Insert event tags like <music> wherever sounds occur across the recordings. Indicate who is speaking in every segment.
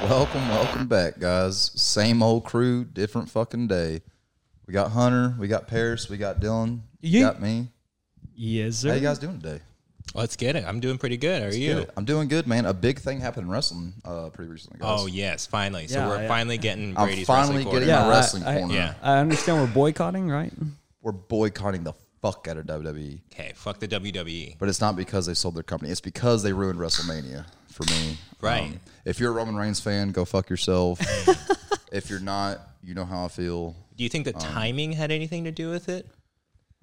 Speaker 1: Welcome, welcome back, guys. Same old crew, different fucking day. We got Hunter, we got Paris, we got Dylan,
Speaker 2: Yeet.
Speaker 1: you got me.
Speaker 2: Yes, sir.
Speaker 1: How you guys doing today?
Speaker 3: Let's get it. I'm doing pretty good. How are you?
Speaker 1: Good. I'm doing good, man. A big thing happened in wrestling uh, pretty recently, guys.
Speaker 3: Oh yes, finally. So
Speaker 2: Yeah,
Speaker 3: we're
Speaker 2: I-
Speaker 3: finally getting
Speaker 1: I'm
Speaker 3: Brady's
Speaker 1: finally
Speaker 3: wrestling corner.
Speaker 1: getting
Speaker 2: Yeah,
Speaker 1: my
Speaker 2: I-
Speaker 1: wrestling
Speaker 2: I-
Speaker 1: corner.
Speaker 3: Yeah.
Speaker 2: I understand we're boycotting, right?
Speaker 1: We're boycotting the fuck out of WWE,
Speaker 3: Okay, fuck the E. WWE.
Speaker 1: but it's not because they sold their company. It's because they ruined WrestleMania for me. Um,
Speaker 3: Right.
Speaker 1: if you're a Roman Reigns fan, go fuck
Speaker 3: <laughs>
Speaker 1: yourself. if you're not, you know how I feel.
Speaker 3: Do you think
Speaker 1: Um,
Speaker 3: the timing had anything to do with it?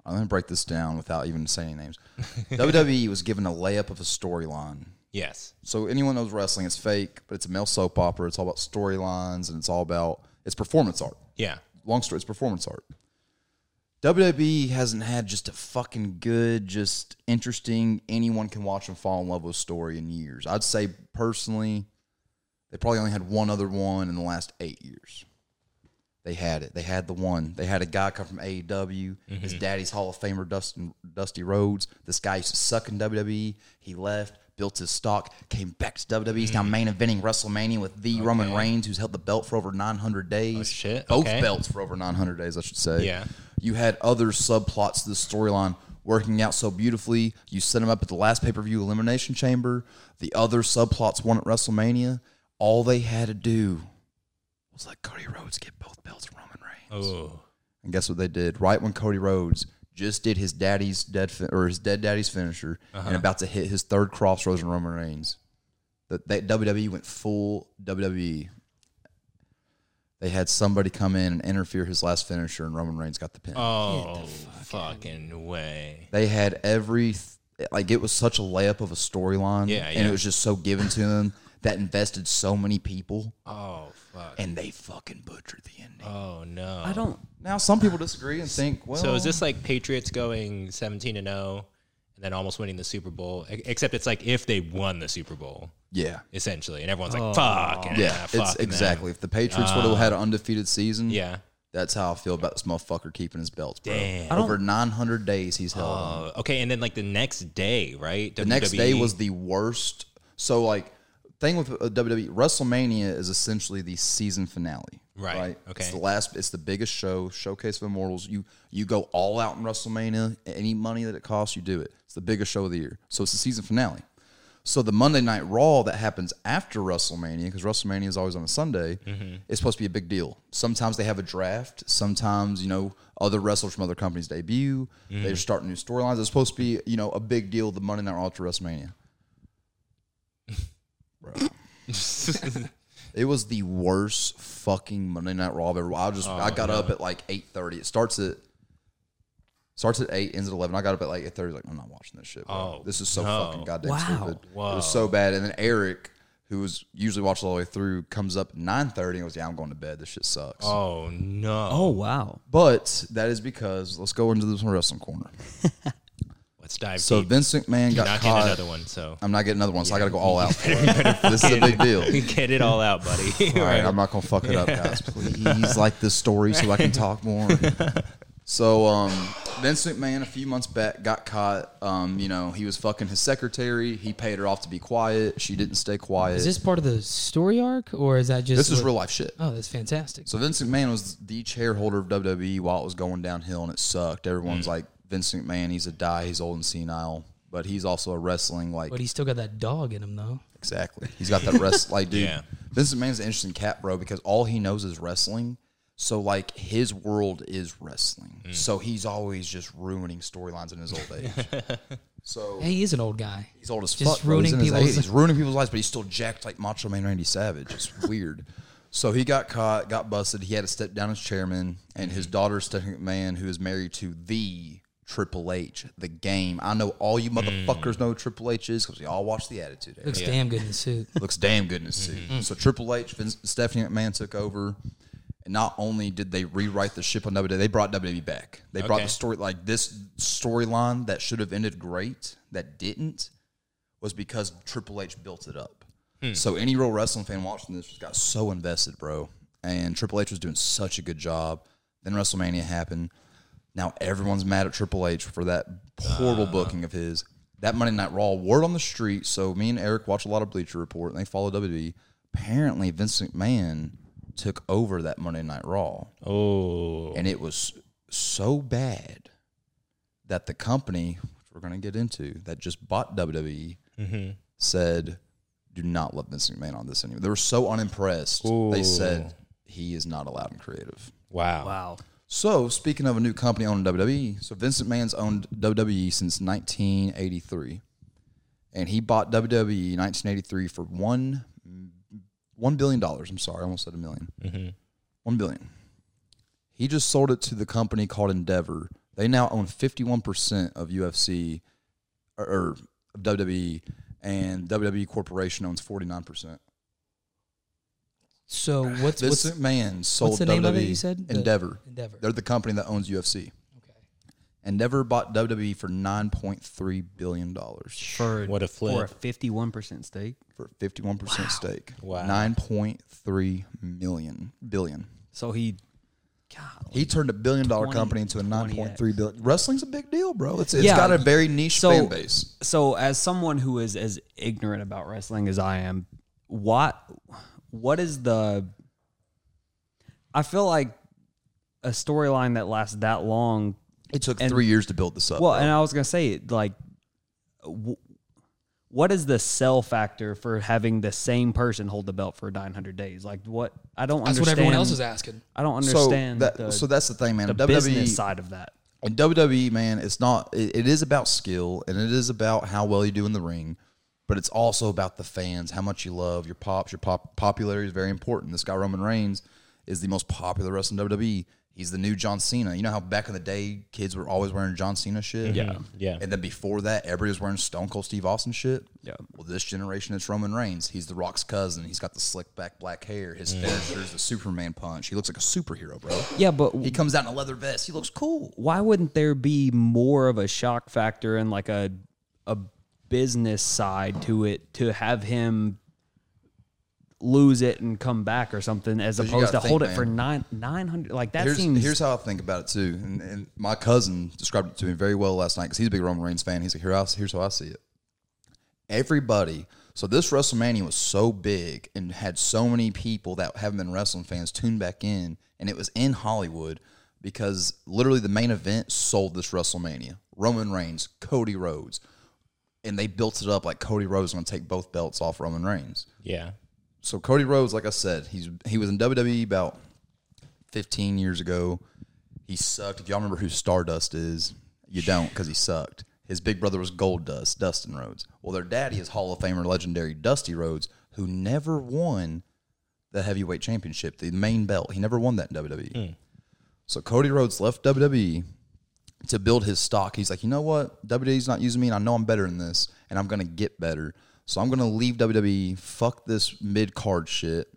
Speaker 1: I'm gonna break this down without even saying names. <laughs> WWE was given a layup of a storyline.
Speaker 3: Yes.
Speaker 1: So anyone knows wrestling, it's fake, but it's a male soap opera. It's all about storylines and it's all about it's performance art.
Speaker 3: Yeah.
Speaker 1: Long story, it's performance art. WWE hasn't had just a fucking good, just interesting, anyone can watch and fall in love with story in years. I'd say personally, they probably only had one other one in the last eight years. They had it. They had the one. They had a guy come from AEW. His
Speaker 3: Mm-hmm.
Speaker 1: daddy's Hall of Famer, Dustin, Dusty Rhodes. This guy used to suck in WWE. He left, built his stock, came back to WWE. He's
Speaker 3: Mm.
Speaker 1: now main eventing WrestleMania with the Roman Reigns, who's held the belt for over 900 days.
Speaker 3: Oh, shit.
Speaker 1: Both
Speaker 3: Okay.
Speaker 1: belts for over 900 days, I should say.
Speaker 3: Yeah.
Speaker 1: You had other subplots to the storyline working out so beautifully. You set them up at the last pay per view Elimination Chamber. The other subplots won at WrestleMania. All they had to do was let Cody Rhodes get both belts from Roman Reigns.
Speaker 3: Oh.
Speaker 1: And guess what they did? Right when Cody Rhodes just did his daddy's dead fin- or his dead daddy's finisher
Speaker 3: Uh-huh.
Speaker 1: and about to hit his third crossroads in Roman Reigns, that that WWE went full WWE. They had somebody come in and interfere his last finisher, and Roman Reigns got the pin.
Speaker 3: Oh fucking way.
Speaker 1: They had every th- like it was such a layup of a storyline,
Speaker 3: Yeah,
Speaker 1: and
Speaker 3: yeah.
Speaker 1: it was just so given to them that invested so many people,
Speaker 3: Oh fuck.
Speaker 1: and they fucking butchered the ending.
Speaker 3: Oh no.
Speaker 2: I don't.
Speaker 1: now some people disagree and think, well,
Speaker 3: So is this like Patriots going 17 and 0 and then almost winning the Super Bowl? E- Except it's like if they won the Super Bowl,
Speaker 1: yeah.
Speaker 3: essentially. And everyone's like, fuck. and,
Speaker 1: Oh. Yeah,
Speaker 3: ah,
Speaker 1: it's
Speaker 3: fuck them.
Speaker 1: exactly. If the Patriots would have had an undefeated season,
Speaker 3: Yeah.
Speaker 1: that's how I feel about this motherfucker keeping his belts, bro.
Speaker 3: Damn.
Speaker 1: Over 900 days he's held. on.
Speaker 3: Oh, E. okay, and then like the next day, right?
Speaker 1: the next day was the worst. So like, thing with uh, WWE WrestleMania is essentially the season finale,
Speaker 3: Right,
Speaker 1: It's
Speaker 3: okay.
Speaker 1: the last. It's the biggest show, showcase of immortals. You you go all out in WrestleMania. Any money that it costs, you do it. It's the biggest show of the year. So it's the season finale. So the Monday Night Raw that happens after WrestleMania, because WrestleMania is always on a Sunday,
Speaker 3: Mm-hmm.
Speaker 1: is supposed to be a big deal. Sometimes they have a draft. Sometimes you know other wrestlers from other companies debut.
Speaker 3: Mm-hmm.
Speaker 1: They're starting new storylines. It's supposed to be you know a big deal. The Monday Night Raw to WrestleMania.
Speaker 3: E <laughs>
Speaker 1: It was the worst fucking Monday Night Raw I've ever. I just
Speaker 3: Oh,
Speaker 1: I got up at like eight thirty. It starts at starts at eight, ends at eleven. I got up at like eight thirty. Like I'm not watching this shit. Bro.
Speaker 3: Oh,
Speaker 1: this is so
Speaker 3: no.
Speaker 1: fucking goddamn
Speaker 2: Wow.
Speaker 1: stupid. It was so bad. And then Eric, who was usually watched all the way through, comes up at nine thirty and was yeah, I'm going to bed. This shit sucks.
Speaker 3: Oh no!
Speaker 2: Oh wow.
Speaker 1: But that is because let's go into this wrestling corner.
Speaker 3: Let's dive
Speaker 1: So
Speaker 3: deep.
Speaker 1: Vince McMahon got
Speaker 3: Not
Speaker 1: caught.
Speaker 3: getting another one,
Speaker 1: <laughs>
Speaker 3: so
Speaker 1: I'm not getting another one, so I got to go all out.
Speaker 3: <laughs>
Speaker 1: For it. this is a big deal.
Speaker 3: get it <laughs> all out, buddy.
Speaker 1: All right, I'm not gonna fuck it up, guys. Please like this story so I can talk more. So um, Vince McMahon a few months back got caught. Um, you know, he was fucking his secretary. He paid her off to be quiet. She didn't stay quiet.
Speaker 4: Is this part of the story arc, or is that just
Speaker 1: this is
Speaker 4: what-
Speaker 1: real life shit.
Speaker 4: Oh, that's fantastic.
Speaker 1: So Vince McMahon was the chairholder of WWE while it was going downhill, and it sucked. Everyone's like, Vince McMahon, he's a die. He's old and senile, but he's also a wrestling like
Speaker 4: but he's still got that dog in him, though.
Speaker 1: Exactly. He's got that rest. Like, dude,
Speaker 3: Yeah.
Speaker 1: Vince McMahon's an interesting cat, bro, because all he knows is wrestling. So, like, his world is wrestling. So he's always just ruining storylines in his old age. so
Speaker 4: Hey, he is an old guy.
Speaker 1: he's old as
Speaker 4: just
Speaker 1: fuck. Bro. He's in
Speaker 4: ruining
Speaker 1: his
Speaker 4: people's-
Speaker 1: 80s, ruining people's lives, but he's still jacked like Macho Man Randy Savage. It's weird. So he got caught, got busted. He had to step down as chairman, and his daughter, Stephanie McMahon, who is married to the Triple H, the game. I know all you motherfuckers know who Triple H is because we all watch the Attitude Era
Speaker 4: Looks damn good in
Speaker 1: <laughs>
Speaker 4: the suit.
Speaker 1: looks damn good in his suit. So Triple H, Vince, Stephanie McMahon took over, and not only did they rewrite the ship on WWE, they brought WWE back. They brought
Speaker 3: Okay.
Speaker 1: the story like this storyline that should have ended great that didn't was because Triple H built it up. So any real wrestling fan watching this just got so invested, bro. And Triple H was doing such a good job. Then WrestleMania happened. Now everyone's mad at Triple H for that horrible booking of his. That Monday Night Raw, word on the street. So me and Eric watch a lot of Bleacher Report, and they follow WWE. apparently Vince McMahon took over that Monday Night Raw,
Speaker 3: Oh,
Speaker 1: and it was so bad that the company, which we're going to get into, that just bought WWE, said, "Do not let Vince McMahon on this anymore." They were so unimpressed. They said he is not allowed in creative.
Speaker 3: wow.
Speaker 2: Wow.
Speaker 1: So, speaking of a new company owned WWE, E, so Vincent Mann's owned WWE since 1983, and he bought WWE in 1983 for one one billion dollars. I'm sorry, I almost said a 1000000 One billion. He just sold it to the company called Endeavor. They now own 51 percent of UFC or, or of WWE, and WWE Corporation owns 49 percent.
Speaker 4: So what's what's
Speaker 1: Vincent Mann sold
Speaker 4: what's the
Speaker 1: WWE.
Speaker 4: name of it you said? The-
Speaker 1: Endeavor.
Speaker 4: Endeavor?
Speaker 1: They're the company that owns UFC.
Speaker 4: okay.
Speaker 1: and never bought WWE for nine point three billion dollars
Speaker 2: For
Speaker 3: What a
Speaker 2: For a
Speaker 3: flip.
Speaker 2: fifty-one percent stake.
Speaker 1: for fifty one percent stake.
Speaker 3: Wow.
Speaker 1: nine point three million billion.
Speaker 2: So he, God.
Speaker 1: He turned a billion dollar
Speaker 2: 20
Speaker 1: company into a nine
Speaker 2: 20x.
Speaker 1: point three billion. Wrestling's a big deal, bro. It's it's
Speaker 2: Yeah.
Speaker 1: got a very niche
Speaker 2: So-
Speaker 1: fan base.
Speaker 2: So, as someone who is as ignorant about wrestling as I am, what what is the? I feel like a storyline that lasts that long
Speaker 1: It took
Speaker 2: and-
Speaker 1: three years to build this up.
Speaker 2: Well,
Speaker 1: bro.
Speaker 2: and I was gonna say like, w- what is the sell factor for having the same person hold the belt for 900 days? Like, what I don't
Speaker 4: That's what
Speaker 2: understand.
Speaker 4: everyone else is asking.
Speaker 2: I don't
Speaker 1: so
Speaker 2: understand
Speaker 1: that,
Speaker 2: the,
Speaker 1: so E that's the thing, man.
Speaker 2: the
Speaker 1: WWE
Speaker 2: business side of that.
Speaker 1: And WWE, man, it's not. It, it is about skill, and it is about how well you do in the ring, but it's also about the fans, how much you love your pops. Your pop popularity is very important. This guy Roman Reigns is the most popular wrestler in WWE. He's the new John Cena. You know how back in the day, kids were always wearing John Cena shit.
Speaker 3: Yeah. Yeah.
Speaker 1: And then before that, everybody was wearing Stone Cold Steve Austin shit.
Speaker 2: Yeah.
Speaker 1: Well, this generation, it's Roman Reigns. He's The Rock's cousin. He's got the slick back black hair. His finisher is the Superman punch. He looks like a superhero, bro.
Speaker 2: Yeah, but
Speaker 1: He comes out in a leather vest. He looks cool.
Speaker 2: why wouldn't there be more of a shock factor and like a a business side to it to have him lose it and come back or something as
Speaker 1: 'Cause you
Speaker 2: opposed to
Speaker 1: gotta
Speaker 2: hold
Speaker 1: think,
Speaker 2: it for
Speaker 1: man.
Speaker 2: nine nine hundred like that
Speaker 1: here's,
Speaker 2: seems
Speaker 1: here's how I think about it too, and, and my cousin described it to me very well last night because he's a big Roman Reigns fan. He's like, Here I, here's how I see it. Everybody, so this WrestleMania was so big and had so many people that haven't been wrestling fans tune back in, and it was in Hollywood because literally the main event sold this WrestleMania. Roman Reigns, Cody Rhodes, and they built it up like Cody Rhodes is going to take both belts off Roman Reigns
Speaker 3: Yeah.
Speaker 1: so Cody Rhodes, like I said, he's he was in WWE about 15 years ago. He sucked. If y'all remember who Stardust is, you don't because he sucked. His big brother was Gold Dust, Dustin Rhodes. Well, their daddy is Hall of Famer legendary Dusty Rhodes, who never won the heavyweight championship, the main belt. He never won that in WWE. So Cody Rhodes left E, WWE to build his stock. He's like, you know what? WWE's not using me, and I know I'm better in this, and I'm gonna get better. So I'm gonna leave WWE. Fuck this mid card shit.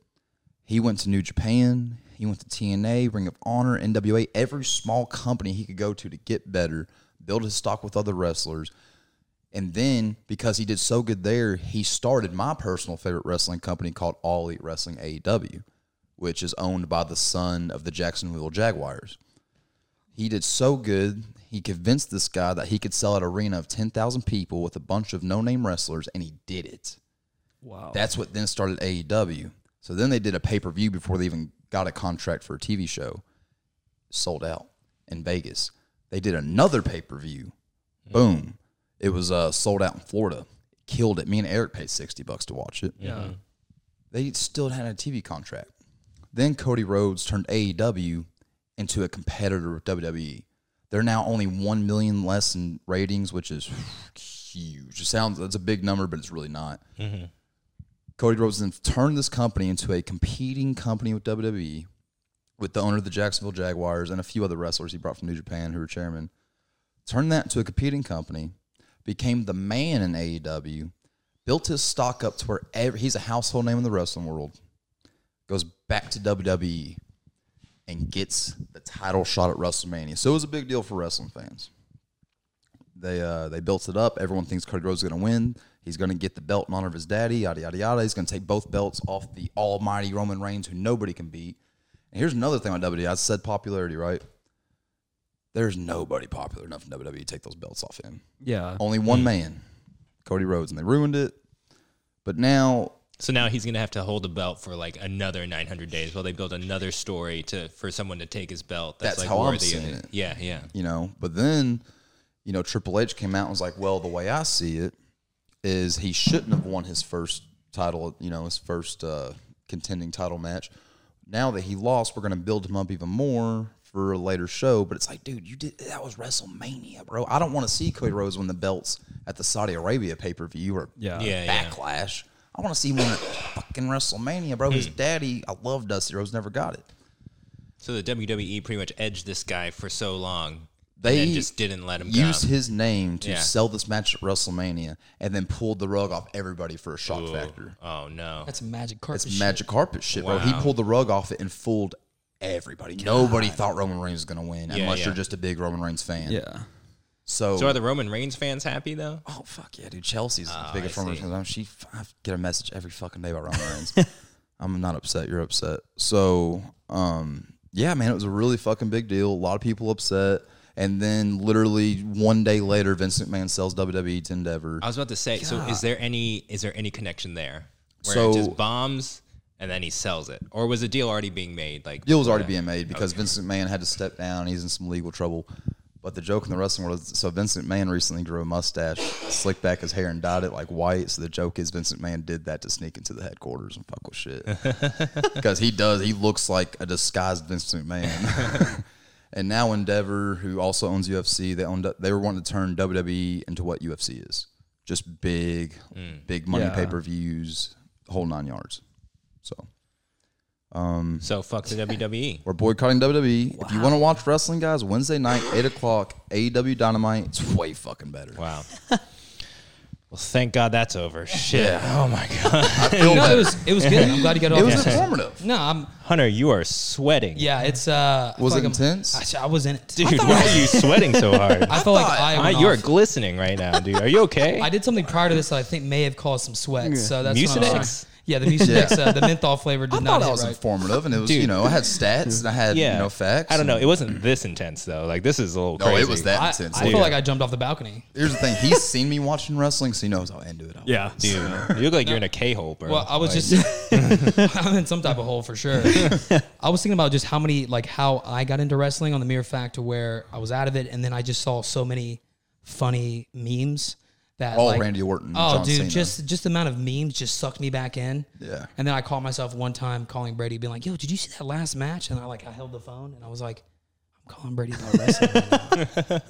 Speaker 1: He went to New Japan. He went to TNA, Ring of Honor, NWA, every small company he could go to to get better, build his stock with other wrestlers. And then because he did so good there, he started my personal favorite wrestling company called All Elite Wrestling AEW, which is owned by the son of the Jacksonville Jaguars. He did so good, he convinced this guy that he could sell an arena of 10,000 people with a bunch of no name wrestlers, and he did it.
Speaker 2: wow
Speaker 1: That's what then started AEW. So then they did a pay per view before they even got a contract for a TV show. Sold out in Vegas. They did another pay per view. Boom. It was uh, sold out in Florida. Killed it. Me and Eric paid 60 bucks to watch it.
Speaker 4: Yeah.
Speaker 1: They still had a TV contract. Then Cody Rhodes turned AEW into a competitor with WWE. They're now only 1 million less in ratings, which is huge. It sounds, that's a big number, but it's really not. Cody Rhodes then turned this company into a competing company with WWE, with the owner of the Jacksonville Jaguars and a few other wrestlers he brought from New Japan who were chairman. Turned that into a competing company, became the man in AEW, built his stock up to where ev- he's a household name in the wrestling world, goes back to WWE, and gets the title shot at WrestleMania. So it was a big deal for wrestling fans. They uh, they built it up. Everyone thinks Cody Rhodes is going to win. He's going to get the belt in honor of his daddy. Yada yada yada. He's going to take both belts off the almighty Roman Reigns, who nobody can beat. And here's another thing about WWE. E. I said popularity, right? There's nobody popular enough in WWE to take those belts off him.
Speaker 2: yeah
Speaker 1: Only one man, Cody Rhodes, and they ruined it. But now
Speaker 3: So now he's gonna have to hold the belt for like another 900 days while they build another story to for someone to take his belt.
Speaker 1: That's
Speaker 3: like
Speaker 1: how I'm
Speaker 3: worthy of
Speaker 1: seeing it.
Speaker 3: Yeah, yeah.
Speaker 1: you know. But then, you know, Triple H came out and was like, "Well, the way I see it is he shouldn't have won his first title, you know, his first uh, contending title match. Now that he lost, we're going to build him up even more for a later show." But it's like, dude, you did that was WrestleMania, bro. I don't want to see Cody Rhodes win the belts at the Saudi Arabia pay per view or
Speaker 2: Yeah.
Speaker 3: Yeah, yeah.
Speaker 1: Backlash. I want to see him win at fucking WrestleMania, bro.
Speaker 3: Hmm.
Speaker 1: His daddy, I love Dusty Rhodes, never got it.
Speaker 3: So the WWE pretty much edged this guy for so long.
Speaker 1: They
Speaker 3: and then just didn't let him
Speaker 1: used
Speaker 3: come.
Speaker 1: his name to
Speaker 3: Yeah.
Speaker 1: sell this match at WrestleMania and then pulled the rug off everybody for a shock factor.
Speaker 3: Oh no.
Speaker 4: That's a magic carpet.
Speaker 1: It's
Speaker 4: shit.
Speaker 1: magic carpet shit, bro. He
Speaker 3: Wow.
Speaker 1: pulled the rug off it and fooled everybody. Nobody thought Roman Reigns was going to win unless
Speaker 3: yeah.
Speaker 1: you're just a big Roman Reigns fan.
Speaker 2: Yeah.
Speaker 1: So,
Speaker 3: So are the Roman Reigns fans happy though?
Speaker 1: oh, fuck yeah, dude. Chelsea's the biggest
Speaker 3: Oh, I
Speaker 1: Roman
Speaker 3: see.
Speaker 1: Reigns. fan. She, I get a message every fucking day about Roman
Speaker 3: <laughs>
Speaker 1: Reigns. I'm not upset. You're upset. So, um, yeah, man, it was a really fucking big deal. A lot of people upset. And then literally one day later, Vince McMahon sells WWE to Endeavor.
Speaker 3: I was about to say. So is there any is there any connection there where
Speaker 1: So-
Speaker 3: it just bombs and then he sells it, or was the deal already being made? Like
Speaker 1: deal was already being made because Vincent Mann had to step down. He's in some legal trouble. But the joke in the wrestling world is so Vincent Mann recently grew a mustache, slicked back his hair, and dyed it like white. So the joke is Vincent Mann did that to sneak into the headquarters and fuck with shit. Because he does, he looks like a disguised Vincent McMahon. and now Endeavor, who also owns UFC, they owned they were wanting to turn WWE into what UFC is. Just big, big money
Speaker 2: Yeah.
Speaker 1: pay per views, whole nine yards. So
Speaker 3: so fuck the E.
Speaker 4: <laughs>
Speaker 3: WWE.
Speaker 1: we're boycotting WWE. If you want to watch wrestling, guys, Wednesday night, 8 o'clock, AEW Dynamite. It's way fucking better.
Speaker 3: Wow. Well, thank God that's over. Shit. Oh my God,
Speaker 4: No, it was it was good. I'm glad you got it
Speaker 1: <laughs> It
Speaker 4: off.
Speaker 1: was
Speaker 4: your chest.
Speaker 1: informative.
Speaker 4: No, I'm.
Speaker 3: <laughs> Hunter, you are sweating.
Speaker 4: Yeah, it's. uh I
Speaker 1: Was
Speaker 4: feel
Speaker 1: it
Speaker 4: like I'm-
Speaker 1: intense?
Speaker 4: I, sh- I was in it,
Speaker 3: Dude, why are you sweating so hard?
Speaker 4: <laughs> I felt like I.
Speaker 3: Huh?
Speaker 4: went
Speaker 3: you are
Speaker 4: off.
Speaker 3: glistening right now, dude. Are you okay?
Speaker 4: I did something prior to this that I think may have caused some sweat. So that's what I'm
Speaker 3: Mucinex?
Speaker 4: trying- Yeah, the Mucinex, uh, the menthol flavor did
Speaker 1: I
Speaker 4: not
Speaker 1: thought
Speaker 4: hit
Speaker 1: I was
Speaker 4: right.
Speaker 1: informative, and it was, you
Speaker 3: Dude.
Speaker 1: know, I had stats and I had,
Speaker 3: yeah.
Speaker 1: you know, facts.
Speaker 3: I don't know. It wasn't this intense though. Like this is a little
Speaker 1: No,
Speaker 3: crazy.
Speaker 1: it was that
Speaker 4: I, I
Speaker 1: intense.
Speaker 4: feel
Speaker 1: dude.
Speaker 4: like I jumped off the balcony.
Speaker 1: Here's the thing. He's seen me watching wrestling, so he knows I'll end it. I'll
Speaker 2: Yeah.
Speaker 3: <laughs> Dude, you look like you're in a K hole, bro.
Speaker 4: Well, I was
Speaker 3: Like,
Speaker 4: just <laughs>
Speaker 1: <laughs>
Speaker 4: I'm in some type of hole for sure. I was thinking about just how many like how I got into wrestling on the mere fact to where I was out of it, and then I just saw so many funny memes that
Speaker 1: All
Speaker 4: like,
Speaker 1: Randy Orton. and
Speaker 4: Oh,
Speaker 1: John
Speaker 4: dude,
Speaker 1: Cena.
Speaker 4: just just the amount of memes just sucked me back in.
Speaker 1: Yeah.
Speaker 4: And then I caught myself one time calling Brady, being like, "Yo, did you see that last match?" And I like I held the phone and I was like, "I'm calling Brady about wrestling." right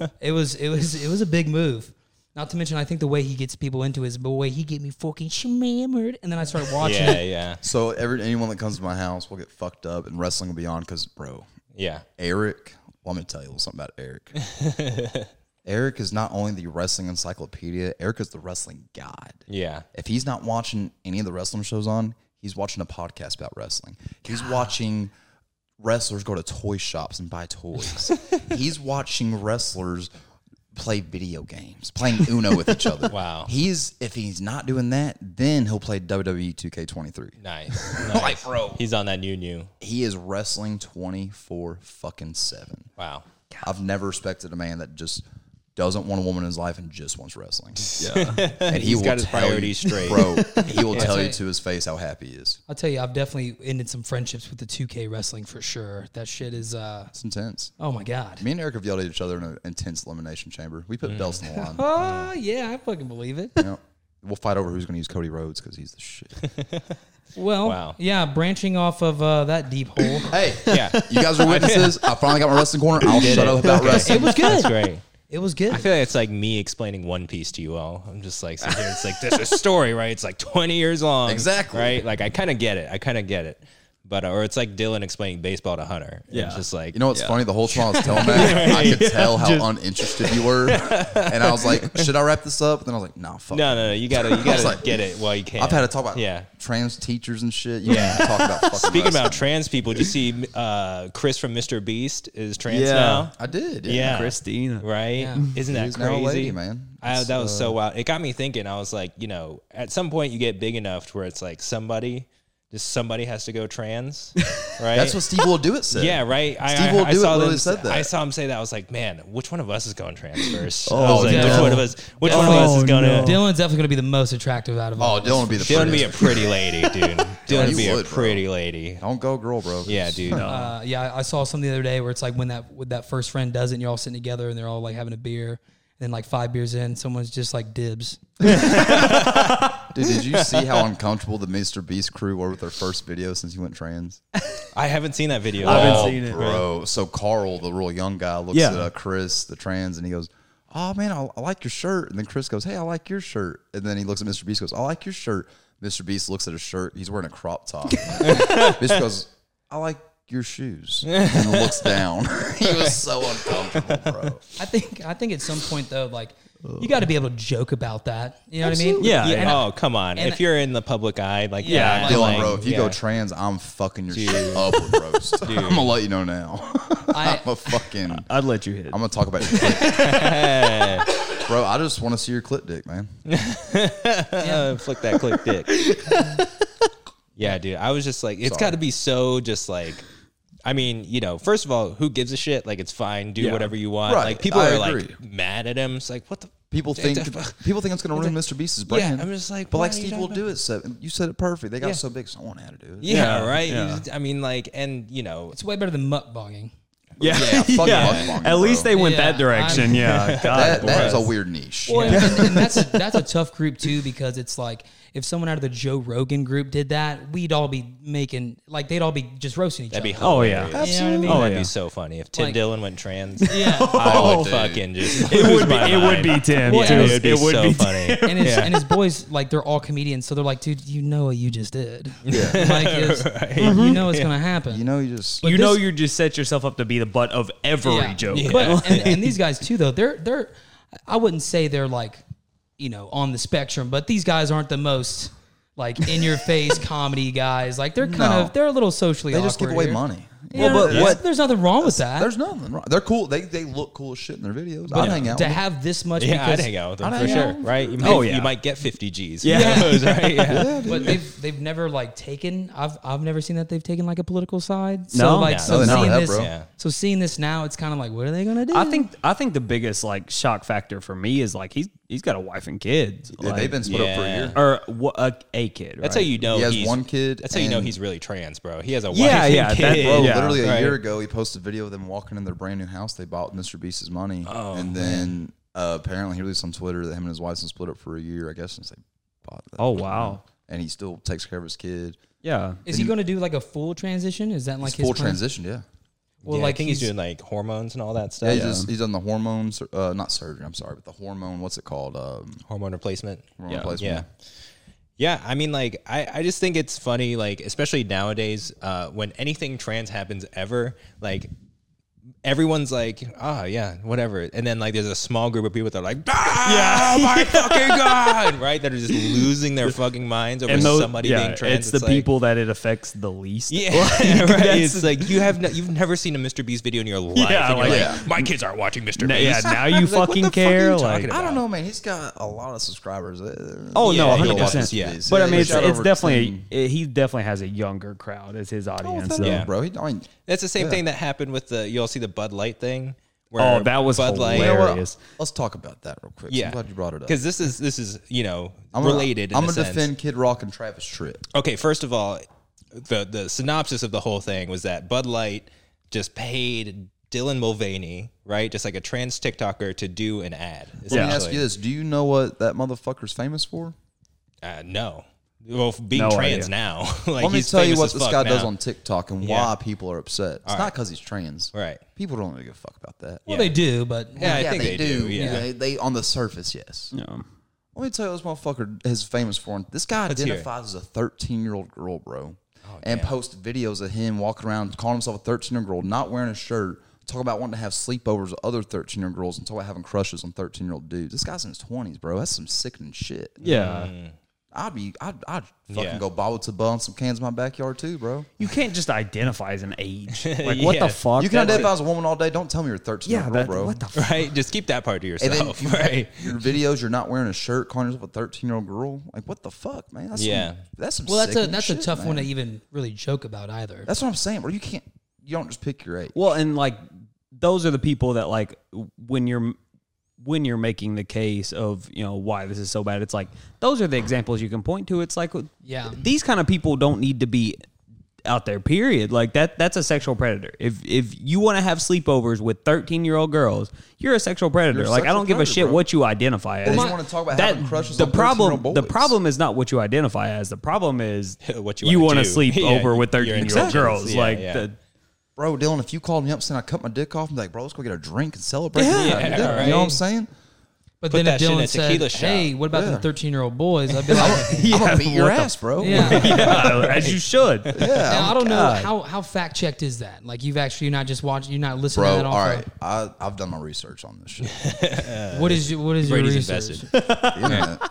Speaker 3: <laughs>
Speaker 4: now." it was it was it was a big move. Not to mention, I think the way he gets people into it is the way he get me fucking shammered. And then I started watching.
Speaker 3: yeah, yeah,
Speaker 1: So every, anyone that comes to my house will get fucked up, and wrestling will be on because, bro,
Speaker 3: yeah.
Speaker 1: Eric. Well, I'm gonna tell you something about
Speaker 3: <laughs>
Speaker 1: Eric. Eric is not only the wrestling encyclopedia. Eric is the wrestling god.
Speaker 3: Yeah.
Speaker 1: If he's not watching any of the wrestling shows on, he's watching a podcast about wrestling. He's watching wrestlers go to toy shops and buy toys. he's watching wrestlers play video games, playing Uno with each other.
Speaker 3: Wow.
Speaker 1: He's if he's not doing that, then he'll play E WWE 2K23.
Speaker 4: <laughs>
Speaker 3: Nice. nice. bro. He's on that new new.
Speaker 1: He is wrestling 24 fucking 7.
Speaker 3: Wow.
Speaker 1: I've never respected a man that just doesn't want a woman in his life and just wants wrestling. Yeah, and he
Speaker 3: He's
Speaker 1: will
Speaker 3: got his
Speaker 1: tell
Speaker 3: priorities
Speaker 1: you,
Speaker 3: straight. <laughs>
Speaker 1: bro. He will tell you
Speaker 4: right.
Speaker 1: to his face how happy he is.
Speaker 4: I'll tell you, I've definitely ended some friendships with the 2K wrestling for sure. That shit is, uh,
Speaker 1: It's intense.
Speaker 4: oh my god.
Speaker 1: Me and Eric have yelled at each other in an intense elimination chamber. We put belts in the line.
Speaker 3: Mm.
Speaker 4: Oh yeah, I fucking
Speaker 3: <laughs>
Speaker 4: believe it.
Speaker 1: You know, we'll fight over who's going to use Cody Rhodes because he's the shit.
Speaker 4: Well,
Speaker 3: Wow.
Speaker 4: yeah, branching off of uh, that deep hole.
Speaker 1: Hey, <laughs>
Speaker 3: Yeah.
Speaker 1: you guys are witnesses. I finally got my wrestling corner. I'll shut up about wrestling.
Speaker 4: it
Speaker 3: <laughs>
Speaker 4: was
Speaker 3: That's
Speaker 4: good.
Speaker 3: great.
Speaker 4: It was
Speaker 3: <laughs>
Speaker 4: good.
Speaker 3: I feel like it's like me explaining One Piece to you all. I'm just like sitting here. It's like there's
Speaker 1: <laughs>
Speaker 3: a story, right? It's like 20 years long,
Speaker 1: Exactly.
Speaker 3: Right? Like I kind of get it. I kind of get it. But uh, or it's like Dylan explaining baseball to Hunter. Yeah. It's just like
Speaker 1: You know what's funny? The whole time I was telling that,
Speaker 3: <laughs>
Speaker 1: I could tell how uninterested you were, and I was like, "Should I wrap this up?" And then I was like, "Nah, fuck."
Speaker 3: no, no, no. You gotta,
Speaker 1: <laughs>
Speaker 3: you gotta
Speaker 1: like-
Speaker 3: get it while you can.
Speaker 1: I've had to talk about
Speaker 3: Yeah.
Speaker 1: trans teachers and shit. You yeah, talk
Speaker 3: <laughs>
Speaker 1: about fucking <laughs>
Speaker 3: Speaking
Speaker 1: wrestling.
Speaker 3: about trans people, did you see uh, Chris from Mr. Beast is trans
Speaker 2: Yeah.
Speaker 3: now?
Speaker 1: I did.
Speaker 3: Yeah.
Speaker 2: Christina.
Speaker 3: Right? Isn't that
Speaker 1: She's now a
Speaker 3: crazy,
Speaker 1: Mm-hmm. lady, man. uh,
Speaker 3: I, that was so wild. It got me thinking. I was like, you know, at some point you get big enough to where it's like somebody just somebody has to
Speaker 1: <laughs>
Speaker 3: go trans, right?
Speaker 1: That's what Steve will do it said.
Speaker 3: Yeah, right. I,
Speaker 1: Steve
Speaker 3: I-
Speaker 1: will
Speaker 3: I
Speaker 1: do it
Speaker 3: saw
Speaker 1: literally
Speaker 3: them-
Speaker 1: said that.
Speaker 3: I saw him say that. I was like, man, which one of us is going trans
Speaker 1: <laughs>
Speaker 3: first?
Speaker 1: Oh,
Speaker 3: I was like,
Speaker 4: Dylan.
Speaker 3: which one of us? Which one of us is
Speaker 2: Oh,
Speaker 3: going
Speaker 2: no.
Speaker 3: to?
Speaker 4: Dylan's definitely going to be the most attractive out of all.
Speaker 1: Oh,
Speaker 4: of us.
Speaker 1: Dylan would be the
Speaker 3: Dylan
Speaker 1: first.
Speaker 3: would be a pretty lady,
Speaker 1: <laughs>
Speaker 3: dude. Dylan
Speaker 1: you
Speaker 3: would be a
Speaker 1: would, bro.
Speaker 3: pretty lady.
Speaker 1: Don't go, girl, bro. <laughs>
Speaker 3: Yeah, dude.
Speaker 4: Uh, yeah, I- I saw something the other day where it's like when that when that first friend does it, and you're all sitting together, and they're all like having a beer, and then like five beers in, someone's just like dibs.
Speaker 1: Dude, did
Speaker 3: <laughs>
Speaker 1: you see how uncomfortable the Mr. Beast crew were with their first video since he went trans?
Speaker 3: I haven't seen that video.
Speaker 2: I haven't
Speaker 1: Oh,
Speaker 2: seen it.
Speaker 1: bro. So Carl, the real young guy, looks
Speaker 2: Yeah.
Speaker 1: at uh, Chris, the trans, and he goes, "Oh man, I, I like your shirt." And then Chris goes, "Hey, I like your shirt." And then he looks at Mr. Beast, goes, "I like your shirt." Mr. Beast looks at his shirt. He's wearing a crop top.
Speaker 2: <laughs>
Speaker 1: Beast goes, "I like your shoes," and looks down. <laughs> he was so uncomfortable, bro.
Speaker 4: I think I think at some point though, like you got to be able to joke about that. You know what I mean?
Speaker 2: Yeah,
Speaker 4: and I-
Speaker 3: oh, come on.
Speaker 4: and-
Speaker 3: If you're in the public eye, like,
Speaker 2: Yeah,
Speaker 3: yeah.
Speaker 1: Dylan,
Speaker 3: like,
Speaker 1: bro, if you go
Speaker 3: yeah.
Speaker 1: trans, I'm fucking your shit up with roast. I'm gonna let you know now. <laughs>
Speaker 4: I-
Speaker 1: I'm a fucking. I'm
Speaker 2: I'd let you hit. it.
Speaker 1: gonna talk about your clit. bro. I just want to see your clit dick, man.
Speaker 3: Uh, flick that click dick.
Speaker 2: <laughs>
Speaker 3: yeah, dude. I was just like, it's got to be so just like, I mean, you know, first of all, who gives a shit? Like, it's fine. Do
Speaker 2: Yeah.
Speaker 3: whatever you want.
Speaker 1: Right,
Speaker 3: Like, people
Speaker 1: I
Speaker 3: are
Speaker 1: agree.
Speaker 3: like mad at him. It's like, what the?
Speaker 1: People think people think it's going to ruin Mr. Beast's brand.
Speaker 3: I'm just like,
Speaker 1: but
Speaker 3: why
Speaker 1: like
Speaker 3: are you
Speaker 1: Steve will
Speaker 3: talking
Speaker 1: do it. So you said it perfect. They got so big, someone had to do it.
Speaker 3: Yeah,
Speaker 2: Yeah,
Speaker 3: right. You
Speaker 2: yeah.
Speaker 3: just- I mean, like, and you know,
Speaker 4: it's way better than muckbogging.
Speaker 2: Yeah,
Speaker 1: Yeah, fuck mukbang,
Speaker 2: At least
Speaker 1: bro.
Speaker 2: they went
Speaker 4: Yeah,
Speaker 2: that direction.
Speaker 4: I'm-
Speaker 2: yeah, God
Speaker 1: That, that is
Speaker 2: bless.
Speaker 1: a weird niche.
Speaker 4: Well, and, and that's that's a tough group too because it's like if someone out of the Joe Rogan group did that, we'd all be making like they'd all be just roasting each
Speaker 3: that'd be
Speaker 4: other.
Speaker 2: Oh,
Speaker 3: hilarious.
Speaker 2: yeah.
Speaker 4: You know what I mean?
Speaker 2: Oh,
Speaker 3: that'd
Speaker 2: yeah.
Speaker 3: be so funny if Tim
Speaker 4: Like-
Speaker 3: Dillon went trans.
Speaker 2: <laughs>
Speaker 4: yeah.
Speaker 3: I would
Speaker 1: dude.
Speaker 3: fucking just.
Speaker 2: Oh, It
Speaker 3: lose
Speaker 2: would be.
Speaker 3: my
Speaker 2: It would
Speaker 3: <laughs>
Speaker 2: be
Speaker 3: mind.
Speaker 2: Tim.
Speaker 4: Well,
Speaker 2: too.
Speaker 4: and
Speaker 3: It would be so
Speaker 2: be <laughs>
Speaker 3: funny.
Speaker 4: And his and his boys like they're all comedians, so they're like, dude, you know what you just did. Yeah.
Speaker 2: <laughs>
Speaker 4: <laughs> like it's, you know it's gonna happen.
Speaker 1: you know, you just
Speaker 2: you
Speaker 4: this-
Speaker 2: know, you just set yourself up to be the butt of every
Speaker 4: Yeah.
Speaker 2: joke.
Speaker 4: But and, and these guys too, though they're they're I wouldn't say they're like you know on the spectrum, but these guys aren't the most like in your
Speaker 2: <laughs>
Speaker 4: face comedy guys. Like they're kind
Speaker 1: No.
Speaker 4: of they're a little socially.
Speaker 1: they just give
Speaker 4: awkward
Speaker 1: away
Speaker 4: here.
Speaker 1: money.
Speaker 4: Yeah,
Speaker 2: Well, but
Speaker 4: there's-
Speaker 2: what-
Speaker 4: There's nothing wrong with that.
Speaker 1: There's nothing wrong. They're cool. They they look cool as shit in their videos. I'd hang out.
Speaker 4: to
Speaker 1: with them.
Speaker 4: have this much.
Speaker 3: Yeah,
Speaker 4: because,
Speaker 3: I'd hang out with him
Speaker 1: I'd
Speaker 3: for
Speaker 1: hang
Speaker 3: sure.
Speaker 1: out.
Speaker 3: Right? You might,
Speaker 2: Oh, yeah.
Speaker 3: You might get 50 G's.
Speaker 2: Yeah.
Speaker 3: Who <laughs> knows, right? Yeah.
Speaker 4: But they've they've never like taken. I've I've never seen that they've taken like a political side. So
Speaker 2: No.
Speaker 4: like
Speaker 2: No,
Speaker 4: so
Speaker 1: Oh, they never
Speaker 4: seeing
Speaker 1: have,
Speaker 4: this
Speaker 1: bro.
Speaker 3: Yeah.
Speaker 4: so seeing this now, it's kind of like what are they gonna do?
Speaker 2: I think I think the biggest like shock factor for me is like he's he's got a wife and kids.
Speaker 1: Yeah,
Speaker 2: like-
Speaker 1: they've been split up for a
Speaker 3: Yeah.
Speaker 1: year.
Speaker 2: or wha- a, a kid.
Speaker 3: That's
Speaker 2: right?
Speaker 3: how you know
Speaker 1: He has
Speaker 3: he's,
Speaker 1: one kid
Speaker 3: That's how you know
Speaker 1: and-
Speaker 3: he's really trans, bro. He has a wife.
Speaker 2: Yeah,
Speaker 3: and
Speaker 2: yeah, that-
Speaker 3: kid.
Speaker 1: Bro,
Speaker 2: Yeah.
Speaker 1: literally a
Speaker 3: Right.
Speaker 1: year ago, he posted a video of them walking in their brand new house they bought with Mr. Beast's money. and then uh, apparently he released on Twitter that him and his wife's been split up for a year, I guess, since they bought that.
Speaker 2: Oh wow.
Speaker 1: And he still takes care of his kid.
Speaker 2: Yeah.
Speaker 4: is he gonna do like a full transition? Is that like
Speaker 1: It's
Speaker 4: his
Speaker 1: full
Speaker 4: plan?
Speaker 1: transition, yeah.
Speaker 4: Well,
Speaker 3: Yeah,
Speaker 4: like
Speaker 3: I think he's, doing like hormones and all that
Speaker 1: Yeah,
Speaker 3: stuff.
Speaker 1: he's, Just, he's done the hormone, sur- uh, not surgery. I'm sorry, but the hormone. What's it called? Um,
Speaker 3: Hormone replacement.
Speaker 1: hormone replacement.
Speaker 3: Yeah. Yeah, I mean, like, I, I just think it's funny, like, especially nowadays, uh, when anything trans happens ever, like, everyone's like, oh, yeah, whatever. And then, like, there's a small group of people that are like, ah, oh my fucking God, right? That are just losing their fucking minds over
Speaker 2: And those,
Speaker 3: somebody
Speaker 2: yeah,
Speaker 3: being trans.
Speaker 2: it's the
Speaker 3: like-
Speaker 2: people that it affects the least.
Speaker 1: <laughs>
Speaker 2: <laughs>
Speaker 3: Yeah, <laughs> right. It's like you have no, you've never seen a Mr. Beast video in your life.
Speaker 2: Yeah,
Speaker 3: and you're
Speaker 2: like-
Speaker 3: like,
Speaker 1: Yeah.
Speaker 3: my kids aren't watching Mr.
Speaker 2: N-
Speaker 3: Beast.
Speaker 2: yeah, now you
Speaker 3: Like, what the
Speaker 2: fucking
Speaker 3: fuck are you
Speaker 2: care.
Speaker 3: talking
Speaker 2: like,
Speaker 3: about?
Speaker 1: I don't know, man. He's got a lot of subscribers. Uh,
Speaker 2: oh
Speaker 3: Yeah,
Speaker 2: no,
Speaker 3: he
Speaker 2: hundred
Speaker 3: lost
Speaker 2: percent.
Speaker 3: his- yeah.
Speaker 2: But I mean, it's,
Speaker 1: Shot
Speaker 2: it's
Speaker 1: over
Speaker 2: definitely
Speaker 1: 10.
Speaker 2: it, he definitely has a younger crowd as his audience. though.
Speaker 1: yeah, bro. He, I mean,
Speaker 3: That's the same thing that happened with the you all see the Bud Light thing.
Speaker 2: Oh, that was
Speaker 1: you know what?
Speaker 2: Hilarious.
Speaker 1: Let's talk about that real quick.
Speaker 3: Yeah,
Speaker 1: I'm glad you brought it up.
Speaker 3: because this is this is you know
Speaker 1: I'm gonna-
Speaker 3: related. in
Speaker 1: I'm
Speaker 3: a
Speaker 1: gonna
Speaker 3: sense.
Speaker 1: defend Kid Rock and Travis Tritt.
Speaker 3: Okay, first of all, the the synopsis of the whole thing was that Bud Light just paid Dylan Mulvaney, right, just like a trans TikToker, to do an ad.
Speaker 1: Let me ask you this: Do you know what that motherfucker's famous for?
Speaker 3: Uh, no. Well, being
Speaker 2: No
Speaker 3: trans
Speaker 2: idea.
Speaker 3: now. <laughs> like,
Speaker 1: Let me
Speaker 3: he's
Speaker 1: tell you
Speaker 3: famous
Speaker 1: what
Speaker 3: as
Speaker 1: this
Speaker 3: fuck
Speaker 1: guy does
Speaker 3: now.
Speaker 1: on TikTok and
Speaker 3: Yeah.
Speaker 1: why people are upset. It's not because he's trans.
Speaker 3: Right.
Speaker 1: People don't really give a fuck about that.
Speaker 4: Well, they do, but
Speaker 3: Yeah, I think they, do. Yeah.
Speaker 1: They, they- on the surface, yes.
Speaker 2: No.
Speaker 1: Let me tell you, what this motherfucker is famous for. him. This guy
Speaker 3: hear it. Oh,
Speaker 1: identifies as a 13 year old girl, bro, and posted videos of him walking around calling himself a 13 year old, not wearing a shirt. Talk about wanting to have sleepovers with other 13 year old girls and talk about having crushes on 13 year old dudes. This guy's in his 20s, bro. That's some sickening shit.
Speaker 2: Yeah.
Speaker 1: I'd be, I'd, I'd fucking
Speaker 3: Yeah.
Speaker 1: go bobble to bun some cans in my backyard too, bro.
Speaker 2: You can't just identify as an age. Like what
Speaker 3: Yeah.
Speaker 2: the fuck?
Speaker 1: You can
Speaker 2: That-
Speaker 1: identify as a woman all day. Don't tell me you're 13
Speaker 2: Yeah,
Speaker 1: year old,
Speaker 2: that,
Speaker 1: bro.
Speaker 2: what the fuck?
Speaker 3: <laughs> right? Just keep that part to
Speaker 1: and then <laughs>
Speaker 3: yourself, <laughs>
Speaker 1: you,
Speaker 3: right?
Speaker 1: your videos, you're not wearing a shirt, calling yourself a 13 year old girl. Like what the fuck, man? That's
Speaker 3: Yeah.
Speaker 1: some, that's some.
Speaker 4: Well, that's a
Speaker 1: sickening
Speaker 4: that's a
Speaker 1: shit,
Speaker 4: tough one to
Speaker 1: man.
Speaker 4: even really joke about either.
Speaker 1: That's what I'm saying, bro. You can't. You don't just pick your age.
Speaker 2: Well, and like those are the people that like when you're when you're making the case of you know why this is so bad. It's like those are the examples you can point to. It's like
Speaker 4: Yeah.
Speaker 2: these kind of people don't need to be out there. Period. Like that that's a sexual predator. If if you want to have sleepovers with thirteen year old girls, you're a sexual predator.
Speaker 1: You're a
Speaker 2: like I
Speaker 1: sexual
Speaker 2: don't give a
Speaker 1: predator,
Speaker 2: shit
Speaker 1: bro.
Speaker 2: what you identify as.
Speaker 1: They just want to talk about having crushes
Speaker 2: the
Speaker 1: on 13-year-old
Speaker 2: problem
Speaker 1: boys.
Speaker 2: the problem is not what you identify as. The problem is
Speaker 3: <laughs> What you wanna
Speaker 2: want to
Speaker 3: do.
Speaker 2: sleep
Speaker 3: <laughs> Yeah,
Speaker 2: over with
Speaker 3: your
Speaker 2: thirteen year old
Speaker 3: intentions.
Speaker 2: girls.
Speaker 3: Yeah,
Speaker 2: like
Speaker 3: yeah.
Speaker 2: the
Speaker 1: bro, Dylan, if you called me up saying I cut my dick off, I'm like, bro, let's go get a drink and celebrate. Yeah,
Speaker 3: Yeah,
Speaker 1: you know what I'm <laughs>
Speaker 3: right.
Speaker 1: saying?
Speaker 4: But
Speaker 3: Put
Speaker 4: then
Speaker 3: that
Speaker 4: if
Speaker 3: shit in
Speaker 4: Dylan
Speaker 3: a tequila
Speaker 4: said,
Speaker 3: shot.
Speaker 4: "Hey, what about
Speaker 1: Yeah.
Speaker 4: the thirteen-year-old boys?"
Speaker 1: <laughs>
Speaker 4: I'd be like,
Speaker 1: I'm gonna beat your
Speaker 2: what the-
Speaker 1: ass, bro. <laughs>
Speaker 4: "Yeah."
Speaker 2: <laughs> yeah, as you should.
Speaker 4: Now, I don't know how, how fact checked is that. Like you've actually you're not just watching, you're not listening to
Speaker 1: Bro,
Speaker 4: that off.
Speaker 1: all
Speaker 4: of-
Speaker 1: right, I, I've done my research on this shit.
Speaker 4: What is your, what is
Speaker 3: Brady's
Speaker 4: your research?
Speaker 3: invested.
Speaker 1: The internet.
Speaker 4: <laughs>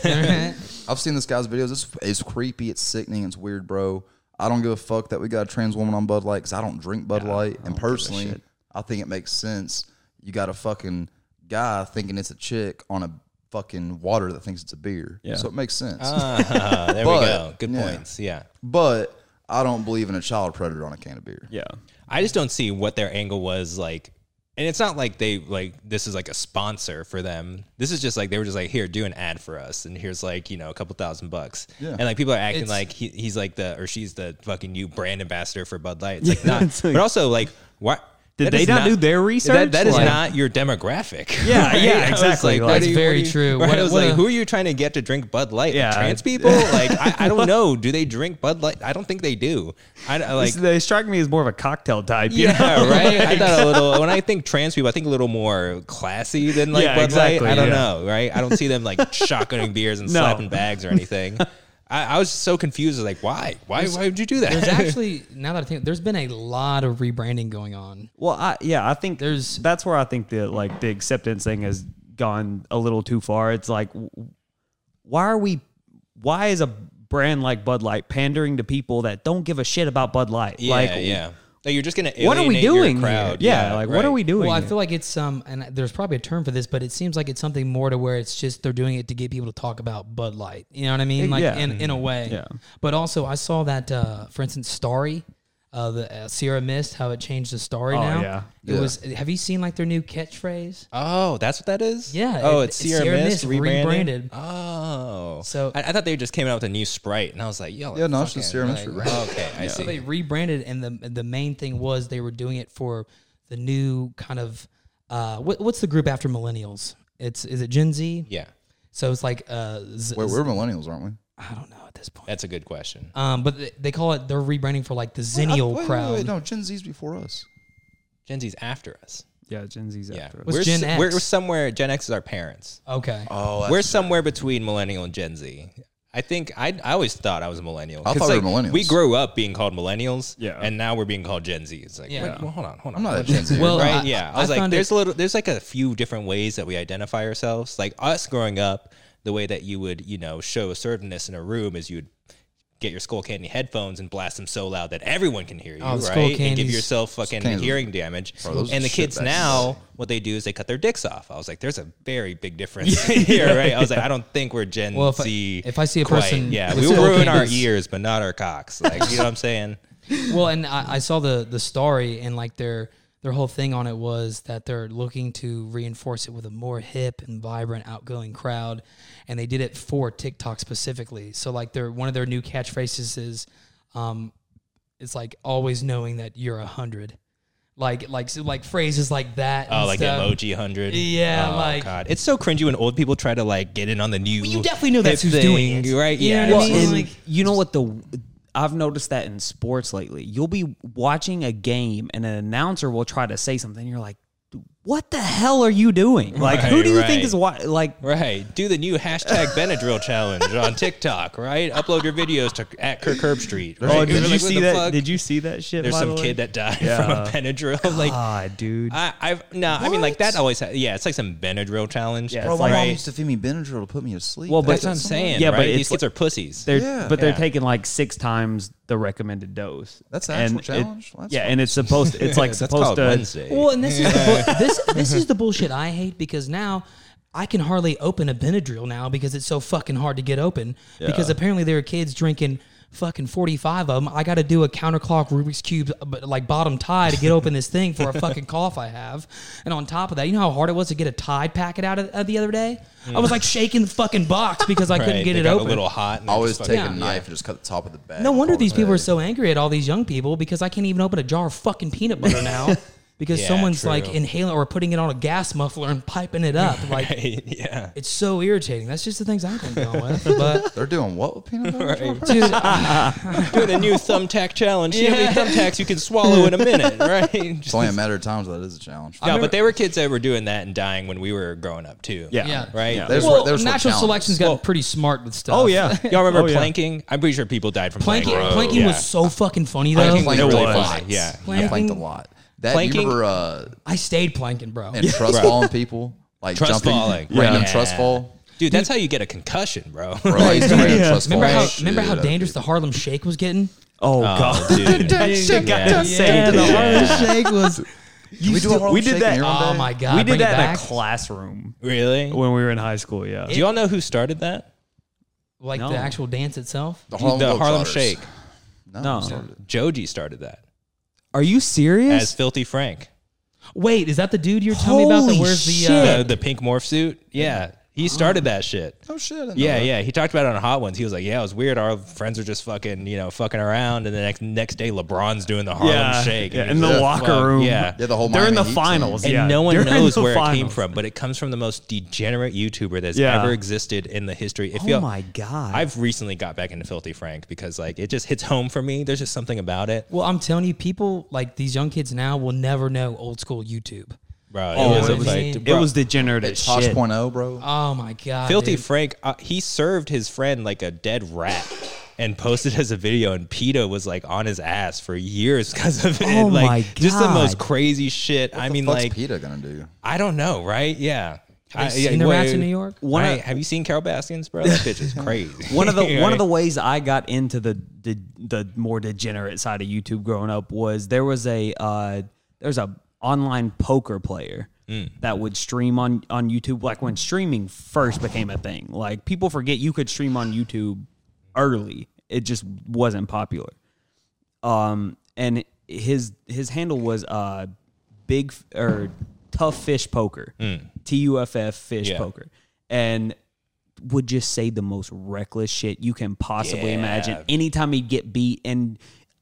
Speaker 3: <laughs>
Speaker 4: Alright.
Speaker 1: I've seen this guy's videos. It's, it's creepy. It's sickening. It's weird, bro. I don't give a fuck that we got a trans woman on Bud Light because I don't drink Bud Light. And personally, I think it makes sense. You got a fucking guy thinking it's a chick on a fucking water that thinks it's a beer. Yeah. So it makes sense.
Speaker 3: Ah, there we
Speaker 1: But-
Speaker 3: go. Good
Speaker 1: yeah.
Speaker 3: points. Yeah.
Speaker 1: But I don't believe in a child predator on a can of beer.
Speaker 2: Yeah.
Speaker 3: I just don't see what their angle was like. And it's not like they like this is like a sponsor for them. This is just like they were just like here do an ad for us and here's like you know a couple thousand bucks.
Speaker 1: Yeah.
Speaker 3: And like people are acting
Speaker 4: It's-
Speaker 3: like he, he's like the or she's the fucking new brand ambassador for
Speaker 1: <laughs>
Speaker 3: Bud Light. It's like not. but also like what
Speaker 2: Did they not do their research?
Speaker 3: That, that is
Speaker 2: Like-
Speaker 3: not your demographic.
Speaker 2: Yeah,
Speaker 3: right?
Speaker 2: yeah,
Speaker 3: I
Speaker 2: <laughs>
Speaker 3: was
Speaker 2: exactly.
Speaker 3: what
Speaker 2: That's
Speaker 3: do you-
Speaker 4: very
Speaker 3: what do you-
Speaker 4: true.
Speaker 3: right?
Speaker 4: What-
Speaker 3: I was
Speaker 4: what
Speaker 3: like,
Speaker 4: a-
Speaker 3: who are you trying to get to drink Bud Light? Like,
Speaker 2: Yeah.
Speaker 3: trans people.
Speaker 2: <laughs>
Speaker 3: like I, I don't know. Do they drink Bud Light? I don't think they do. I I, <laughs> like
Speaker 2: they strike me as more of a cocktail type. you know?
Speaker 3: yeah, right. I thought a little. When I think trans people, I think a little more classy than like
Speaker 2: Yeah,
Speaker 3: Bud
Speaker 2: exactly,
Speaker 3: Light. I don't
Speaker 2: yeah.
Speaker 3: know, right? I don't
Speaker 2: <laughs>
Speaker 3: see them like shotgunning beers and
Speaker 2: No. <laughs>
Speaker 3: slapping bags or anything. I, I was just so confused. I was like, why? Why? Why would you do
Speaker 4: There's
Speaker 3: that?
Speaker 4: actually now that I think there's been a lot of rebranding going on.
Speaker 2: <laughs> Well, I, yeah, I think
Speaker 4: There's-
Speaker 2: that's where I think the like the acceptance thing has gone a little too far. It's like, w- why are we? Why is a brand like Bud Light pandering to people that don't give a shit about Bud Light?
Speaker 3: <laughs> Yeah,
Speaker 2: like,
Speaker 3: yeah. Like you're just gonna.
Speaker 2: What are we
Speaker 3: alienate your
Speaker 2: doing? here?
Speaker 3: Crowd.
Speaker 2: Yeah, like what
Speaker 3: right.
Speaker 2: are we doing?
Speaker 4: Well, I
Speaker 2: here?
Speaker 4: feel like it's um, and there's probably a term for this, but it seems like it's something more to where it's just they're doing it to get people to talk about Bud Light. You know what I mean? Like
Speaker 2: Eh, yeah.
Speaker 4: in, in a way.
Speaker 2: Yeah.
Speaker 4: But also, I saw that uh, for instance, Starry, uh, the uh, Sierra Mist, how it changed to Starry
Speaker 2: Oh,
Speaker 4: now.
Speaker 2: yeah.
Speaker 4: It was. Have you seen like their new catchphrase?
Speaker 3: Oh, that's what that is.
Speaker 4: Yeah,
Speaker 3: Oh,
Speaker 4: it-
Speaker 3: it's Sierra, Mist, rebranded. Oh.
Speaker 4: So-
Speaker 3: I, I thought they just came out with a new Sprite, and I was like, yo.
Speaker 1: Yeah, no, it's just
Speaker 3: fucking,
Speaker 1: Sierra Mist
Speaker 3: like, Okay, I
Speaker 4: So they
Speaker 3: see.
Speaker 4: rebranded, and the the main thing was they were doing it for the new kind of uh, what, what's the group after millennials? It's is it Gen Z?
Speaker 3: Yeah,
Speaker 4: So it's like uh, z-
Speaker 1: Wait, we're millennials, aren't we?
Speaker 4: I don't know at this point.
Speaker 3: that's a good question.
Speaker 4: Um, but th- they call it they're rebranding for like the
Speaker 1: Wait,
Speaker 4: Zennial
Speaker 1: wait, wait,
Speaker 4: crowd.
Speaker 1: wait, no, Gen Z's before us.
Speaker 3: Gen Z's after us.
Speaker 2: yeah, Gen Z's
Speaker 3: Yeah,
Speaker 2: after us.
Speaker 4: What's
Speaker 3: we're,
Speaker 4: Gen
Speaker 3: s-
Speaker 4: X?
Speaker 3: we're somewhere. Gen X is our parents.
Speaker 4: Okay.
Speaker 1: Oh,
Speaker 3: we're somewhere between millennial and Gen Z. I think I I always thought I was a millennial.
Speaker 1: I
Speaker 3: 'Cause,
Speaker 1: thought we
Speaker 3: like,
Speaker 1: were millennials.
Speaker 3: We grew up being called millennials,
Speaker 2: Yeah.
Speaker 3: and now we're being called Gen Z. It's like,
Speaker 4: Yeah.
Speaker 3: wait, well, hold on, hold on.
Speaker 1: I'm not a Gen Z.
Speaker 4: Well,
Speaker 3: right?
Speaker 4: I-
Speaker 3: yeah. I
Speaker 4: I
Speaker 3: was like,
Speaker 4: found it-
Speaker 3: there's a little, there's like a few different ways that we identify ourselves. Like us growing up, the way that you would, you know, show assertiveness in a room is you would get your skull candy headphones and blast them so loud that everyone can hear you,
Speaker 4: Oh,
Speaker 3: right?
Speaker 4: Skull
Speaker 3: and give
Speaker 4: Candies.
Speaker 3: yourself fucking
Speaker 1: Candies.
Speaker 3: hearing damage.
Speaker 1: those are
Speaker 3: and the
Speaker 1: shit
Speaker 3: kids
Speaker 1: back in the
Speaker 3: now, what they do is they cut their dicks off. I was like, there's a very big
Speaker 4: <laughs>
Speaker 3: difference here, right? I was like, I don't think we're Gen
Speaker 4: Well, if I-
Speaker 3: Z.
Speaker 4: if I see a
Speaker 3: quite.
Speaker 4: person
Speaker 3: yeah,
Speaker 4: with
Speaker 3: we will
Speaker 4: Skull
Speaker 3: ruin our
Speaker 4: Candies-
Speaker 3: ears, but not our cocks. Like, you know what I'm saying?
Speaker 4: well, and I, I saw the the story and like their their whole thing on it was that they're looking to reinforce it with a more hip and vibrant, outgoing crowd, and they did it for TikTok specifically. So like their one of their new catchphrases is, um, it's like always knowing that you're a hundred, like like so, like phrases like that.
Speaker 3: Oh,
Speaker 4: <laughs> and
Speaker 3: like
Speaker 4: stuff.
Speaker 3: the emoji hundred.
Speaker 4: Yeah,
Speaker 3: oh,
Speaker 4: like-
Speaker 3: God, it's so cringy when old people try to like get in on the new.
Speaker 4: you definitely know that's
Speaker 3: hip
Speaker 4: who's doing
Speaker 3: thing,
Speaker 4: it.
Speaker 3: right?
Speaker 4: You know
Speaker 3: yeah,
Speaker 4: what I
Speaker 2: Well,
Speaker 4: mean?
Speaker 2: and
Speaker 4: like-
Speaker 2: you know what the I've noticed that in sports lately. You'll be watching a game and an announcer will try to say something. You're like, what the hell are you doing? Like, who
Speaker 3: Right,
Speaker 2: do you
Speaker 3: right.
Speaker 2: think is why? Like,
Speaker 3: <laughs> Right. Do the new hashtag
Speaker 4: <laughs>
Speaker 3: Benadryl challenge on TikTok, right? Upload your videos to at Kirk Herbstreit. Right?
Speaker 2: oh, did
Speaker 3: Like,
Speaker 2: you
Speaker 3: what
Speaker 2: see
Speaker 3: the
Speaker 2: that?
Speaker 3: fuck?
Speaker 2: Did you see that shit?
Speaker 3: There's
Speaker 2: by
Speaker 3: some
Speaker 2: the way?
Speaker 3: kid that died
Speaker 2: Yeah.
Speaker 3: from a Benadryl.
Speaker 4: Ah.
Speaker 3: Like,
Speaker 2: God, Ah, dude.
Speaker 3: I, I've, no, I mean, like, that always, ha- yeah, it's like some Benadryl challenge.
Speaker 2: Yeah,
Speaker 1: Bro,
Speaker 2: it's
Speaker 1: my
Speaker 2: like-
Speaker 1: mom used to feed me Benadryl to put me to sleep.
Speaker 2: Well, but-
Speaker 3: That's what I'm saying.
Speaker 2: Yeah,
Speaker 3: Yeah,
Speaker 2: but
Speaker 3: right?
Speaker 2: it's
Speaker 3: These kids are pussies.
Speaker 2: They're
Speaker 1: Yeah.
Speaker 2: but they're
Speaker 3: Yeah.
Speaker 2: taking like six times the recommended dose.
Speaker 1: That's an actual
Speaker 2: it-
Speaker 1: challenge? Well, that's
Speaker 2: yeah, and it's supposed. It's like
Speaker 3: That's
Speaker 2: supposed
Speaker 3: called
Speaker 2: to.
Speaker 3: Wednesday.
Speaker 4: Well, and this is the bu- this
Speaker 3: <laughs>
Speaker 4: this is the bullshit I hate because now I can hardly open a Benadryl now because it's so fucking hard to get open because apparently there are kids drinking fucking 45 of them. I got to do a counterclock Rubik's cube uh, but like bottom tie to get open this thing for a fucking cough I have. And on top of that, you know how hard it was to get a Tide packet out of, of the other day? I was like shaking the fucking box because I
Speaker 3: Mm.
Speaker 4: couldn't
Speaker 3: Right,
Speaker 4: get
Speaker 3: they
Speaker 4: it
Speaker 3: got
Speaker 4: open.
Speaker 3: a little hot. and
Speaker 1: I
Speaker 3: they're
Speaker 1: always
Speaker 3: just
Speaker 1: take
Speaker 3: fucking-
Speaker 1: a
Speaker 4: Yeah.
Speaker 1: knife and just cut the top of the bag.
Speaker 4: No wonder these people
Speaker 1: are
Speaker 4: are so angry at all these young people because I can't even open a jar of fucking peanut butter
Speaker 2: <laughs>
Speaker 4: now because
Speaker 3: Yeah,
Speaker 4: someone's
Speaker 3: true.
Speaker 4: like inhaling or putting it on a gas muffler and piping it up. Like
Speaker 3: yeah.
Speaker 4: it's so irritating. That's just the things I've been
Speaker 2: <laughs>
Speaker 4: going with.
Speaker 1: <laughs>
Speaker 4: But
Speaker 1: They're doing what with peanut
Speaker 4: <laughs>
Speaker 1: butter?
Speaker 3: Right.
Speaker 4: dude, I-
Speaker 3: Doing a new thumbtack challenge. See how many thumbtacks you can swallow in a minute, right?
Speaker 1: It's only a matter of time. So that is a challenge.
Speaker 3: no, but there were kids that were doing that and dying when we were growing up too.
Speaker 2: Yeah.
Speaker 4: Yeah.
Speaker 3: Right.
Speaker 2: Yeah.
Speaker 1: There's
Speaker 4: well,
Speaker 1: where- there's where
Speaker 4: natural
Speaker 1: challenges-
Speaker 4: selection's gotten pretty smart with stuff.
Speaker 2: Oh yeah.
Speaker 3: Y'all remember
Speaker 2: Oh, yeah.
Speaker 3: planking? I'm pretty sure people died from
Speaker 4: planking.
Speaker 3: planking.
Speaker 4: Planking
Speaker 3: Yeah.
Speaker 4: was so fucking funny though.
Speaker 1: I
Speaker 3: Planking
Speaker 1: planked
Speaker 2: It
Speaker 1: a
Speaker 2: was.
Speaker 1: lot.
Speaker 3: Yeah.
Speaker 1: I
Speaker 4: Planking-
Speaker 1: planked a lot. That
Speaker 3: Planking-
Speaker 1: you remember uh,
Speaker 4: I stayed planking, bro. <laughs>
Speaker 1: and trust falling people like
Speaker 3: Trust
Speaker 1: jumping,
Speaker 3: falling.
Speaker 1: random
Speaker 3: Yeah.
Speaker 1: trust
Speaker 4: <laughs>
Speaker 1: fall.
Speaker 3: Dude, that's how you get a concussion, bro.
Speaker 1: Bro, I used to random trust fall.
Speaker 4: Remember how
Speaker 1: Shit,
Speaker 4: remember how
Speaker 1: I-
Speaker 4: dangerous the Harlem Shake was getting?
Speaker 2: Oh,
Speaker 3: Oh,
Speaker 2: god.
Speaker 3: dude.
Speaker 2: <laughs> Shit got
Speaker 3: Yeah.
Speaker 2: insane.
Speaker 3: the Yeah. Harlem
Speaker 4: Oh,
Speaker 1: <laughs>
Speaker 4: Shake was.
Speaker 1: we, do a Harlem
Speaker 2: we did
Speaker 1: Shake
Speaker 2: that-
Speaker 1: in your own
Speaker 4: Oh
Speaker 1: day?
Speaker 4: my god!
Speaker 2: we
Speaker 4: bring
Speaker 2: did
Speaker 4: it
Speaker 2: that in a
Speaker 4: back.
Speaker 2: classroom
Speaker 3: <laughs> Really? Do
Speaker 2: when we were in high school. Yeah.
Speaker 3: y'all know who started that?
Speaker 4: like
Speaker 2: No.
Speaker 4: the actual dance itself.
Speaker 1: The
Speaker 3: The
Speaker 1: Harlem,
Speaker 3: Harlem
Speaker 1: Globetrotters. Oh.
Speaker 3: Shake.
Speaker 1: No,
Speaker 2: No.
Speaker 1: I'm sorry.
Speaker 3: Joji started that
Speaker 2: Are you serious?
Speaker 3: as Filthy Frank.
Speaker 4: Wait, is that the dude you're telling me about? That
Speaker 2: Holy
Speaker 4: wears the
Speaker 2: shit.
Speaker 4: uh,
Speaker 3: The, the pink morph suit. Yeah. He started that shit.
Speaker 1: Oh shit! I didn't know
Speaker 3: Yeah,
Speaker 1: that.
Speaker 3: yeah. He talked about it on Hot Ones. He was like, "Yeah, it was weird. Our friends are just fucking, you know, fucking around." And the next next day, LeBron's doing the Harlem
Speaker 2: yeah.
Speaker 3: Shake
Speaker 2: Yeah.
Speaker 3: he
Speaker 2: In
Speaker 3: was
Speaker 2: the
Speaker 3: like,
Speaker 2: locker
Speaker 3: "Fuck,
Speaker 2: room.
Speaker 3: Yeah,
Speaker 1: Yeah, the whole
Speaker 2: They're in the
Speaker 1: Miami Heat team.
Speaker 2: finals.
Speaker 3: and
Speaker 2: yeah.
Speaker 3: no one
Speaker 2: During
Speaker 3: knows
Speaker 2: the
Speaker 3: where it came
Speaker 2: finals.
Speaker 3: from, but it comes from the most degenerate YouTuber that's
Speaker 2: Yeah.
Speaker 3: ever existed in the history. If
Speaker 2: Oh
Speaker 3: y'all-
Speaker 2: my God.
Speaker 3: I've recently got back into Filthy Frank because like it just hits home for me. There's just something about it,
Speaker 4: well, I'm telling you, people like these young kids now will never know old school YouTube.
Speaker 3: bro.
Speaker 2: Oh,
Speaker 3: it was,
Speaker 4: it
Speaker 3: a
Speaker 4: was-
Speaker 3: like,
Speaker 2: it
Speaker 3: bro,
Speaker 2: was degenerate as
Speaker 1: It's Tosh
Speaker 2: shit.
Speaker 1: point oh, bro.
Speaker 4: Oh my god,
Speaker 3: Filthy
Speaker 4: dude.
Speaker 3: Frank. Uh, he served his friend like a dead rat. And posted as a video, and PETA was like on his ass for years because of it.
Speaker 2: Oh
Speaker 3: like,
Speaker 2: my
Speaker 3: just the most
Speaker 2: God.
Speaker 3: crazy shit. I
Speaker 1: What the
Speaker 3: mean,
Speaker 1: fuck's
Speaker 3: like,
Speaker 1: PETA gonna do?
Speaker 3: I don't know, right? Yeah. I,
Speaker 4: Have you seen the
Speaker 3: wait,
Speaker 4: rats in New York?
Speaker 2: One
Speaker 3: I-
Speaker 2: of-
Speaker 3: have you seen Carol Baskins, bro? That
Speaker 2: <laughs>
Speaker 3: bitch is crazy.
Speaker 2: one of
Speaker 3: <laughs>
Speaker 2: the one of
Speaker 3: Right?
Speaker 2: the ways I got into the, the the more degenerate side of YouTube growing up was there was a uh, there's a online poker player
Speaker 3: Mm.
Speaker 2: that would stream on on YouTube like when streaming first became a thing. Like people forget you could stream on YouTube early. It just wasn't popular. Um and his his handle was uh big F- or tough fish poker. T U F F fish
Speaker 3: Mm. Yeah.
Speaker 2: poker. And would just say the most reckless shit you can possibly
Speaker 3: Yeah.
Speaker 2: imagine anytime he'd get beat and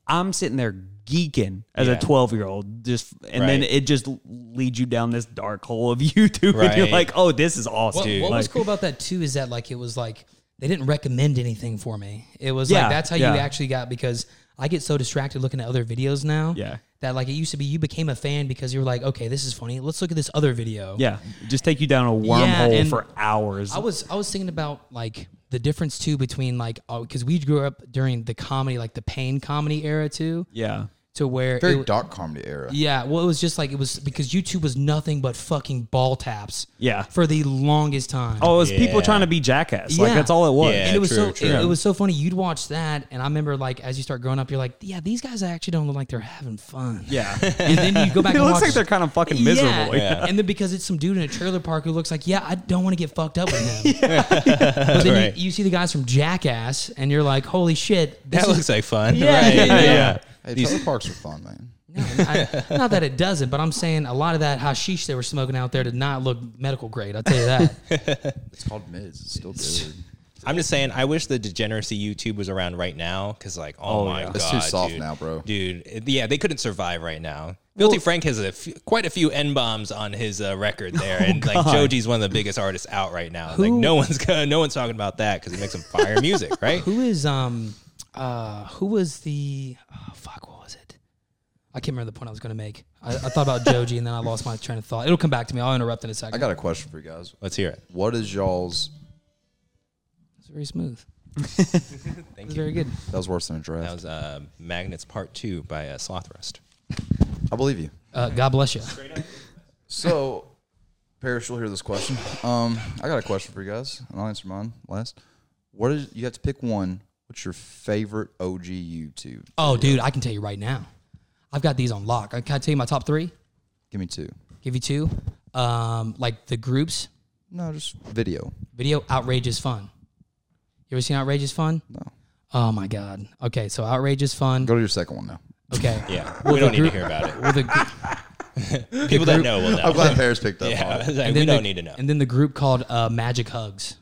Speaker 2: i'm sitting there geeking as a
Speaker 3: Yeah.
Speaker 2: 12 year old just and then
Speaker 3: Right.
Speaker 2: it just leads you down this dark hole of <laughs> youtube and you're
Speaker 3: Right.
Speaker 2: like oh this is awesome
Speaker 4: What, what was
Speaker 2: Like,
Speaker 4: cool about that too is that like it was like they didn't recommend anything for me. It was
Speaker 2: Yeah,
Speaker 4: like that's how
Speaker 2: yeah.
Speaker 4: you actually got because I get so distracted looking at other videos now.
Speaker 2: Yeah.
Speaker 4: That like it used to be you became a fan because you were like, okay, this is funny. Let's look at this other video.
Speaker 2: yeah just take you down a
Speaker 4: Yeah,
Speaker 2: wormhole
Speaker 4: and
Speaker 2: for hours
Speaker 4: I was I was thinking about like the difference too between like because we grew up during the comedy like the pain comedy era too
Speaker 2: yeah
Speaker 4: to where it
Speaker 1: Very
Speaker 4: w-
Speaker 1: dark comedy era.
Speaker 4: yeah well it was just like it was because YouTube was nothing but fucking ball taps
Speaker 2: Yeah.
Speaker 4: for the longest time
Speaker 2: oh it was people
Speaker 3: Yeah.
Speaker 2: trying to be jackass like
Speaker 4: Yeah.
Speaker 2: that's all it was
Speaker 3: Yeah.
Speaker 4: and it was
Speaker 3: true,
Speaker 4: so
Speaker 3: true.
Speaker 4: It, it was so funny you'd watch that and I remember like as you start growing up you're like yeah these guys actually don't look like they're having fun
Speaker 2: yeah,
Speaker 4: <laughs> and then you go
Speaker 2: <laughs>
Speaker 4: back
Speaker 2: it
Speaker 4: and
Speaker 2: looks
Speaker 4: watch
Speaker 2: like they're kind of fucking miserable
Speaker 4: Yeah. And then because it's some dude in a trailer park who looks like, yeah, I don't want to get fucked up
Speaker 2: <laughs>
Speaker 4: with him. But then
Speaker 3: Right.
Speaker 4: you, you see the guys from Jackass and you're like, holy shit. This
Speaker 3: that
Speaker 4: is
Speaker 3: looks like fun.
Speaker 4: Yeah.
Speaker 3: Right.
Speaker 4: <laughs> Yeah.
Speaker 3: Yeah.
Speaker 1: Hey, trailer parks are fun, man.
Speaker 4: no, I- not that it doesn't, but I'm saying a lot of that hashish they were smoking out there did not look medical grade. I'll tell you that.
Speaker 1: It's called Mids. It's still <laughs> good.
Speaker 3: I'm just saying, I wish the degeneracy YouTube was around right now because, like, oh, my God.
Speaker 1: It's too soft
Speaker 3: dude.
Speaker 1: now, bro.
Speaker 3: Dude, it- yeah, they couldn't survive right now. Filthy Frank has a few, quite a few N bombs on his uh, record
Speaker 1: <laughs>
Speaker 3: there,
Speaker 1: Oh,
Speaker 3: and like Joji's one of the biggest artists out right now. Like no one's gonna, no one's talking about that because he makes some fire music, right?
Speaker 4: who is um, uh, who was the oh, fuck? What was it? I can't remember the point I was going to make. I, I thought about Joji and then I lost my train of thought. It'll come back to me. I'll interrupt in a second.
Speaker 1: I got a question for you guys.
Speaker 3: Let's hear it.
Speaker 1: What is y'all's?
Speaker 4: it's
Speaker 1: <laughs>
Speaker 4: very smooth.
Speaker 3: Thank
Speaker 4: It's
Speaker 3: you.
Speaker 4: very good.
Speaker 1: That was worse than a
Speaker 3: That
Speaker 1: draft.
Speaker 3: was uh, Magnets Part Two by
Speaker 1: <sighs>
Speaker 3: uh, Slothrust.
Speaker 1: I believe you.
Speaker 4: Uh, God bless you.
Speaker 1: <laughs> So, Parrish will hear this question. Um, I got a question for you guys, and I'll answer mine last. What is you have to pick one? What's your favorite OG YouTube?
Speaker 4: Oh, dude, I can tell you right now. I've got these on lock. Uh, Can I tell you my top three?
Speaker 1: Give me two.
Speaker 4: Give you two. Um, like the groups
Speaker 1: No, just video.
Speaker 4: video, outrageous fun. You ever seen outrageous fun?
Speaker 1: No.
Speaker 4: Oh my god. Okay, so outrageous fun.
Speaker 1: Go to your second one now. <laughs>
Speaker 4: Okay.
Speaker 3: Yeah, we don't need to hear about it.
Speaker 4: With a gr-
Speaker 3: People that know will know.
Speaker 1: I'm <laughs> glad Paris picked up
Speaker 3: <laughs> yeah,
Speaker 1: on it.
Speaker 3: it's like, <laughs>
Speaker 4: and
Speaker 3: we
Speaker 4: then
Speaker 3: don't
Speaker 4: the-
Speaker 3: need to know.
Speaker 4: And then the group called uh, Magic Hugs.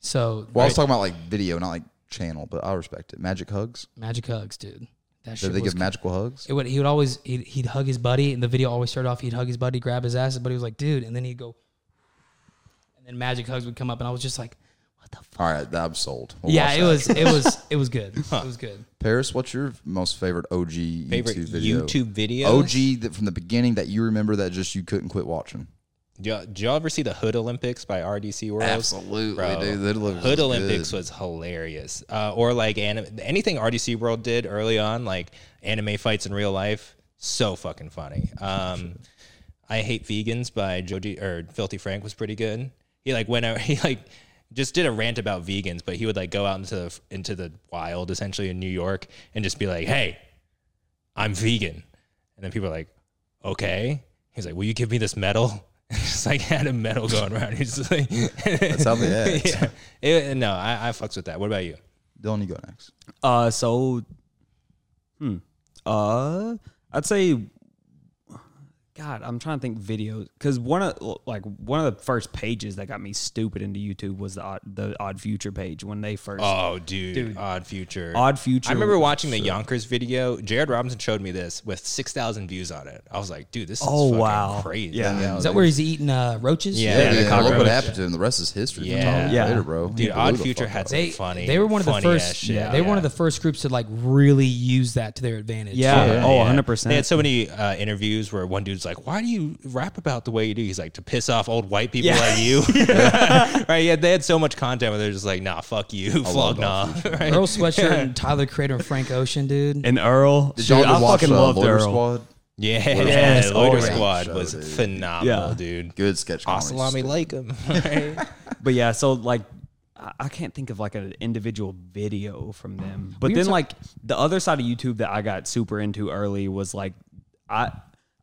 Speaker 4: So
Speaker 1: Well, I was talking about like video, not like channel, but I respect it. Magic hugs.
Speaker 4: Magic Hugs, dude. That
Speaker 1: Did
Speaker 4: shit
Speaker 1: they
Speaker 4: was
Speaker 1: give magical hugs?
Speaker 4: It would, he would always he'd, he'd hug his buddy, and the video always started off he'd hug his buddy, grab his ass, his buddy was like, "Dude," and then he'd go, and then magic hugs would come up, and I was just like, "What the fuck?"
Speaker 1: All right, I'm sold. We'll
Speaker 4: yeah,
Speaker 1: watch
Speaker 4: it
Speaker 1: that.
Speaker 4: was it <laughs> was it was good. It was good.
Speaker 1: Paris, what's your most favorite OG
Speaker 3: Favorite
Speaker 1: YouTube video?
Speaker 3: YouTube video?
Speaker 1: OG that from the beginning that you remember that just you couldn't quit watching.
Speaker 3: Do y'all, did y'all ever see the Hood Olympics by RDC World?
Speaker 1: Absolutely,
Speaker 3: Bro,
Speaker 1: dude. That looks
Speaker 3: Hood
Speaker 1: good.
Speaker 3: Olympics was hilarious. Uh, or like anime, anything RDC World did early on, like anime fights in real life, so fucking funny. Um, I hate vegans by Jody or Filthy Frank was pretty good. He like went out. <laughs> He like just did a rant about vegans, but he would like go out into the, into the wild, essentially in New York, and just be like, "Hey, I'm vegan," and then people are like, "Okay." He's like, "Will you give me this <laughs> medal?" Just like had a medal going around. He's just like, <laughs>
Speaker 1: That's how they <laughs> act.
Speaker 3: yeah. It- no, I, I fucks with that. What about you?
Speaker 1: Dylan, you go next.
Speaker 2: Uh, so, hmm, uh, I'd say, God, I'm trying to think videos because one of like one of the first pages that got me stupid into YouTube was the odd, the Odd Future page when they first
Speaker 3: Oh, dude, Odd Future.
Speaker 2: Odd Future.
Speaker 3: I remember watching the Yonkers video. Jared Robinson showed me this with six thousand views on it. I was like, dude, this is
Speaker 2: Oh,
Speaker 3: fucking
Speaker 2: wow.
Speaker 3: crazy.
Speaker 2: Yeah.
Speaker 4: Is that where he's eating uh, roaches?
Speaker 3: Yeah. Yeah.
Speaker 1: Yeah, look what
Speaker 3: cockroach.
Speaker 1: happened to him. The rest is history. We'll talk
Speaker 3: Yeah.
Speaker 1: about it
Speaker 2: Yeah.
Speaker 1: later, bro. He
Speaker 3: Dude,
Speaker 1: blew
Speaker 3: Odd
Speaker 1: the
Speaker 3: Future
Speaker 1: fuck
Speaker 3: had
Speaker 1: up.
Speaker 3: some
Speaker 4: They,
Speaker 3: funny.
Speaker 4: they were one of the
Speaker 3: funny ass
Speaker 4: first.
Speaker 3: shit.
Speaker 2: yeah,
Speaker 4: they were one of
Speaker 3: Yeah.
Speaker 4: the first groups to like really use that to their advantage.
Speaker 2: Yeah.
Speaker 3: Yeah,
Speaker 2: Oh,
Speaker 3: yeah.
Speaker 2: 100%.
Speaker 3: They had so many uh, interviews where one dude's like, "Why do you rap about the way you do?" He's like, "To piss off old white people
Speaker 2: Yeah. <laughs>
Speaker 3: like you." <laughs> right? Yeah, they had so much content where they're just like, "Nah, fuck you, flog nah." <laughs> Right?
Speaker 4: Earl Sweatshirt and Tyler Creator and Frank Ocean, dude.
Speaker 2: and Earl.
Speaker 1: Did
Speaker 2: Dude,
Speaker 1: y'all
Speaker 2: I
Speaker 1: ever watch
Speaker 2: fucking
Speaker 1: uh,
Speaker 2: loved
Speaker 1: Loiter
Speaker 2: Earl.
Speaker 1: Squad?
Speaker 3: Yeah,
Speaker 2: Yes,
Speaker 3: Loiter
Speaker 2: always.
Speaker 3: Squad
Speaker 1: Show,
Speaker 3: was
Speaker 1: dude.
Speaker 3: phenomenal,
Speaker 2: Yeah.
Speaker 3: dude.
Speaker 1: Good sketch comedy.
Speaker 3: Asalami like him. Right?
Speaker 2: But yeah, so like I I can't think of like an individual video from them. But
Speaker 4: were
Speaker 2: then
Speaker 4: ta-
Speaker 2: like the other side of YouTube that I got super into early was like I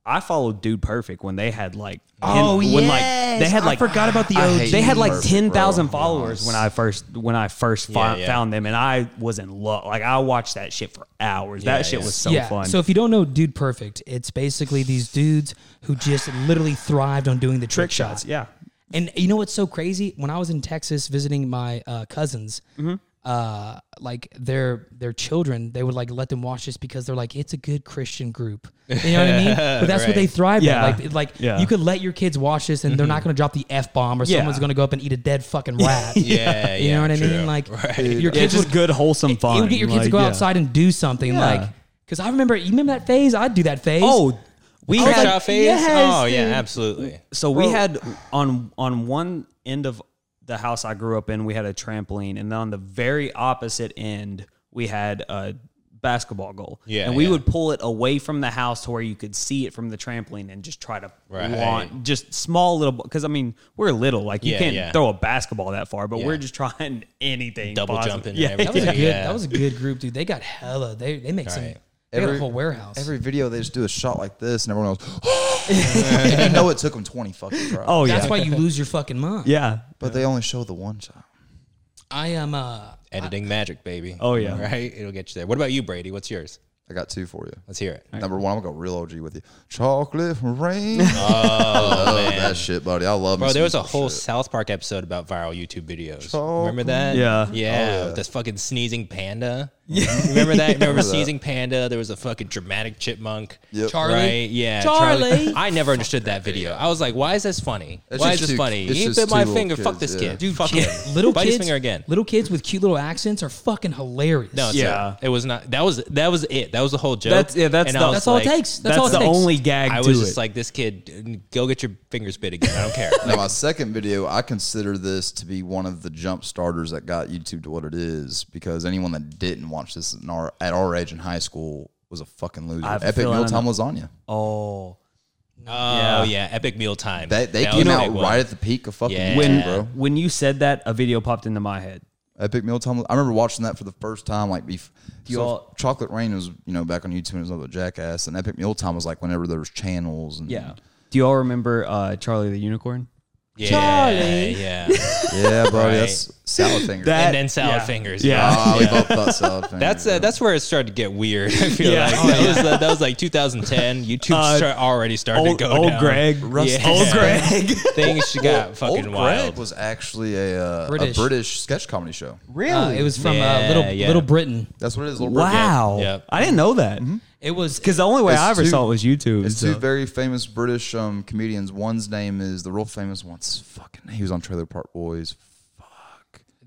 Speaker 2: I followed Dude Perfect when they had like
Speaker 4: Oh,
Speaker 2: ten- when like they
Speaker 4: yes!
Speaker 2: had
Speaker 4: I
Speaker 2: like
Speaker 4: forgot about the
Speaker 1: I hate OG.
Speaker 2: They had like
Speaker 1: Perfect, bro.
Speaker 2: ten thousand followers when I first when I first fi-
Speaker 3: Yeah, yeah.
Speaker 2: found them, and I was in love. Like I watched that shit for hours.
Speaker 3: Yeah,
Speaker 2: that shit
Speaker 3: yeah.
Speaker 2: was so fun.
Speaker 4: So if you don't know Dude Perfect, it's basically these dudes who just literally thrived on doing the
Speaker 2: trick
Speaker 4: trick,
Speaker 2: shots, yeah.
Speaker 4: And you know what's so crazy? When I was in Texas visiting my uh, cousins,
Speaker 2: Mm-hmm.
Speaker 4: uh, like their their children, they would like let them watch this because they're like, it's a good Christian group. You know what
Speaker 2: <laughs>
Speaker 4: I mean? But that's what
Speaker 3: Right.
Speaker 4: they thrive
Speaker 2: Yeah.
Speaker 4: on. Like, like
Speaker 2: Yeah. Mm-hmm.
Speaker 4: you could let your kids watch this and they're not going to drop the f bomb or
Speaker 2: Yeah.
Speaker 4: someone's going to go up and eat a dead fucking
Speaker 2: <laughs>
Speaker 4: rat.
Speaker 3: Yeah,
Speaker 4: you
Speaker 3: yeah,
Speaker 4: know what I
Speaker 3: true.
Speaker 4: mean? Like
Speaker 3: Right.
Speaker 4: your
Speaker 2: Yeah,
Speaker 4: kids would
Speaker 2: just good wholesome fun.
Speaker 4: You would get your kids to
Speaker 2: Like,
Speaker 4: go
Speaker 2: yeah.
Speaker 4: outside and do something
Speaker 2: Yeah.
Speaker 4: like. Because I remember, you remember that phase? I'd do that phase.
Speaker 2: Oh, we
Speaker 3: Trick
Speaker 2: had
Speaker 3: shot phase?
Speaker 4: yes,
Speaker 3: oh yeah,
Speaker 4: dude.
Speaker 3: absolutely.
Speaker 2: so we had on on one end of the house I grew up in, we had a trampoline, and then on the very opposite end, we had a basketball goal.
Speaker 3: Yeah,
Speaker 2: and we
Speaker 3: yeah.
Speaker 2: would pull it away from the house to where you could see it from the trampoline, and just try to
Speaker 3: Right.
Speaker 2: launch just small little. Because I mean, we're little, like you
Speaker 3: Yeah,
Speaker 2: can't
Speaker 3: yeah.
Speaker 2: throw a basketball that far, but
Speaker 3: Yeah.
Speaker 2: we're just trying <laughs> anything.
Speaker 3: Double
Speaker 2: possible.
Speaker 3: jumping and
Speaker 2: Yeah,
Speaker 3: everything.
Speaker 4: That was a good.
Speaker 3: Yeah.
Speaker 4: That was a good group, dude. They got hella. They they make some.
Speaker 3: Right.
Speaker 4: They got
Speaker 1: Every-
Speaker 4: a whole warehouse.
Speaker 1: Every video they just do a shot like this, and everyone goes, "Oh!" <laughs> and you know it took them twenty fucking tries.
Speaker 2: <laughs> Oh yeah,
Speaker 4: That's why you lose your fucking mind.
Speaker 2: yeah.
Speaker 1: but they only show the one time.
Speaker 4: I
Speaker 2: <laughs>
Speaker 4: am. Uh,
Speaker 3: Editing magic, baby.
Speaker 2: Oh, yeah.
Speaker 3: right. It'll get you there. What about you, Brady? What's yours?
Speaker 1: I got two for you.
Speaker 3: Let's hear it.
Speaker 1: Number one, I'm gonna go real OG with you. Chocolate <laughs> rain. Oh, that shit, buddy. I love.
Speaker 3: Bro,
Speaker 1: me
Speaker 3: there
Speaker 1: some
Speaker 3: was a whole
Speaker 1: shit.
Speaker 3: South Park episode about viral YouTube videos.
Speaker 1: Chocolate.
Speaker 3: Remember that?
Speaker 2: Yeah.
Speaker 3: Yeah. This fucking sneezing panda.
Speaker 1: <laughs>
Speaker 3: Remember that? Remember,
Speaker 1: Remember that.
Speaker 3: Seizing Panda? There was a fucking dramatic chipmunk.
Speaker 1: Yep.
Speaker 4: Charlie.
Speaker 3: Right? Yeah.
Speaker 4: Charlie.
Speaker 3: I never understood that video. I was like, why is this funny?
Speaker 1: It's
Speaker 3: why is
Speaker 1: just
Speaker 3: this
Speaker 1: two-
Speaker 3: funny?
Speaker 1: it's
Speaker 3: He
Speaker 1: just
Speaker 3: bit
Speaker 1: two
Speaker 3: my
Speaker 1: little
Speaker 3: finger.
Speaker 1: kids,
Speaker 3: Fuck this
Speaker 1: yeah.
Speaker 3: kid.
Speaker 4: Dude,
Speaker 3: Fuck
Speaker 4: kid-
Speaker 3: him.
Speaker 4: <laughs> little
Speaker 3: Bite
Speaker 4: kids,
Speaker 3: his finger again.
Speaker 4: Little kids with cute little accents are fucking hilarious.
Speaker 3: No, it's
Speaker 2: Yeah.
Speaker 3: yeah. It. was not. That was that was it. That was the whole joke.
Speaker 2: That's yeah. That's
Speaker 3: And
Speaker 2: the,
Speaker 3: I was
Speaker 4: That's all it
Speaker 3: like-
Speaker 4: takes. That's
Speaker 2: That's,
Speaker 4: all it
Speaker 2: the
Speaker 4: takes.
Speaker 2: only gag.
Speaker 3: I
Speaker 2: to
Speaker 3: was
Speaker 2: it.
Speaker 3: just like, this kid, go get your fingers bit again. I don't
Speaker 4: <laughs>
Speaker 3: care.
Speaker 1: Now, my second video, I consider this to be one of the jump starters that got YouTube to what it is because anyone that didn't watch this in our, at our age in high school was a fucking loser.
Speaker 2: I have a
Speaker 1: Epic
Speaker 2: feeling I
Speaker 1: Mealtime Lasagna.
Speaker 2: oh,
Speaker 3: Oh yeah, epic meal time.
Speaker 1: They, they
Speaker 3: That
Speaker 1: came
Speaker 3: was a
Speaker 1: out
Speaker 3: big one.
Speaker 1: right at the peak of fucking
Speaker 3: Yeah.
Speaker 1: YouTube,
Speaker 2: when
Speaker 1: bro.
Speaker 2: when you said that, a video popped into my head.
Speaker 1: Epic Mealtime. I remember watching that for the first time. Like, bef- so
Speaker 2: all-
Speaker 1: Chocolate Rain was, you know, back on YouTube and it was another jackass. And Epic Mealtime was like whenever there was channels. And
Speaker 2: Yeah. Do you all remember uh, Charlie the Unicorn?
Speaker 3: Yeah,
Speaker 4: Charlie.
Speaker 3: Yeah.
Speaker 1: Yeah,
Speaker 2: <laughs>
Speaker 1: bro.
Speaker 3: Right.
Speaker 1: That's salad fingers.
Speaker 2: That-
Speaker 3: and then salad
Speaker 2: yeah.
Speaker 3: fingers.
Speaker 2: Yeah.
Speaker 1: oh, we both thought
Speaker 2: <laughs>
Speaker 1: salad fingers.
Speaker 3: That's uh, that's where it started to get weird. <laughs> I feel
Speaker 2: Yeah.
Speaker 3: like
Speaker 2: Oh,
Speaker 3: that, was, uh, that was
Speaker 2: <laughs>
Speaker 3: like 2010. YouTube
Speaker 2: Uh,
Speaker 3: start, already started
Speaker 2: old
Speaker 3: to go
Speaker 2: old
Speaker 3: down.
Speaker 2: Greg.
Speaker 3: Yeah.
Speaker 2: Old Greg.
Speaker 3: <laughs> Things got fucking
Speaker 1: Old
Speaker 3: wild.
Speaker 1: Greg
Speaker 2: <laughs>
Speaker 1: was actually a uh,
Speaker 4: British.
Speaker 1: a British sketch comedy show.
Speaker 4: Uh, it was from uh,
Speaker 3: Yeah,
Speaker 4: Little
Speaker 3: yeah.
Speaker 4: Little Britain.
Speaker 1: That's what it is. Little
Speaker 2: <laughs>
Speaker 1: Britick.
Speaker 2: wow.
Speaker 3: Yep.
Speaker 2: I didn't know that.
Speaker 4: It was
Speaker 2: Because the only way
Speaker 1: It's
Speaker 2: I ever
Speaker 1: two-
Speaker 2: saw it was YouTube.
Speaker 1: It's
Speaker 2: so-
Speaker 1: two very famous British um, comedians. One's name is the real famous one's fucking. He was on Trailer Park Boys.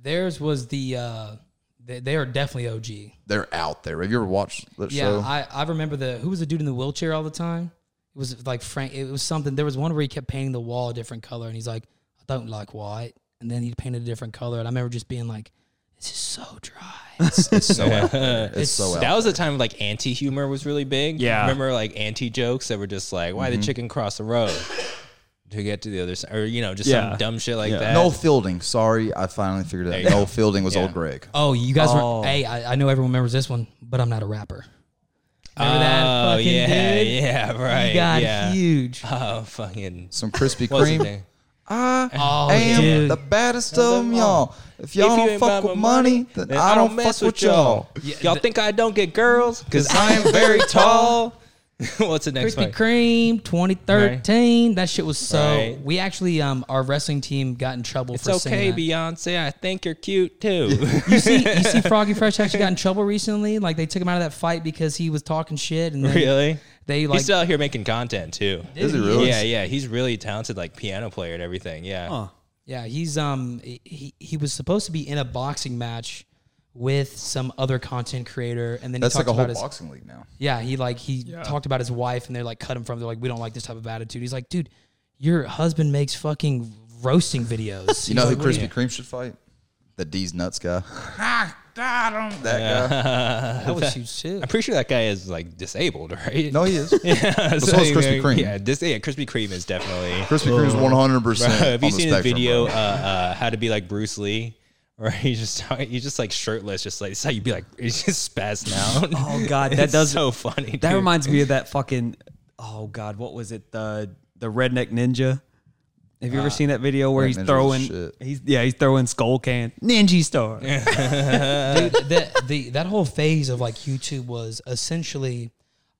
Speaker 4: theirs was the uh, they, they are definitely OG.
Speaker 1: They're out there. Have you ever watched that
Speaker 4: Yeah,
Speaker 1: show?
Speaker 4: I, I remember the who was the dude in the wheelchair all the time. It was like Frank. It was something. There was one where he kept painting the wall a different color, and he's like, "I don't like white." And then he painted a different color, and I remember just being like, "This is so
Speaker 3: <laughs>
Speaker 4: dry."
Speaker 1: it's, it's so out there. It's, so out.
Speaker 3: That was a time like anti humor was really big.
Speaker 2: Yeah. Mm-hmm.
Speaker 3: Remember like anti jokes that were just like, why the chicken cross the road <laughs> to get to the other side? Or, you know, just
Speaker 2: Yeah.
Speaker 3: some dumb shit like
Speaker 2: Yeah.
Speaker 3: that.
Speaker 1: there. Noel Fielding. Sorry, I finally figured it out. Noel Fielding was
Speaker 3: Yeah.
Speaker 1: old Greg.
Speaker 4: oh, you guys
Speaker 2: Oh.
Speaker 4: were. Hey, I, I know everyone remembers this one, but I'm not a rapper. Remember
Speaker 3: Oh,
Speaker 4: that fucking
Speaker 3: yeah, <laughs>
Speaker 4: dude?
Speaker 3: yeah, right.
Speaker 4: He got
Speaker 3: yeah.
Speaker 4: huge.
Speaker 3: Oh, fucking.
Speaker 1: Some Krispy
Speaker 3: What was his
Speaker 1: Kreme.
Speaker 3: name?
Speaker 1: I
Speaker 4: Oh,
Speaker 1: am
Speaker 4: dude.
Speaker 1: the baddest of them y'all. If y'all
Speaker 3: If you
Speaker 1: don't
Speaker 3: ain't
Speaker 1: fuck
Speaker 3: buy
Speaker 1: with
Speaker 3: my
Speaker 1: money, then I don't
Speaker 3: mess
Speaker 1: fuck with <laughs> y'all.
Speaker 3: y'all think I don't get girls? Because I am very tall. <laughs> What's the next
Speaker 4: Krispy
Speaker 3: one?
Speaker 4: Kreme 2013. That shit was so.
Speaker 3: Right.
Speaker 4: We actually, um, our wrestling team got in trouble
Speaker 3: It's
Speaker 4: for
Speaker 3: okay,
Speaker 4: singing.
Speaker 3: Beyonce. I think you're cute too.
Speaker 4: that. You see,
Speaker 1: <laughs>
Speaker 4: you see, Froggy Fresh actually got in trouble recently. Like they took him out of that fight because he was talking shit,
Speaker 1: Oh,
Speaker 4: and
Speaker 3: <laughs>
Speaker 4: then
Speaker 3: really?
Speaker 4: they like
Speaker 3: He's still out here making content too.
Speaker 1: Is it really?
Speaker 3: Yeah, yeah. He's really talented, like piano player and everything. Yeah.
Speaker 4: Yeah, he's um he he was supposed to be in a boxing match with some other content creator, and then
Speaker 1: That's
Speaker 4: he
Speaker 1: like
Speaker 4: talked
Speaker 1: a whole
Speaker 4: about his
Speaker 1: boxing league now.
Speaker 4: yeah he like he talked about his wife, and they're like cut him from. They're like we don't like this type of attitude. He's like, dude, your husband makes fucking roasting videos.
Speaker 1: You know who Krispy Kreme should fight? The D's nuts guy. Got him. That guy. <laughs>
Speaker 4: that was huge too.
Speaker 3: I'm pretty sure that guy is like disabled, <laughs> right?
Speaker 1: No, he is. <laughs> Krispy
Speaker 3: yeah, so,
Speaker 1: is Krispy Kreme.
Speaker 3: Yeah, this, yeah, Krispy Kreme is definitely.
Speaker 1: Kreme's one hundred percent.
Speaker 3: <laughs> Have you
Speaker 1: on the
Speaker 3: seen his
Speaker 1: spectrum,
Speaker 3: video, uh,
Speaker 1: bro.
Speaker 3: uh, how to be like Bruce Lee? <laughs> Or he's just talking, he's just like shirtless, just like it's how you'd be like he's just spazzed out. <laughs>
Speaker 2: Oh god, that does
Speaker 3: so funny.
Speaker 2: that
Speaker 3: dude.
Speaker 2: reminds me of that fucking oh god, what was it? The the redneck ninja. Have you ever seen that video where
Speaker 1: Redneck
Speaker 2: he's
Speaker 1: Ninja was
Speaker 2: throwing
Speaker 1: shit.
Speaker 2: he's yeah, he's throwing skull can. Ninja star.
Speaker 4: Dude, that the that whole phase of like YouTube was essentially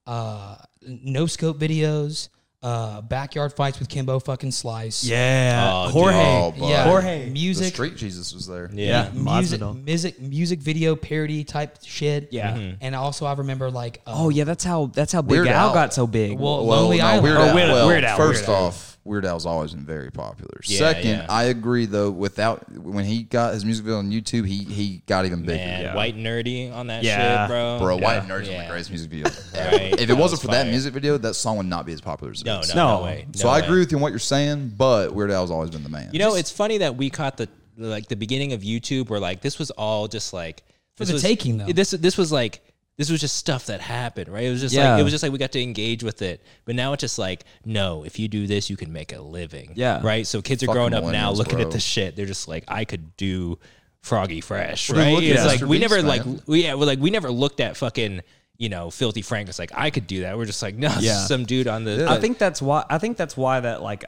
Speaker 4: uh no scope videos, uh backyard fights with Kimbo fucking Slice,
Speaker 2: Yeah.
Speaker 3: Oh, dude.
Speaker 2: Jorge.
Speaker 1: Oh, bud.
Speaker 4: yeah,
Speaker 2: Jorge.
Speaker 1: the
Speaker 4: music,
Speaker 1: Street Jesus was there.
Speaker 3: Yeah.
Speaker 4: music,
Speaker 2: Masvidal.
Speaker 4: music, music video parody type shit.
Speaker 2: Yeah. Mhm.
Speaker 4: and also I remember like uh,
Speaker 2: Oh yeah, that's how that's how Big
Speaker 1: Weird
Speaker 2: Al
Speaker 1: Al.
Speaker 2: got so big.
Speaker 4: well,
Speaker 1: Well,
Speaker 4: Lonely
Speaker 1: no,
Speaker 4: Island.
Speaker 1: Weird
Speaker 2: Oh,
Speaker 1: Al.
Speaker 2: Weird Al,
Speaker 1: well,
Speaker 2: Weird Al,
Speaker 1: First
Speaker 2: Weird Al.
Speaker 1: off, Weird Al's always been very popular.
Speaker 3: Yeah,
Speaker 1: Second,
Speaker 3: yeah.
Speaker 1: I agree though. Without when he got his music video on YouTube, he he got even bigger.
Speaker 3: Man,
Speaker 2: Yeah.
Speaker 3: white nerdy on that
Speaker 2: Yeah.
Speaker 3: shit, bro.
Speaker 1: Bro, White
Speaker 2: Yeah.
Speaker 1: Nerd's one of
Speaker 3: Yeah.
Speaker 1: the greatest music videos. ever.
Speaker 3: Right,
Speaker 1: If it
Speaker 3: that
Speaker 1: wasn't
Speaker 3: was
Speaker 1: for that
Speaker 3: fire.
Speaker 1: music video, that song would not be as popular as it
Speaker 3: No,
Speaker 1: is.
Speaker 3: no,
Speaker 2: No.
Speaker 3: no, way.
Speaker 1: So
Speaker 3: No
Speaker 1: I
Speaker 3: way.
Speaker 1: agree with you on what you're saying, but Weird Al's always been the man.
Speaker 3: You know, it's funny that we caught the like the beginning of YouTube where like this was all just like for
Speaker 4: the taking, though.
Speaker 3: This this was like this was just stuff that happened, right? It was just
Speaker 2: Yeah.
Speaker 3: like it was just like we got to engage with it. But now it's just like, no, if you do this, you can make a living.
Speaker 2: Yeah.
Speaker 3: Right? So kids are
Speaker 1: Fucking
Speaker 3: growing up now
Speaker 1: millennials,
Speaker 3: looking at
Speaker 1: bro.
Speaker 3: this shit. They're just like, I could do Froggy Fresh,
Speaker 1: dude,
Speaker 3: right?
Speaker 1: look at
Speaker 3: It's like
Speaker 1: Mr.
Speaker 3: we
Speaker 1: Beast,
Speaker 3: never like
Speaker 1: man.
Speaker 3: we, yeah, we're like we never looked at fucking you know, filthy Frank. It's like I could do that. We're just like, <laughs> no, it's
Speaker 2: Yeah.
Speaker 3: just some dude on the.
Speaker 2: I think that's why I think that's why that like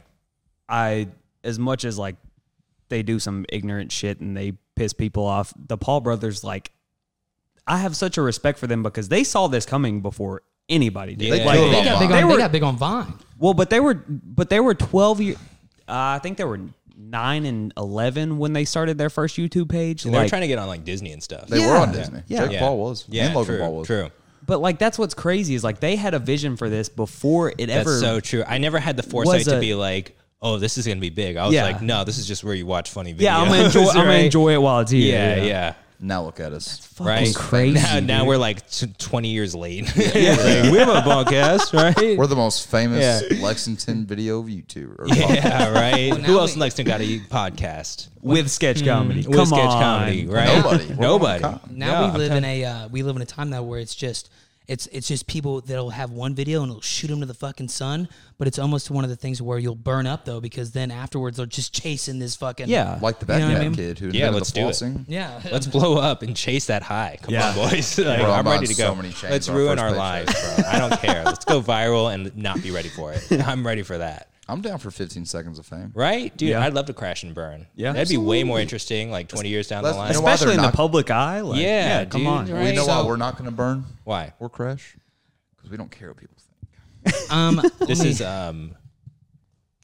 Speaker 2: I as much as like they do some ignorant shit and they piss people off, the Paul brothers like I have such a respect for them because they saw this coming before anybody did.
Speaker 3: They
Speaker 2: Like,
Speaker 1: killed
Speaker 4: They
Speaker 1: it
Speaker 4: got big on
Speaker 2: They
Speaker 4: they,
Speaker 2: were-
Speaker 4: got big on Vine.
Speaker 2: well, but they were but they were 12 year uh, I think they were nine and eleven when they started their first YouTube page.
Speaker 3: They're
Speaker 2: Like,
Speaker 3: trying to get on like Disney and stuff.
Speaker 1: They were on
Speaker 2: Yeah.
Speaker 1: Disney.
Speaker 2: Yeah.
Speaker 1: Jake
Speaker 3: Yeah.
Speaker 1: Paul was.
Speaker 3: Yeah,
Speaker 1: and Logan
Speaker 3: true,
Speaker 1: Paul was.
Speaker 3: True.
Speaker 2: but like that's what's crazy is like they had a vision for this before it
Speaker 3: That's
Speaker 2: ever.
Speaker 3: so true. I never had the foresight
Speaker 2: was
Speaker 3: to
Speaker 2: a-
Speaker 3: be like, oh, this is gonna be big. I was
Speaker 2: Yeah.
Speaker 3: like, no, this is just where you watch funny videos.
Speaker 2: yeah, I'm gonna enjoy. I'm gonna
Speaker 3: <laughs> right?
Speaker 2: enjoy it while it's here.
Speaker 3: Yeah, yeah.
Speaker 1: Now look at us.
Speaker 3: <laughs>
Speaker 2: Fucking
Speaker 3: Right.
Speaker 2: crazy.
Speaker 3: Now,
Speaker 2: dude.
Speaker 3: now we're like t- 20
Speaker 2: <laughs>
Speaker 3: years late. Yeah. <laughs> we have a bunk ass, right?
Speaker 1: We're the most famous
Speaker 3: Yeah.
Speaker 1: Lexington video YouTuber. or
Speaker 3: <laughs> yeah, right. Who
Speaker 4: now
Speaker 3: else
Speaker 4: we-
Speaker 3: next got a podcast?
Speaker 2: with sketch comedy. hmm, Come
Speaker 3: With sketch
Speaker 2: on.
Speaker 3: comedy, right?
Speaker 1: Nobody. We're
Speaker 3: <laughs> Nobody.
Speaker 1: on the
Speaker 4: Now
Speaker 3: Yeah.
Speaker 4: we live in a uh, we live in a time now where it's just it's it's just people that'll have one video and it'll shoot them to the fucking sun. But it's almost one of the things where you'll burn up though because then afterwards they're just chasing this fucking
Speaker 2: Yeah.
Speaker 1: Like the
Speaker 4: You know
Speaker 1: Batman
Speaker 4: what I mean?
Speaker 1: kid who
Speaker 3: Yeah,
Speaker 1: invented
Speaker 3: let's
Speaker 1: the
Speaker 3: do it.
Speaker 1: flossing.
Speaker 4: yeah.
Speaker 3: Let's blow up and chase that high. Come
Speaker 2: Yeah.
Speaker 3: on, boys. <laughs> Like,
Speaker 1: Bro, I'm
Speaker 3: I'm ready
Speaker 1: buying
Speaker 3: to
Speaker 1: so
Speaker 3: go.
Speaker 1: many chains
Speaker 3: Let's
Speaker 1: on our
Speaker 3: ruin
Speaker 1: first
Speaker 3: our lives,
Speaker 1: paycheck.
Speaker 3: bro. I don't care. Let's go viral and not be ready for
Speaker 2: <laughs>
Speaker 3: it. I'm ready for that.
Speaker 1: I'm down for 15 seconds of fame.
Speaker 3: Right? Dude,
Speaker 2: Yeah.
Speaker 3: I'd love to crash and burn.
Speaker 2: Yeah.
Speaker 3: That'd be way more interesting like 20 years down the
Speaker 1: let's-
Speaker 3: line.
Speaker 1: you know why
Speaker 2: Especially
Speaker 1: they're
Speaker 2: in the
Speaker 1: not-
Speaker 2: public eye. Like,
Speaker 3: Yeah,
Speaker 2: yeah, come
Speaker 3: dude,
Speaker 2: on.
Speaker 3: right?
Speaker 1: We know
Speaker 4: So-
Speaker 1: why we're not going to burn
Speaker 3: Why?
Speaker 1: or crash because we don't care what people think.
Speaker 3: <laughs>
Speaker 4: <laughs> um,
Speaker 3: This
Speaker 4: let me-
Speaker 3: is um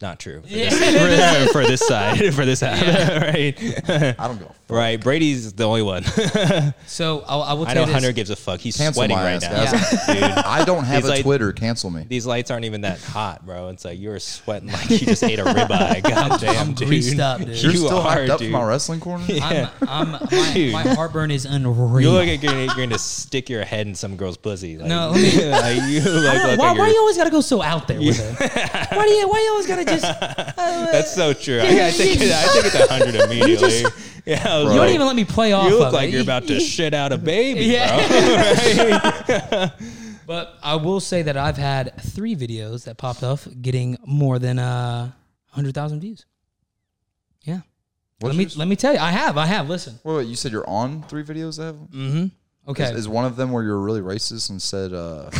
Speaker 3: not true. For, <laughs> this, for, for this <laughs> side, for this side. right.
Speaker 1: I don't give a fuck.
Speaker 3: Right. Brady's the only <laughs> one.
Speaker 4: so I'll, I will
Speaker 3: I
Speaker 4: tell
Speaker 3: know
Speaker 4: you this.
Speaker 3: Hunter gives a fuck. He's
Speaker 1: Cancel
Speaker 3: sweating
Speaker 1: my
Speaker 3: right
Speaker 1: ass,
Speaker 3: now.
Speaker 1: guys.
Speaker 3: <laughs> Dude,
Speaker 1: I don't have
Speaker 3: He's
Speaker 1: a
Speaker 3: like-
Speaker 1: Twitter. Cancel me.
Speaker 3: these lights aren't even that hot, bro. It's like you're sweating like you just ate a <laughs> ribeye. Goddamn,
Speaker 4: I'm
Speaker 3: dude.
Speaker 4: greased up, dude.
Speaker 1: You're
Speaker 3: you
Speaker 1: still
Speaker 3: are,
Speaker 1: hyped up
Speaker 3: dude.
Speaker 1: for my wrestling corner.
Speaker 3: <laughs>
Speaker 4: I'm, I'm, my,
Speaker 3: Dude.
Speaker 4: my heartburn is unreal.
Speaker 3: You look like you're, you're going to stick your head in some girl's pussy. <laughs> Like,
Speaker 4: No, let me-
Speaker 3: like, you look
Speaker 4: I don't-
Speaker 3: like
Speaker 4: why,
Speaker 3: you're- <laughs>
Speaker 4: why you always gotta go so out there with it? Why do you why you always gotta just
Speaker 3: <laughs> That's so
Speaker 4: <laughs>
Speaker 3: true. I, I think it, I think it's a hundred immediately. yeah, I was
Speaker 1: Bro.
Speaker 4: you
Speaker 3: like,
Speaker 4: don't even let me play off.
Speaker 3: you
Speaker 4: of
Speaker 3: look like
Speaker 4: it.
Speaker 3: you're
Speaker 4: <laughs>
Speaker 3: about to shit out a baby, <laughs>
Speaker 4: Yeah.
Speaker 3: bro.
Speaker 4: <laughs> But I will say that I've had three videos that popped up getting more than uh, hundred thousand views. Yeah.
Speaker 1: What's
Speaker 4: let me
Speaker 1: yours?
Speaker 4: let me tell you, I have, I have. Listen,
Speaker 1: Wait, wait, you said you're on three videos that have them?
Speaker 4: okay.
Speaker 1: Is, is one of them where you were really racist and said uh,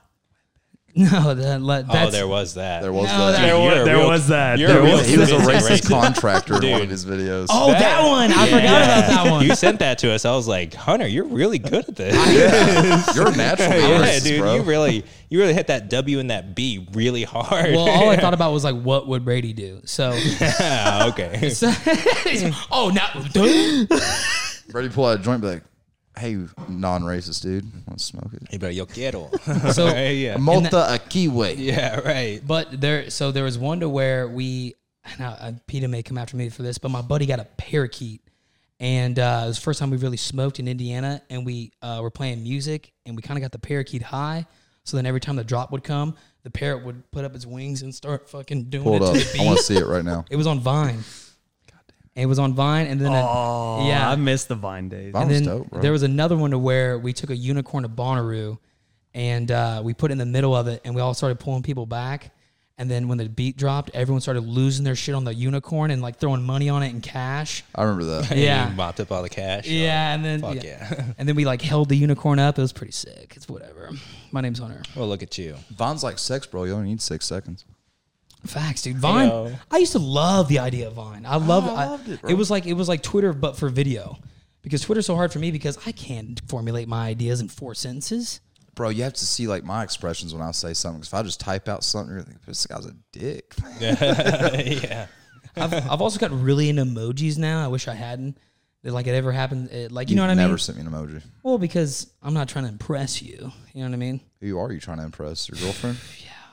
Speaker 4: <laughs> no, that, let- that's
Speaker 3: Oh, there was that.
Speaker 1: there was
Speaker 4: No,
Speaker 1: that?
Speaker 4: that-
Speaker 3: You're a
Speaker 2: there
Speaker 3: real-
Speaker 2: was that.
Speaker 3: you're
Speaker 2: There
Speaker 3: real
Speaker 2: was
Speaker 1: he was a
Speaker 3: convincing
Speaker 1: racist <laughs> contractor in one
Speaker 3: Dude.
Speaker 1: of his videos.
Speaker 4: Oh, that, one! I forgot about that one.
Speaker 3: You sent <laughs> that to us. I was like, Hunter, you're really good at this. <laughs>
Speaker 1: You're a natural
Speaker 3: yeah,
Speaker 1: racist,
Speaker 3: dude,
Speaker 1: bro.
Speaker 3: you really, you really hit that W and that B really hard.
Speaker 4: <laughs> well, all I thought about was like, what would Brady do? So,
Speaker 3: <laughs> yeah,
Speaker 4: <laughs>
Speaker 3: okay.
Speaker 4: so- oh, now dude.
Speaker 1: Brady pull out a joint, be like, "Hey, non-racist dude, want to smoke it?"
Speaker 3: Hey, bro, yo quiero.
Speaker 4: So-
Speaker 3: Right, <laughs>
Speaker 4: <laughs>
Speaker 3: yeah,
Speaker 1: Malta a kiwi.
Speaker 3: yeah, right.
Speaker 4: But there, so there was one to where we, and I, I, Peter may come after me for this, but my buddy got a parakeet, and uh, it was the first time we really smoked in Indiana, and we uh, were playing music, and we kind of got the parakeet high. So then every time the drop would come, the parrot would put up its wings and start fucking doing
Speaker 1: Pull it
Speaker 4: it
Speaker 1: up.
Speaker 4: to
Speaker 1: <laughs>
Speaker 4: the
Speaker 1: I want
Speaker 4: beat.
Speaker 1: to see it right now.
Speaker 4: It was on Vine. It was on Vine, and then
Speaker 2: Oh,
Speaker 4: yeah,
Speaker 2: I missed the Vine days.
Speaker 1: That
Speaker 4: and
Speaker 1: was
Speaker 4: then
Speaker 1: dope, bro.
Speaker 4: there was another one to where we took a unicorn to Bonnaroo and uh, we put it in the middle of it and we all started pulling people back. And then when the beat dropped, everyone started losing their shit on the unicorn and like throwing money on it in cash.
Speaker 1: I remember that. <laughs>
Speaker 4: Yeah.
Speaker 3: You mopped up all the cash.
Speaker 4: Yeah, and then
Speaker 3: Fuck
Speaker 4: yeah.
Speaker 3: yeah.
Speaker 4: and then we like held the unicorn up. It was pretty sick. It's whatever. My name's Hunter.
Speaker 3: Well, Oh, look at you.
Speaker 1: Vaughn's like sex, bro. You only need six seconds.
Speaker 4: Facts, dude. Vine.
Speaker 3: Yo.
Speaker 4: I used to love the idea of Vine. I loved.
Speaker 1: Oh, I
Speaker 4: I
Speaker 1: loved it,
Speaker 4: it.
Speaker 1: bro.
Speaker 4: was like it was like Twitter, but for video, because Twitter's so hard for me because I can't formulate my ideas in four sentences.
Speaker 1: Bro, you have to see like my expressions when I say something. 'Cause if I just type out something, you're like, this guy's a dick. <laughs>
Speaker 3: yeah.
Speaker 4: I've, I've also got really into emojis now. I wish I hadn't. That, Like it ever happened. It, like you know what I
Speaker 1: Never
Speaker 4: mean?
Speaker 1: sent me an emoji.
Speaker 4: Well, because I'm not trying to impress you. You know what I mean?
Speaker 1: Who are you trying to impress? Your <laughs> girlfriend?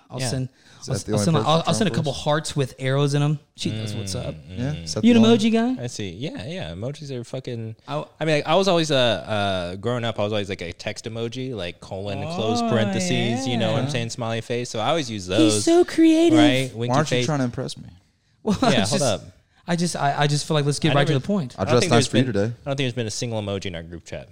Speaker 4: I'll
Speaker 3: Yeah.
Speaker 4: send.
Speaker 1: that
Speaker 4: I'll,
Speaker 1: the
Speaker 4: I'll
Speaker 1: only
Speaker 4: send.
Speaker 1: person
Speaker 4: I'll,
Speaker 1: you're
Speaker 4: I'll send a
Speaker 1: trying to
Speaker 4: couple hearts with arrows in them. She knows what's up.
Speaker 1: Yeah. Is that
Speaker 4: You
Speaker 1: the
Speaker 4: an
Speaker 1: line?
Speaker 4: emoji guy?
Speaker 3: I see. Yeah, yeah. Emojis are fucking. I,
Speaker 4: I-
Speaker 3: mean, like, I was always uh, uh, growing up. I was always like a text emoji, like colon and close
Speaker 4: Oh,
Speaker 3: parentheses. You know what I'm
Speaker 4: yeah.
Speaker 3: saying? Smiley face. So I always use those.
Speaker 4: He's so creative.
Speaker 3: right. Winky
Speaker 1: Why aren't you
Speaker 3: face.
Speaker 1: trying to impress me?
Speaker 4: <laughs> Well, I
Speaker 3: yeah,
Speaker 4: was
Speaker 3: hold
Speaker 4: just-
Speaker 3: up.
Speaker 4: I just, I, I just feel like let's get
Speaker 3: I
Speaker 4: right
Speaker 3: never-
Speaker 4: to the point.
Speaker 1: I
Speaker 3: I don't
Speaker 1: dressed
Speaker 3: think
Speaker 1: nice
Speaker 3: there's
Speaker 1: for you
Speaker 3: been-
Speaker 1: today.
Speaker 3: I don't think there's been a single emoji in our group chat.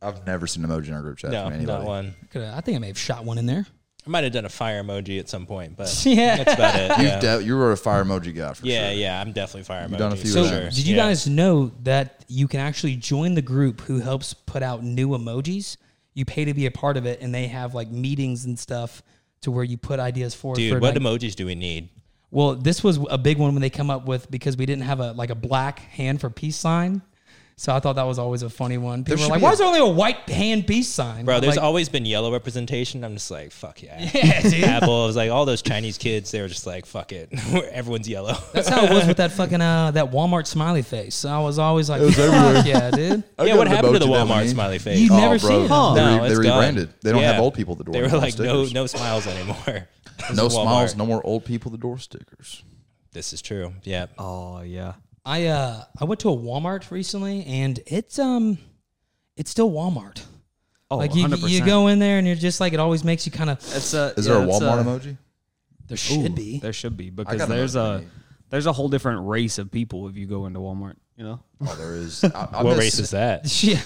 Speaker 1: I've never seen an emoji in our group chat
Speaker 3: No,
Speaker 1: from anybody.
Speaker 3: not one.
Speaker 4: Coulda- I think I may have shot one in there.
Speaker 3: I might have done a fire emoji at some point,
Speaker 4: <laughs>
Speaker 3: but
Speaker 4: Yeah.
Speaker 3: that's about it.
Speaker 1: You
Speaker 3: Yeah,
Speaker 1: de- you were a fire emoji guy for
Speaker 3: yeah,
Speaker 1: sure.
Speaker 3: yeah, I'm definitely fire emoji.
Speaker 1: You've done a few
Speaker 3: for
Speaker 1: of
Speaker 4: So,
Speaker 1: sure.
Speaker 4: did you
Speaker 3: Yeah.
Speaker 4: guys know that you can actually join the group who helps put out new emojis? You pay to be a part of it, and they have like meetings and stuff to where you put ideas forward.
Speaker 3: Dude,
Speaker 4: for
Speaker 3: what
Speaker 4: like-
Speaker 3: emojis do we need?
Speaker 4: well, this was a big one when they come up with because we didn't have a like a black hand for peace sign. So I thought that was always a funny one. People
Speaker 1: should
Speaker 4: were like,
Speaker 1: be
Speaker 4: "Why
Speaker 1: a-
Speaker 4: is there only a white hand peace sign?"
Speaker 3: Bro,
Speaker 4: I'm
Speaker 3: there's
Speaker 4: like,
Speaker 3: always been yellow representation. I'm just like, fuck yeah.
Speaker 4: <laughs> yeah,
Speaker 3: <laughs>
Speaker 4: dude.
Speaker 3: Apple, it was like all those Chinese kids, they were just like, fuck it. <laughs>
Speaker 1: <laughs>
Speaker 3: Everyone's yellow.
Speaker 4: That's how it was with that fucking uh, that Walmart smiley face. I was always like, "Fuck yeah, dude."
Speaker 1: I
Speaker 3: yeah,
Speaker 1: got
Speaker 3: what
Speaker 1: Oh, an
Speaker 3: happened to the
Speaker 1: emoji down
Speaker 3: Walmart
Speaker 1: me.
Speaker 3: smiley face?
Speaker 4: You
Speaker 1: Oh,
Speaker 4: never
Speaker 1: bro.
Speaker 4: seen it.
Speaker 1: They,
Speaker 3: No,
Speaker 1: re-
Speaker 3: it's
Speaker 1: they
Speaker 3: gone.
Speaker 1: rebranded. They don't have
Speaker 3: Yeah.
Speaker 1: old people at the door.
Speaker 3: They were
Speaker 1: anymore,
Speaker 3: like, no,
Speaker 1: stickers.
Speaker 3: no
Speaker 1: <laughs>
Speaker 3: smiles anymore. This
Speaker 1: no
Speaker 3: is Walmart.
Speaker 1: smiles, no more old people at the door stickers.
Speaker 3: This is true. Yeah.
Speaker 1: Uh,
Speaker 2: Oh yeah.
Speaker 4: I uh, I went to a Walmart recently, and it's um, it's still Walmart.
Speaker 2: Oh,
Speaker 4: like you,
Speaker 2: 100%.
Speaker 4: you go in there, and you're just like, it always makes you kind of.
Speaker 2: It's a,
Speaker 1: Is
Speaker 2: yeah,
Speaker 1: there a
Speaker 2: it's uh,
Speaker 1: Walmart
Speaker 2: <laughs>
Speaker 1: emoji?
Speaker 4: There
Speaker 2: Ooh,
Speaker 4: should be.
Speaker 2: There should be because
Speaker 1: got an
Speaker 2: there's
Speaker 1: emoji I
Speaker 2: a
Speaker 1: need.
Speaker 2: there's a whole different race of people if you go into Walmart. You know,
Speaker 1: Oh, there is. I, I
Speaker 3: What
Speaker 1: miss-
Speaker 3: race
Speaker 1: <laughs>
Speaker 3: is that? <laughs>
Speaker 4: <laughs> Yeah.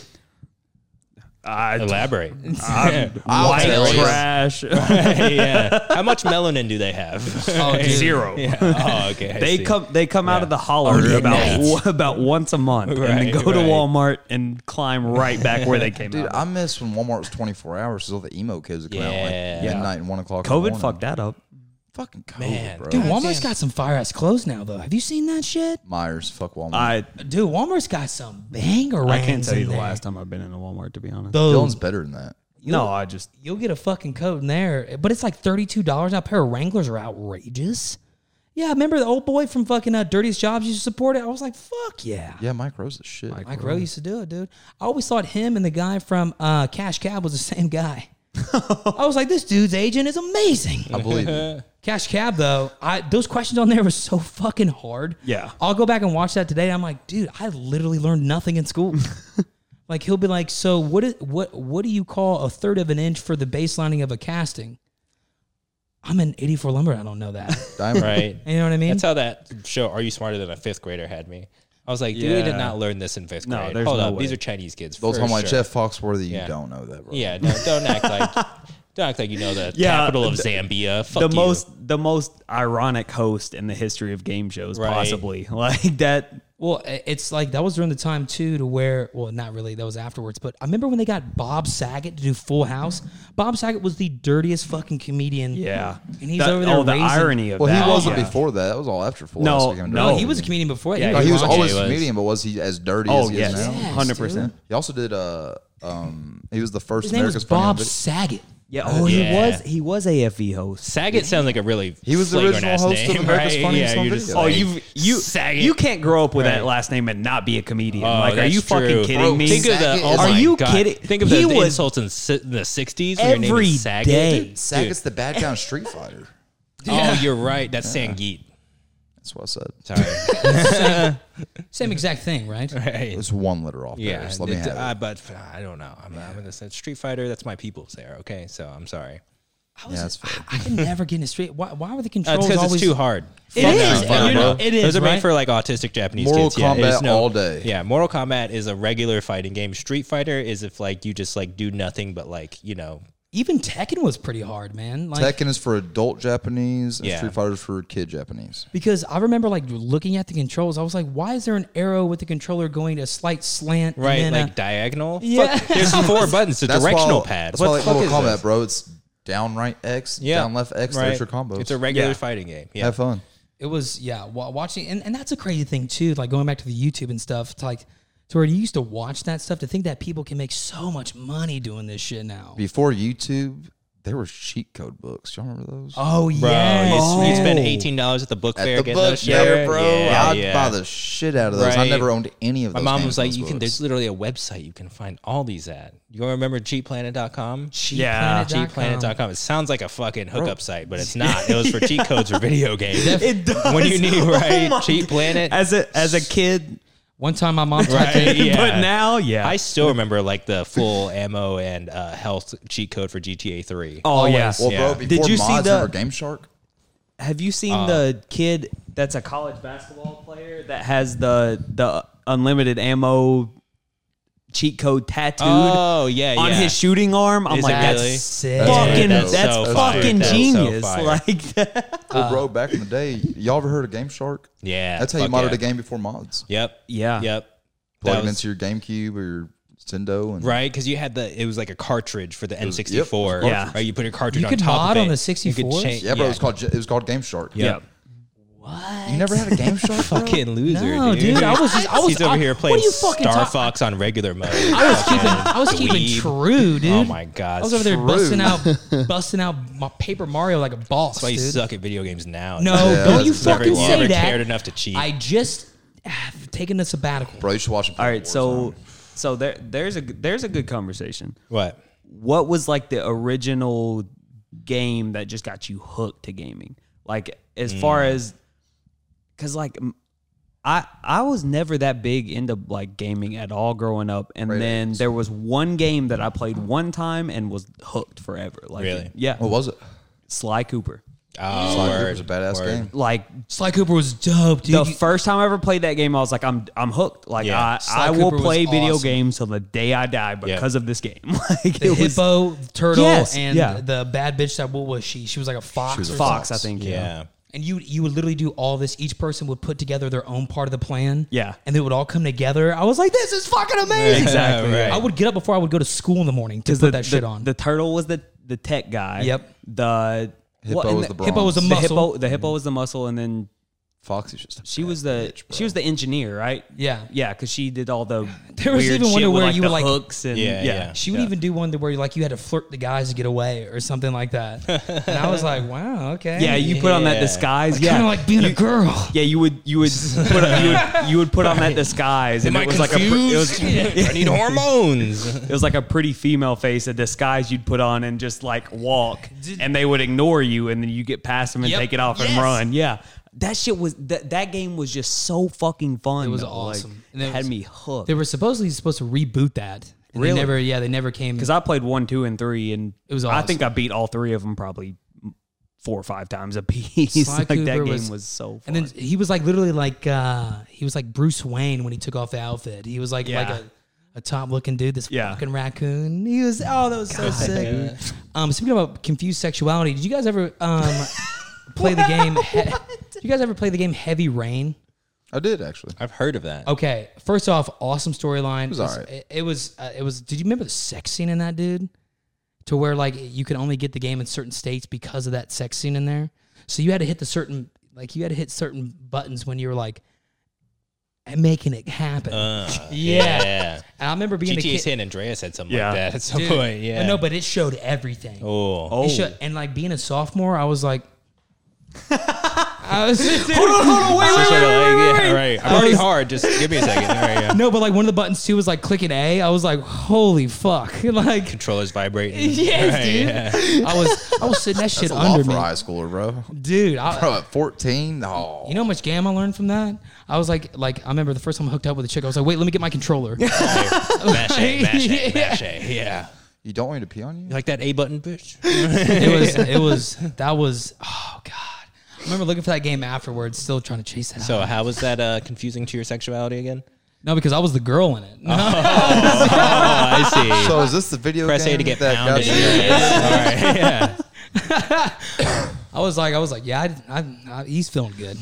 Speaker 2: I
Speaker 3: Elaborate. <laughs>
Speaker 1: I'll
Speaker 2: white
Speaker 1: tell you.
Speaker 2: trash <laughs>
Speaker 3: yeah. How much melanin do they have? <laughs>
Speaker 4: Oh, dude.
Speaker 2: zero.
Speaker 3: yeah. Oh, okay. I
Speaker 2: They
Speaker 3: see.
Speaker 2: come they come out of the holler
Speaker 1: yeah,
Speaker 2: <laughs> about about once a month and then
Speaker 3: Right,
Speaker 2: go to
Speaker 3: right.
Speaker 2: Walmart and climb right back where they came
Speaker 1: Dude,
Speaker 2: out.
Speaker 1: I miss when Walmart was 24 hours because all the emo kids would come out like
Speaker 3: Yeah.
Speaker 1: midnight and 1 o'clock. in the
Speaker 2: COVID
Speaker 1: morning.
Speaker 2: fucked that up.
Speaker 1: Fucking COVID,
Speaker 3: Man,
Speaker 1: bro.
Speaker 4: Dude, Walmart's
Speaker 3: damn.
Speaker 4: got some fire ass clothes now, though. Have you seen that shit?
Speaker 1: Myers, fuck Walmart.
Speaker 2: I
Speaker 4: Dude, Walmart's got some banger.
Speaker 2: I can't tell you the last time I've been in a Walmart to be honest.
Speaker 1: Dylan's better than that.
Speaker 2: no, I just
Speaker 4: You'll get a fucking coat in there, but it's like thirty-two dollars now. A pair of Wranglers are outrageous. Yeah, I remember the old boy from fucking uh, Dirtiest Jobs used to support it. I was like, fuck yeah.
Speaker 1: Yeah, Mike Rose is shit.
Speaker 4: Mike Rowe used to do it, dude. I always thought him and the guy from uh, Cash Cab was the same guy. I was like, this dude's agent is amazing.
Speaker 1: I believe
Speaker 3: <laughs>
Speaker 1: it.
Speaker 4: Cash Cab though, I those questions on there were so fucking hard.
Speaker 2: Yeah.
Speaker 4: I'll go back and watch that today. And I'm like, dude, I literally learned nothing in school. like he'll be like, so what is what what do you call a third of an inch for the baselining of a casting? I'm an 84 lumber. I don't know that.
Speaker 1: Diamond. <laughs>
Speaker 3: Right.
Speaker 4: You know what I mean?
Speaker 3: That's how that show "Are You Smarter Than a Fifth Grader" had me. I was like, dude, I did
Speaker 2: Yeah.
Speaker 3: not learn this in fifth
Speaker 2: No,
Speaker 3: grade.
Speaker 2: there's
Speaker 3: Hold
Speaker 2: no
Speaker 3: up,
Speaker 2: way.
Speaker 3: these are Chinese kids.
Speaker 1: They'll
Speaker 3: for
Speaker 1: tell my
Speaker 3: sure.
Speaker 1: Jeff Foxworthy, you
Speaker 3: Yeah.
Speaker 1: don't know that, bro.
Speaker 3: Yeah, no, don't act
Speaker 2: <laughs>
Speaker 3: like don't act like you know the
Speaker 2: Yeah,
Speaker 3: capital of
Speaker 2: the-
Speaker 3: Zambia. Fuck
Speaker 2: the
Speaker 3: you.
Speaker 2: most the most ironic host in the history of game shows
Speaker 3: Right.
Speaker 2: possibly. <laughs> Like that
Speaker 4: Well, i- it's like that was during the time too to where well, not really, that was afterwards, but I remember when they got Bob Saget to do Full House. Bob Saget was the dirtiest fucking comedian.
Speaker 2: yeah.
Speaker 4: And he's
Speaker 2: That-
Speaker 4: over there
Speaker 2: Oh, the
Speaker 4: raising-
Speaker 2: irony of
Speaker 1: Well,
Speaker 2: that.
Speaker 1: he wasn't
Speaker 2: yeah.
Speaker 1: before that. That was all after Full
Speaker 2: No,
Speaker 1: House became
Speaker 2: no,
Speaker 1: dirty.
Speaker 4: He was a comedian before.
Speaker 3: Yeah,
Speaker 1: No, Oh. he was
Speaker 3: Ronje
Speaker 1: always a
Speaker 3: was.
Speaker 1: comedian, but was he as dirty
Speaker 2: Oh
Speaker 1: as he
Speaker 2: yes,
Speaker 1: is now?
Speaker 4: Yes,
Speaker 2: hundred percent.
Speaker 1: He also did. Uh, um, he was the first
Speaker 4: His name
Speaker 1: America's
Speaker 4: was
Speaker 1: Funny Home
Speaker 4: Bob
Speaker 1: Video-
Speaker 4: Saget.
Speaker 2: Yeah. Oh,
Speaker 3: Yeah.
Speaker 2: he was he was AFE host.
Speaker 3: Saget sounds like a really
Speaker 1: He was the
Speaker 3: flagrant
Speaker 1: original
Speaker 3: ass
Speaker 1: host of
Speaker 3: name,
Speaker 1: America's
Speaker 3: right?
Speaker 1: Funniest
Speaker 3: yeah,
Speaker 1: Home
Speaker 3: you're
Speaker 1: Video.
Speaker 3: just
Speaker 1: Oh,
Speaker 2: Oh,
Speaker 3: like,
Speaker 2: you you
Speaker 3: Saget.
Speaker 2: you can't grow up with that
Speaker 3: Right.
Speaker 2: last name and not be a comedian.
Speaker 3: Oh,
Speaker 2: like, are
Speaker 3: that's
Speaker 2: you
Speaker 3: true.
Speaker 2: fucking kidding
Speaker 1: Bro,
Speaker 2: me?
Speaker 3: Think of the.
Speaker 1: Saget
Speaker 3: Oh
Speaker 1: is-
Speaker 3: my
Speaker 2: Are you
Speaker 3: God.
Speaker 2: kidding-
Speaker 3: Think of
Speaker 2: He
Speaker 3: the, the
Speaker 2: was-
Speaker 3: insults in si- in the '60s. and your name
Speaker 2: Every
Speaker 3: is Saget.
Speaker 2: day.
Speaker 3: Dude,
Speaker 1: Saget's the bad guy in Street Fighter. <laughs>
Speaker 3: Oh, you're right. That's Sangeet.
Speaker 1: That's what I said.
Speaker 3: Sorry.
Speaker 4: Same exact thing, right?
Speaker 3: Right.
Speaker 1: It's one letter off.
Speaker 3: Yeah,
Speaker 1: Yeah, let me
Speaker 3: it-
Speaker 1: have
Speaker 3: uh,
Speaker 1: it.
Speaker 3: but I don't know. I'm, I'm gonna say Street Fighter. That's my people's there. Okay, so I'm sorry.
Speaker 4: I was,
Speaker 1: Yeah, that's fair.
Speaker 4: I, I can never get in a straight. Why, why were
Speaker 3: Uh,
Speaker 4: the
Speaker 3: it's
Speaker 4: controls
Speaker 3: because
Speaker 4: always?
Speaker 3: it's too hard.
Speaker 4: It
Speaker 3: Fuck
Speaker 4: is,
Speaker 3: no.
Speaker 1: and you know-
Speaker 4: it is,
Speaker 3: Those are
Speaker 4: right?
Speaker 3: made for like autistic Japanese
Speaker 1: Mortal
Speaker 3: kids. Yeah, it
Speaker 1: Kombat
Speaker 3: is no-
Speaker 1: all day.
Speaker 3: Yeah, Mortal Kombat is a regular fighting game. Street Fighter is if like you just like do nothing but like you know.
Speaker 4: Even Tekken was pretty hard, man. Like
Speaker 1: Tekken is for adult Japanese, and
Speaker 3: Yeah.
Speaker 1: Street Fighter is for kid Japanese.
Speaker 4: because I remember like looking at the controls, I was like, why is there an arrow with the controller going a slight slant? and
Speaker 3: Right,
Speaker 4: then,
Speaker 3: like
Speaker 4: uh,
Speaker 3: diagonal.
Speaker 4: Yeah.
Speaker 3: Fuck,
Speaker 1: <laughs>
Speaker 3: there's four buttons. A
Speaker 1: That's
Speaker 3: directional
Speaker 1: why,
Speaker 3: pad.
Speaker 1: That's
Speaker 3: What
Speaker 1: why
Speaker 3: the
Speaker 1: I like
Speaker 3: fuck
Speaker 1: Mortal
Speaker 3: is
Speaker 1: Kombat,
Speaker 3: this?
Speaker 1: bro. It's down right X,
Speaker 3: Yeah,
Speaker 1: down left X.
Speaker 3: right.
Speaker 1: There's your combos.
Speaker 3: It's a regular
Speaker 2: Yeah.
Speaker 3: fighting game. Yeah,
Speaker 1: have fun.
Speaker 4: it was yeah wa- watching and, and that's a crazy thing too like going back to the youtube and stuff it's like to where you used to watch that stuff to think that people can make so much money doing this shit now
Speaker 1: Before YouTube, there were cheat code books. Y'all remember those?
Speaker 4: oh
Speaker 3: bro.
Speaker 4: yeah
Speaker 3: You,
Speaker 4: oh.
Speaker 3: you spend eighteen dollars at the book fair.
Speaker 1: At the
Speaker 3: get
Speaker 1: book
Speaker 3: those shit.
Speaker 1: fair, bro.
Speaker 3: Yeah,
Speaker 1: I'd
Speaker 3: yeah.
Speaker 1: buy the shit out of those. I
Speaker 3: Right.
Speaker 1: never owned any of
Speaker 3: My
Speaker 1: those.
Speaker 3: mom was like,
Speaker 1: handheld
Speaker 3: "You can.
Speaker 1: books.
Speaker 3: There's literally a website you can find all these at. You remember cheatplanet.com?
Speaker 2: Yeah.
Speaker 3: cheatplanet.com. It sounds like a fucking hookup site,
Speaker 2: <laughs>
Speaker 3: but it's not. It was for cheat codes for video games.
Speaker 2: It <laughs> does.
Speaker 3: When you need
Speaker 2: Oh
Speaker 3: right
Speaker 2: my
Speaker 3: cheat
Speaker 2: God.
Speaker 3: planet.
Speaker 2: as a as a kid,
Speaker 4: one time my mom typed
Speaker 3: Right,
Speaker 4: in,
Speaker 3: yeah.
Speaker 2: but now, <laughs> yeah.
Speaker 3: I still remember like the full ammo and uh, health cheat code for GTA 3.
Speaker 2: oh yeah.
Speaker 1: well,
Speaker 3: Yeah.
Speaker 1: bro. Before Did you mods, see
Speaker 2: the-
Speaker 1: remember Game Shark?
Speaker 2: Have you seen the kid that's a college basketball player that has the the unlimited ammo cheat code tattooed
Speaker 3: Oh, yeah,
Speaker 2: on
Speaker 3: yeah.
Speaker 2: his shooting arm? I'm
Speaker 3: Is
Speaker 2: like,
Speaker 3: it
Speaker 2: that's
Speaker 3: really?
Speaker 4: sick
Speaker 2: fucking
Speaker 3: That's
Speaker 2: that's,
Speaker 3: so fire.
Speaker 2: fucking
Speaker 3: That's so
Speaker 2: genius.
Speaker 3: fire.
Speaker 2: <laughs> like that.
Speaker 1: Well, bro, back in the day, y'all ever heard of Game Shark?
Speaker 3: Uh, Yeah,
Speaker 1: That's how you
Speaker 3: fuck
Speaker 1: modded
Speaker 3: yeah.
Speaker 1: a game before mods.
Speaker 3: Yep.
Speaker 2: Yeah.
Speaker 3: Yep.
Speaker 1: Plug
Speaker 3: That
Speaker 1: it
Speaker 3: was-
Speaker 1: into your GameCube or your Nintendo, and
Speaker 3: Right, because you had the it was like a cartridge for the N64.
Speaker 1: yep.
Speaker 2: Yeah.
Speaker 3: right. You put your cartridge
Speaker 4: You
Speaker 3: on
Speaker 4: could
Speaker 3: top of
Speaker 4: mod
Speaker 3: it.
Speaker 4: on the
Speaker 3: You could
Speaker 4: 64s?
Speaker 3: change-
Speaker 1: Yeah, bro. It was called it was called Game Shark.
Speaker 3: Yep.
Speaker 4: What?
Speaker 1: You never had
Speaker 3: <laughs>
Speaker 1: a Game Shark? bro?
Speaker 3: Fucking loser,
Speaker 4: No,
Speaker 3: dude.
Speaker 4: dude, I was just- I was-
Speaker 3: He's over
Speaker 4: I-
Speaker 3: here
Speaker 4: what are
Speaker 3: playing
Speaker 4: you fucking
Speaker 3: Star
Speaker 4: ta-
Speaker 3: Fox on regular mode.
Speaker 4: I was keeping I was keeping
Speaker 3: Dweeb.
Speaker 4: true, dude.
Speaker 3: oh my god,
Speaker 4: I was over there
Speaker 1: True.
Speaker 3: <laughs>
Speaker 4: busting out busting out my Paper Mario like a boss,
Speaker 3: That's why you
Speaker 4: dude.
Speaker 3: suck at video games now.
Speaker 4: No,
Speaker 1: Yeah,
Speaker 4: don't you
Speaker 1: it's never-
Speaker 4: fucking
Speaker 1: you
Speaker 4: say
Speaker 3: never
Speaker 4: that.
Speaker 3: cared enough to cheat.
Speaker 4: I just have taken a sabbatical.
Speaker 1: Bro, you should watch it.
Speaker 2: All right, so so there there's a there's a good conversation.
Speaker 3: What?
Speaker 2: What was like the original game that just got you hooked to gaming? Like as far
Speaker 4: Mm.
Speaker 2: as cuz like m- I I was never that big into like gaming at all growing up and
Speaker 1: Right.
Speaker 2: then there was one game that I played one time and was hooked forever. Like
Speaker 3: Really?
Speaker 2: yeah.
Speaker 1: What was it?
Speaker 2: Sly Cooper.
Speaker 3: Oh,
Speaker 1: It
Speaker 3: word,
Speaker 1: was a badass
Speaker 3: word.
Speaker 1: game.
Speaker 2: Like
Speaker 4: Sly Cooper was dope, dude.
Speaker 2: the
Speaker 4: You-
Speaker 2: first time I ever played that game, I was like, I'm I'm hooked. Like
Speaker 3: Yeah.
Speaker 2: I,
Speaker 4: Sly
Speaker 2: I will
Speaker 4: Cooper was
Speaker 2: play video
Speaker 4: awesome.
Speaker 2: games till the day I die because of this game. <laughs> like
Speaker 4: the
Speaker 2: it was
Speaker 4: hippo, turtle,
Speaker 2: Yes,
Speaker 4: and
Speaker 2: yeah.
Speaker 4: the bad bitch that what was she? She was like a fox.
Speaker 1: was a
Speaker 4: or
Speaker 2: Fox, I
Speaker 1: Fox.
Speaker 2: think. Yeah.
Speaker 3: Yeah.
Speaker 4: And you you would literally do all this. Each person would put together their own part of the plan.
Speaker 2: Yeah.
Speaker 4: And they would all come together. I was like, this is fucking
Speaker 2: <laughs>
Speaker 4: amazing.
Speaker 2: Exactly.
Speaker 3: Yeah, right.
Speaker 4: I would get up before I would go to school in the morning to put
Speaker 2: The,
Speaker 4: that shit
Speaker 2: the-
Speaker 4: on.
Speaker 2: The turtle was the the tech guy.
Speaker 4: Yep.
Speaker 2: The
Speaker 1: Hippo
Speaker 2: and
Speaker 1: was the bronze.
Speaker 4: hippo was a
Speaker 2: the
Speaker 4: muscle.
Speaker 2: hippo the hippo was the muscle and then
Speaker 1: Foxy's just. a
Speaker 2: she
Speaker 1: bad
Speaker 2: was the
Speaker 1: bitch, bro.
Speaker 2: she was the engineer, right?
Speaker 4: Yeah.
Speaker 2: Yeah, because she did all the
Speaker 4: <laughs> There was
Speaker 2: weird
Speaker 4: even one
Speaker 2: shit
Speaker 4: to
Speaker 2: with,
Speaker 4: where you
Speaker 2: the
Speaker 4: were, like-
Speaker 2: hooks and
Speaker 3: Yeah, yeah.
Speaker 4: She would
Speaker 2: Yeah.
Speaker 4: even do one to where you like you had to flirt the guys to get away or something like that. and I was like, wow, okay.
Speaker 2: Yeah, you put on that
Speaker 3: Yeah.
Speaker 2: disguise.
Speaker 4: It's
Speaker 2: yeah.
Speaker 4: kind of like being a girl.
Speaker 2: yeah, you would you would
Speaker 4: <laughs>
Speaker 2: put on, you would you would put on that disguise and
Speaker 3: Am I
Speaker 2: it was like a
Speaker 3: confused?
Speaker 2: pr- it
Speaker 3: <laughs>
Speaker 2: was <laughs>
Speaker 3: I need hormones.
Speaker 2: It was like a pretty female face, a disguise you'd put on and just like walk, and they would ignore you, and then you get past them and
Speaker 4: Yep.
Speaker 2: take it off and
Speaker 4: Yes.
Speaker 2: run. Yeah, that shit was that that game was just so fucking fun. It
Speaker 4: was awesome. And it
Speaker 2: it had
Speaker 4: was-
Speaker 2: me hooked
Speaker 4: They were supposedly supposed to reboot that. And
Speaker 2: Really?
Speaker 4: They never, yeah, they never came.
Speaker 2: because I played one, two, and three, and
Speaker 4: It was
Speaker 2: I think I beat all three of them probably four or five times a <laughs> piece.
Speaker 4: Sly
Speaker 2: like that
Speaker 4: Cooper
Speaker 2: game
Speaker 4: was-
Speaker 2: was, so. Fun.
Speaker 4: And then he was like literally like uh he was like Bruce Wayne when he took off the outfit. He was like like
Speaker 2: Yeah.
Speaker 4: a, a top looking dude, this
Speaker 2: Yeah.
Speaker 4: fucking raccoon. He was oh that was so sick. Um speaking about confused sexuality, did you guys ever
Speaker 2: <laughs>
Speaker 4: um play the game he- Did you guys ever play the game Heavy Rain?
Speaker 1: I did actually.
Speaker 3: I've heard of
Speaker 4: <laughs>
Speaker 3: that.
Speaker 4: Okay, first off, awesome storyline. It
Speaker 1: was alright.
Speaker 4: It, it was. Uh, it was. Did you remember the sex scene in that dude? To where like you could only get the game in certain states because of that sex scene in there. So you had to hit the certain like you had to hit certain buttons when you were like making it happen.
Speaker 3: Uh,
Speaker 4: Yeah.
Speaker 3: yeah.
Speaker 4: and I remember being a
Speaker 3: GTA
Speaker 4: kid.
Speaker 3: San Andreas had something
Speaker 2: Yeah.
Speaker 3: like that at some
Speaker 4: Dude,
Speaker 3: point. Yeah.
Speaker 4: No, but it showed everything.
Speaker 3: oh.
Speaker 4: It
Speaker 2: oh,
Speaker 4: showed- and like being a sophomore, I was like, I was
Speaker 3: So sort of like, yeah, right. I'm already hard. Just give me a second. All right, yeah. <laughs>
Speaker 4: no, but like one of the buttons too was like clicking A. I was like, holy fuck, <laughs> like
Speaker 3: Controllers vibrating.
Speaker 4: <laughs> Yes,
Speaker 3: Right,
Speaker 4: dude.
Speaker 3: yeah.
Speaker 4: I was I was sitting that shit
Speaker 1: It's a lot
Speaker 4: under
Speaker 1: for a
Speaker 4: me,
Speaker 1: high schooler, bro.
Speaker 4: dude. I,
Speaker 1: Bro, at 14? No.
Speaker 4: you know how much game I learned from that? I was like, like I remember the first time I hooked up with a chick, I was like, wait, let me get my controller. Dude,
Speaker 3: Mache, mache, mache. Yeah.
Speaker 1: You don't want me to pee on you?
Speaker 3: You like that A button, bitch?
Speaker 1: <laughs>
Speaker 4: it was, it was, that was, oh god. I remember looking for that game afterwards, still trying to chase that.
Speaker 3: So
Speaker 4: out.
Speaker 3: how was that uh, confusing to your sexuality again?
Speaker 4: No, because I was the girl in it.
Speaker 1: Uh-huh.
Speaker 4: No,
Speaker 3: Oh, I <laughs> see.
Speaker 1: So is this the video
Speaker 3: Press
Speaker 1: game
Speaker 3: A to get
Speaker 1: that got
Speaker 3: pounded.
Speaker 1: you?
Speaker 3: Yeah. All right. Yeah.
Speaker 4: <laughs> I was like, I was like, yeah, I, I, I, he's feeling good.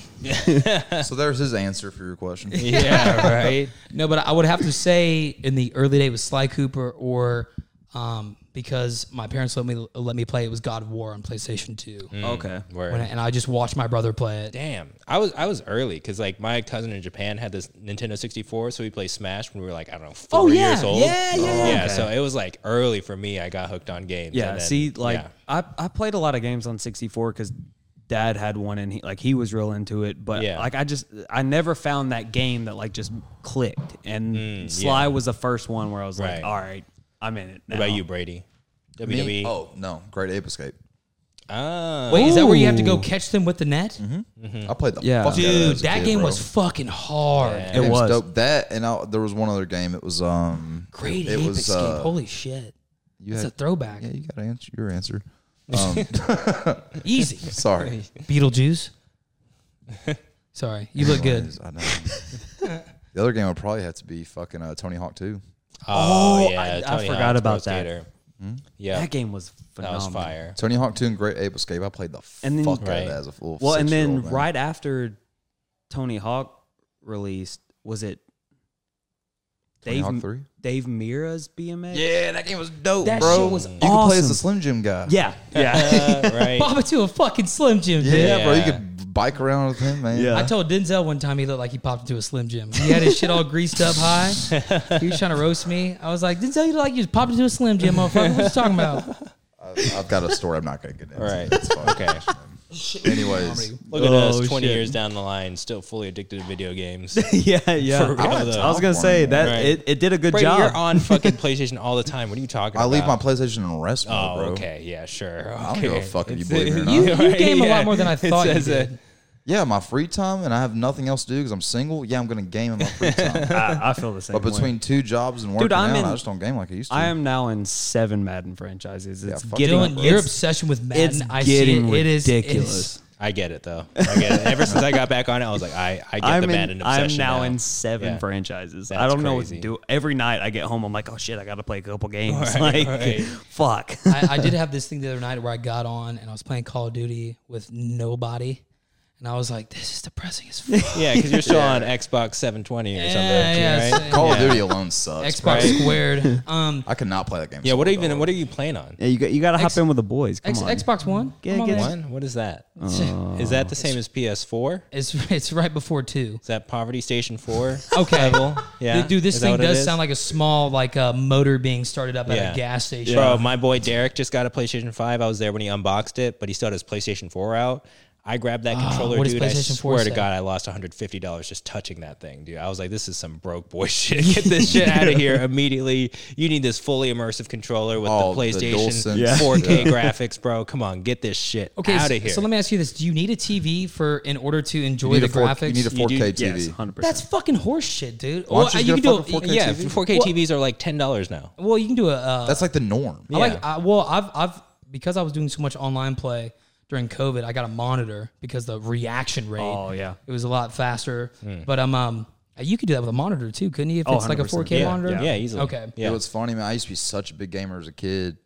Speaker 1: So there's his answer for your
Speaker 4: <laughs>
Speaker 1: question.
Speaker 3: Yeah. Right.
Speaker 4: No, but I would have to say in the early day it was Sly Cooper or um, because my parents let me let me play it was God of War on PlayStation
Speaker 1: Mm.
Speaker 4: Two,
Speaker 2: okay.
Speaker 4: When I- and I just watched my brother play it.
Speaker 3: Damn, I was I was early because like my cousin in Japan had this Nintendo 64, so we played Smash when we were like I don't know four
Speaker 4: Oh, yeah.
Speaker 3: years old.
Speaker 4: Yeah, yeah, yeah.
Speaker 3: yeah. So it was like early for me. I got hooked on games.
Speaker 2: Yeah,
Speaker 3: and then-
Speaker 2: see, like
Speaker 3: yeah.
Speaker 2: I, I played a lot of games on 64 because dad had one and he like he was real into it. But
Speaker 3: Yeah.
Speaker 2: like I just I never found that game that like just clicked. And Sly was the first one where I was
Speaker 3: Mm, Right.
Speaker 2: like, all right, I'm in it.
Speaker 3: what about you, Brady? WWE.
Speaker 1: Me? Oh, no. Great Ape Escape.
Speaker 3: Ah.
Speaker 4: Wait, is that where you have to go catch them with the net?
Speaker 1: I played the
Speaker 2: Yeah.
Speaker 1: fuck out of that
Speaker 4: Hmm.
Speaker 1: as
Speaker 4: Dude,
Speaker 1: Mm-hmm. a
Speaker 4: that
Speaker 1: kid,
Speaker 4: game
Speaker 1: bro.
Speaker 4: was fucking hard.
Speaker 2: It
Speaker 1: It was.
Speaker 2: was.
Speaker 1: dope. That and I, there was one other game. It was um.
Speaker 4: Great
Speaker 1: It
Speaker 4: Ape
Speaker 1: was,
Speaker 4: Escape.
Speaker 1: uh,
Speaker 4: Holy shit.
Speaker 1: You
Speaker 4: That's
Speaker 1: had,
Speaker 4: a throwback. <laughs>
Speaker 1: yeah, you got to answer your answer. Um, <laughs>
Speaker 4: Easy.
Speaker 1: sorry. <laughs>
Speaker 4: Beetlejuice. Sorry. You look good.
Speaker 1: I know. the other game would probably have to be fucking uh, Tony Hawk 2.
Speaker 3: Oh,
Speaker 2: Oh,
Speaker 3: yeah.
Speaker 2: I- I
Speaker 3: Tony
Speaker 2: forgot
Speaker 3: Hawk's
Speaker 2: about
Speaker 3: Pro
Speaker 2: that.
Speaker 3: Skater. Yeah,
Speaker 2: That game was
Speaker 3: that
Speaker 2: phenomenal.
Speaker 3: was fire.
Speaker 1: Tony Hawk 2 and Great Ape Escape. I played the
Speaker 2: And then-
Speaker 1: fuck out
Speaker 3: Right.
Speaker 1: of that as a fool.
Speaker 2: Well, and then right after Tony Hawk released, was it
Speaker 1: Tony
Speaker 2: Dave
Speaker 1: Hawk 3?
Speaker 2: Dave Mira's BMX?
Speaker 1: Yeah, that game was dope,
Speaker 2: That
Speaker 1: bro.
Speaker 2: shit was
Speaker 1: you could play as
Speaker 2: awesome.
Speaker 1: the Slim Jim guy.
Speaker 3: <laughs>
Speaker 2: yeah, yeah.
Speaker 3: Uh, right.
Speaker 4: <laughs> Pop it to a fucking Slim Jim,
Speaker 1: Yeah,
Speaker 4: dude.
Speaker 1: bro. You
Speaker 3: Yeah.
Speaker 1: could bike around with him, man.
Speaker 2: Yeah.
Speaker 4: I told Denzel one time he looked like he popped into a Slim Jim. He had his shit all greased up high. He was trying to roast me. I was like, Denzel, you look like you just popped into a Slim Jim, motherfucker. What you talking about?
Speaker 2: <laughs>
Speaker 1: I, I've got a story. I'm not going to get into.
Speaker 3: All right.
Speaker 1: It's fine.
Speaker 3: Okay.
Speaker 1: <laughs> Anyways,
Speaker 3: Look at
Speaker 2: Oh,
Speaker 3: us 20
Speaker 2: shit.
Speaker 3: years down the line, still fully addicted to
Speaker 2: <laughs>
Speaker 3: video games.
Speaker 2: yeah, yeah.
Speaker 3: For
Speaker 2: I,
Speaker 3: real, though.
Speaker 2: was gonna say that
Speaker 3: Right.
Speaker 2: it, it did a good
Speaker 3: Brady,
Speaker 2: job.
Speaker 3: you're
Speaker 2: <laughs>
Speaker 3: on fucking PlayStation all the time. What are you
Speaker 1: I
Speaker 3: talking about?
Speaker 1: leave my PlayStation in rest mode,
Speaker 3: Oh,
Speaker 1: bro.
Speaker 3: okay. Yeah, sure. Okay.
Speaker 1: I don't give a fuck if you believe it
Speaker 3: <laughs>
Speaker 1: or not.
Speaker 4: You, you game a lot more than I thought you
Speaker 3: says a-
Speaker 4: did.
Speaker 1: Yeah, my free time, and I have nothing else to do because I'm single. Yeah, I'm going to game in my free
Speaker 3: <laughs>
Speaker 1: time.
Speaker 2: I, I feel the same.
Speaker 1: but
Speaker 2: way.
Speaker 1: between two jobs and working
Speaker 2: I'm
Speaker 1: out,
Speaker 2: in-
Speaker 1: I just don't game like I used to.
Speaker 2: I am now in seven Madden franchises. It's
Speaker 1: fuck
Speaker 2: getting
Speaker 1: that,
Speaker 4: Dylan,
Speaker 1: bro.
Speaker 4: your
Speaker 2: it's-
Speaker 4: obsession with Madden,
Speaker 2: it's
Speaker 4: I
Speaker 2: getting
Speaker 4: see it. It is
Speaker 2: ridiculous.
Speaker 3: I get it though. I get it. Ever since I got back on it, I was like, I, I get
Speaker 2: I'm,
Speaker 3: the
Speaker 2: in-
Speaker 3: Madden obsession.
Speaker 2: I'm now in seven
Speaker 3: Yeah.
Speaker 2: franchises. I
Speaker 3: That's
Speaker 2: don't know what to
Speaker 3: crazy.
Speaker 2: do. Every night I get home, I'm like, oh shit, I got to play a couple games. <laughs>
Speaker 3: Right,
Speaker 2: like,
Speaker 3: right.
Speaker 2: fuck.
Speaker 4: It is. I, I did have this thing the other night where I got on and I was playing Call of Duty with nobody. And I was like, this is depressing as
Speaker 2: <laughs>
Speaker 3: <laughs>
Speaker 4: fuck.
Speaker 3: Yeah, because you're still on Xbox 720 or something.
Speaker 4: yeah,
Speaker 3: right?
Speaker 4: it's-
Speaker 1: Call of
Speaker 3: Yeah.
Speaker 1: Duty alone sucks.
Speaker 4: Xbox
Speaker 3: Right.
Speaker 4: squared. Um,
Speaker 1: I could not play that game.
Speaker 3: Yeah, what
Speaker 1: solo,
Speaker 3: even?
Speaker 1: dog.
Speaker 3: What are you playing on?
Speaker 2: <laughs> Yeah, you got you got to
Speaker 4: X-
Speaker 2: hop in with the boys. Come
Speaker 4: X,
Speaker 2: on.
Speaker 4: Xbox One.
Speaker 2: Get-
Speaker 4: Come on,
Speaker 2: get-
Speaker 4: man.
Speaker 3: One? What is that?
Speaker 1: Uh,
Speaker 3: is that the same as PS4?
Speaker 4: It's it's right before two.
Speaker 3: Is that Poverty Station 4?
Speaker 4: Okay.
Speaker 3: Yeah.
Speaker 4: Dude, this
Speaker 3: Is that
Speaker 4: thing
Speaker 3: what it
Speaker 4: does
Speaker 3: is?
Speaker 4: sound like a small like uh, motor being started up at
Speaker 3: Yeah.
Speaker 4: a gas station.
Speaker 3: Bro, my boy Derek just got a PlayStation 5. I was there when he unboxed it, but he still had his PlayStation 4 out. I grabbed that controller,
Speaker 4: Ah, what does
Speaker 3: dude. I
Speaker 4: PlayStation 4
Speaker 3: swear to
Speaker 4: say?
Speaker 3: God, I lost $150 just touching that thing, dude. I was like, this is some broke boy <laughs>
Speaker 4: <laughs>
Speaker 3: shit. Get this shit out of here immediately. You need this fully immersive controller with
Speaker 1: Oh,
Speaker 3: the
Speaker 1: the
Speaker 3: PlayStation
Speaker 1: DualSense. Yeah.
Speaker 3: 4K <laughs> graphics, bro. Come on, get this shit
Speaker 4: Okay,
Speaker 3: out
Speaker 4: so,
Speaker 3: of here.
Speaker 4: so let me ask you this: Do you need a TV for in order to
Speaker 1: You
Speaker 4: enjoy
Speaker 1: need
Speaker 4: the
Speaker 1: a four-
Speaker 4: graphics?
Speaker 1: You need a
Speaker 3: You do-
Speaker 1: 4K TV.
Speaker 2: Yes, hundred
Speaker 4: That's
Speaker 2: percent.
Speaker 4: fucking horseshit, dude.
Speaker 1: Why don't you
Speaker 4: you
Speaker 1: just get a
Speaker 4: can do a,
Speaker 1: fucking 4K
Speaker 3: yeah,
Speaker 1: TV?
Speaker 3: 4K
Speaker 4: Well-
Speaker 3: TVs are like $10 now.
Speaker 4: well, you can do a. Uh,
Speaker 1: That's like the norm.
Speaker 4: I like.
Speaker 3: Yeah.
Speaker 4: I, well, I've I've because I was doing so much online play during COVID, I got a monitor because the reaction rate.
Speaker 2: Oh, yeah.
Speaker 4: it was a lot faster. But um, um, you could do that with a monitor too, couldn't you? If
Speaker 2: Oh,
Speaker 4: it's like a 4K
Speaker 2: 100%.
Speaker 3: Yeah,
Speaker 4: monitor.
Speaker 3: yeah, easily.
Speaker 4: Okay.
Speaker 1: It
Speaker 3: Yeah.
Speaker 1: was funny, man. I used to be such a big gamer as a kid.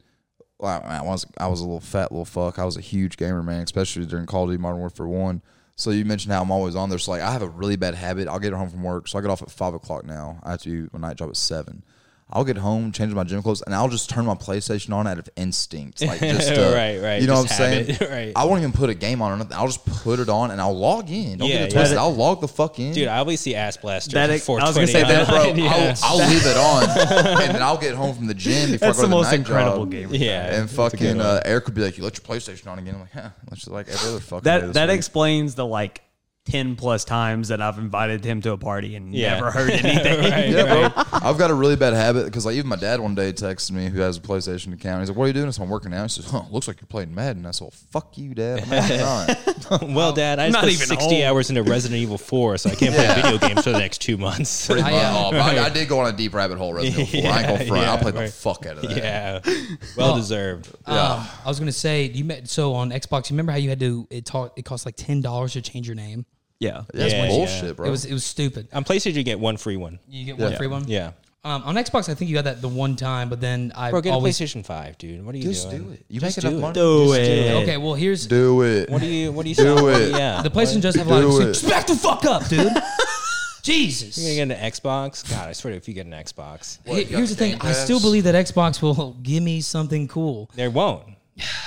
Speaker 1: Well, I I was I was a little fat little fuck. I was a huge gamer, man, especially during Call of Duty Modern Warfare One. So you mentioned how I'm always on there. So like I have a really bad habit. I'll get home from work. So I get off at five o'clock now. I have to do a night job at seven. I'll get home, change my gym clothes, and I'll just turn my PlayStation on out of instinct.
Speaker 3: <laughs>
Speaker 1: Like just uh,
Speaker 3: Right, right.
Speaker 1: You know
Speaker 3: Just
Speaker 1: what I'm saying?
Speaker 3: habit. <laughs> Right.
Speaker 1: I won't even put a game on or nothing. I'll just put it on and I'll log in. Don't
Speaker 3: Yeah,
Speaker 1: get it
Speaker 3: yeah.
Speaker 1: twisted. I'll log the fuck in.
Speaker 3: Dude, I always see ass blasters.
Speaker 2: That
Speaker 3: at
Speaker 2: ex- I was gonna say
Speaker 3: 420.
Speaker 1: Then, bro,
Speaker 3: <laughs> Yeah.
Speaker 1: I'll, I'll leave it on, and then I'll get home from the gym before
Speaker 2: That's
Speaker 1: I go to
Speaker 2: the
Speaker 1: the
Speaker 2: most
Speaker 1: night
Speaker 2: incredible
Speaker 1: job.
Speaker 2: game.
Speaker 3: Yeah.
Speaker 1: And fucking uh, Eric would be like, "You let your PlayStation on again?" I'm like, "Huh, let's just like every other fucking day
Speaker 2: That
Speaker 1: this
Speaker 2: that
Speaker 1: week."
Speaker 2: explains the like ten plus times that I've invited him to a party and
Speaker 3: Yeah.
Speaker 2: never <laughs> heard anything.
Speaker 3: Right,
Speaker 1: Yeah,
Speaker 3: right.
Speaker 1: bro. I've got a really bad habit because like even my dad one day texted me who has a PlayStation account. He's like, "What are you doing?" I said, "I'm working out." He says, "Huh, looks like you're playing Madden." I said, "Well, fuck you, dad. I'm
Speaker 3: <laughs>
Speaker 1: not."
Speaker 3: Well, Dad, I
Speaker 2: Not
Speaker 3: spent
Speaker 2: even
Speaker 3: 60
Speaker 2: home.
Speaker 3: hours into Resident Evil 4, so I can't <laughs> play video games for the next two <laughs> months.
Speaker 1: Pretty
Speaker 4: I,
Speaker 1: much.
Speaker 4: uh,
Speaker 1: Oh, but I, I did go on a deep rabbit hole Resident Evil. 4. I ain't gonna front.
Speaker 3: <laughs> yeah,
Speaker 1: I played
Speaker 3: right.
Speaker 1: the fuck out of that.
Speaker 3: <laughs> yeah. Well uh, deserved.
Speaker 4: Um, I was gonna say you met so on Xbox. You remember how you had to it taught it cost like ten dollars to change your name.
Speaker 2: yeah.
Speaker 1: That's
Speaker 3: Yeah,
Speaker 1: bullshit,
Speaker 3: yeah.
Speaker 1: bro.
Speaker 4: It was it was stupid. Uh,
Speaker 3: On PlayStation, you get one free one.
Speaker 4: You get one free one.
Speaker 3: Yeah.
Speaker 4: Um, on Xbox, I think you got that the one time, but then I
Speaker 3: Bro, get
Speaker 4: always
Speaker 3: a PlayStation 5, dude. What are you
Speaker 1: just
Speaker 3: doing?
Speaker 1: do it. You
Speaker 3: Just
Speaker 1: make enough money.
Speaker 2: Do it.
Speaker 4: okay. Well, here's
Speaker 1: Do it.
Speaker 3: What are you, what are
Speaker 1: <laughs>
Speaker 3: you
Speaker 1: Do
Speaker 3: saying?
Speaker 1: it.
Speaker 3: Yeah.
Speaker 4: the PlayStation does have a lot
Speaker 1: Do
Speaker 4: of
Speaker 1: it.
Speaker 4: Just back the fuck up, dude. Jesus.
Speaker 3: You're going to get an Xbox? God, I swear to you, if you get an Xbox,
Speaker 4: Here- here's the thing. I still believe that Xbox will <laughs> give me something cool.
Speaker 3: there won't.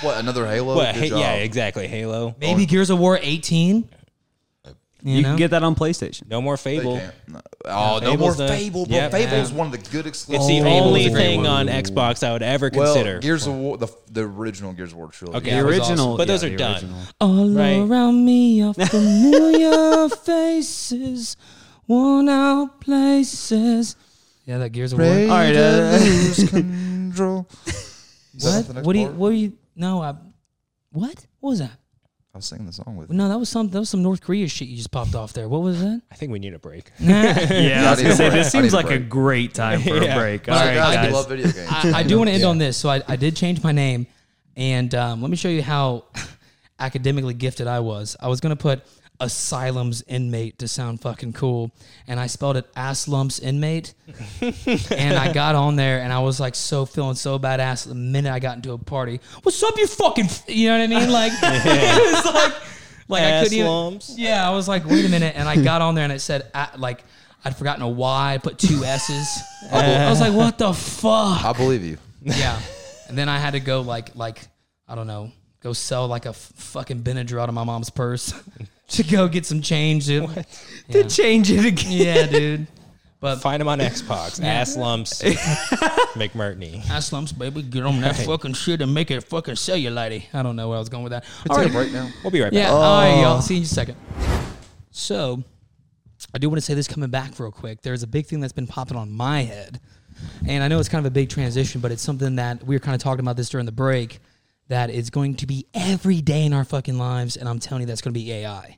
Speaker 1: What another Halo?
Speaker 3: But,
Speaker 1: Good
Speaker 3: hey, <laughs> yeah,
Speaker 1: job.
Speaker 3: exactly. Halo.
Speaker 4: Maybe Gears of War 18. You,
Speaker 2: You
Speaker 4: know?
Speaker 2: can get that on PlayStation.
Speaker 3: No more Fable.
Speaker 1: Can't. No. Oh, no
Speaker 3: Fable's
Speaker 1: more
Speaker 3: the-
Speaker 1: Fable, bro.
Speaker 3: Yeah.
Speaker 1: Fable's one of the good exclusives.
Speaker 3: It's the
Speaker 4: Fable's
Speaker 3: only
Speaker 4: a great
Speaker 3: thing on
Speaker 4: one.
Speaker 3: Xbox I would ever
Speaker 1: well,
Speaker 3: consider.
Speaker 1: Gears of War, the, the original Gears of War trilogy.
Speaker 3: Okay.
Speaker 2: The
Speaker 4: That was
Speaker 2: original,
Speaker 4: awesome.
Speaker 3: But
Speaker 2: <laughs>
Speaker 3: those
Speaker 2: yeah,
Speaker 3: are
Speaker 2: the
Speaker 3: done.
Speaker 2: original.
Speaker 4: All
Speaker 3: Right.
Speaker 4: around me are familiar faces, worn out places. Yeah, that Gears of War.
Speaker 2: All right, uh,
Speaker 1: lose control. Is that the
Speaker 4: What?
Speaker 1: next
Speaker 4: What do you?
Speaker 1: part?
Speaker 4: What do you? No, I. What? What was that?
Speaker 1: I was singing the song with you.
Speaker 4: No, that was some. That was some North Korea shit you just popped off there. What was that?
Speaker 3: I think we need a break.
Speaker 4: Nah.
Speaker 1: I
Speaker 2: Yeah, I was
Speaker 1: need
Speaker 2: gonna
Speaker 1: a
Speaker 2: say
Speaker 1: break. I
Speaker 2: this seems
Speaker 1: need a
Speaker 2: like a
Speaker 1: break.
Speaker 2: great time for a <laughs>
Speaker 3: Yeah.
Speaker 2: break. All right,
Speaker 1: guys, we
Speaker 2: guys.
Speaker 1: love video games.
Speaker 4: I, I do want to end on this. So I, I did change my name, and um, let me show you how <laughs> academically gifted I was. I was going to put asylum's inmate to sound fucking cool, and I spelled it asslumps inmate. and I got on there, and I was like so feeling so badass. The minute I got into a party, what's up, you fucking? F-? You know what I mean? Like <laughs> it was like like I couldn't even.
Speaker 3: Asslumps.
Speaker 4: Yeah, I was like, wait a minute, and I got on there, and it said a like. I'd forgotten a Y. I put two S's. I was like, "What the fuck?"
Speaker 1: I believe you.
Speaker 4: Yeah. <laughs> And then I had to go like like I don't know, go sell like a f- fucking Benadryl out of my mom's purse. <laughs> to go get some change. Dude.
Speaker 2: to change it again.
Speaker 4: Yeah, <laughs> dude. But
Speaker 3: Find him on Xbox. <laughs> Ass lumps. McMurtney.
Speaker 4: I slumps, baby, get on that fucking shit and make it fucking cellulite. I don't know where I was going with that. All
Speaker 1: Take
Speaker 4: right,
Speaker 1: a break now. <laughs>
Speaker 3: We'll be right
Speaker 4: Yeah.
Speaker 3: back.
Speaker 4: All right, y'all. See you in a second. So, I do want to say this coming back real quick. There's a big thing that's been popping on my head. And I know it's kind of a big transition, but it's something that we were kind of talking about this during the break that is going to be every day in our fucking lives. And I'm telling you, that's going to be AI.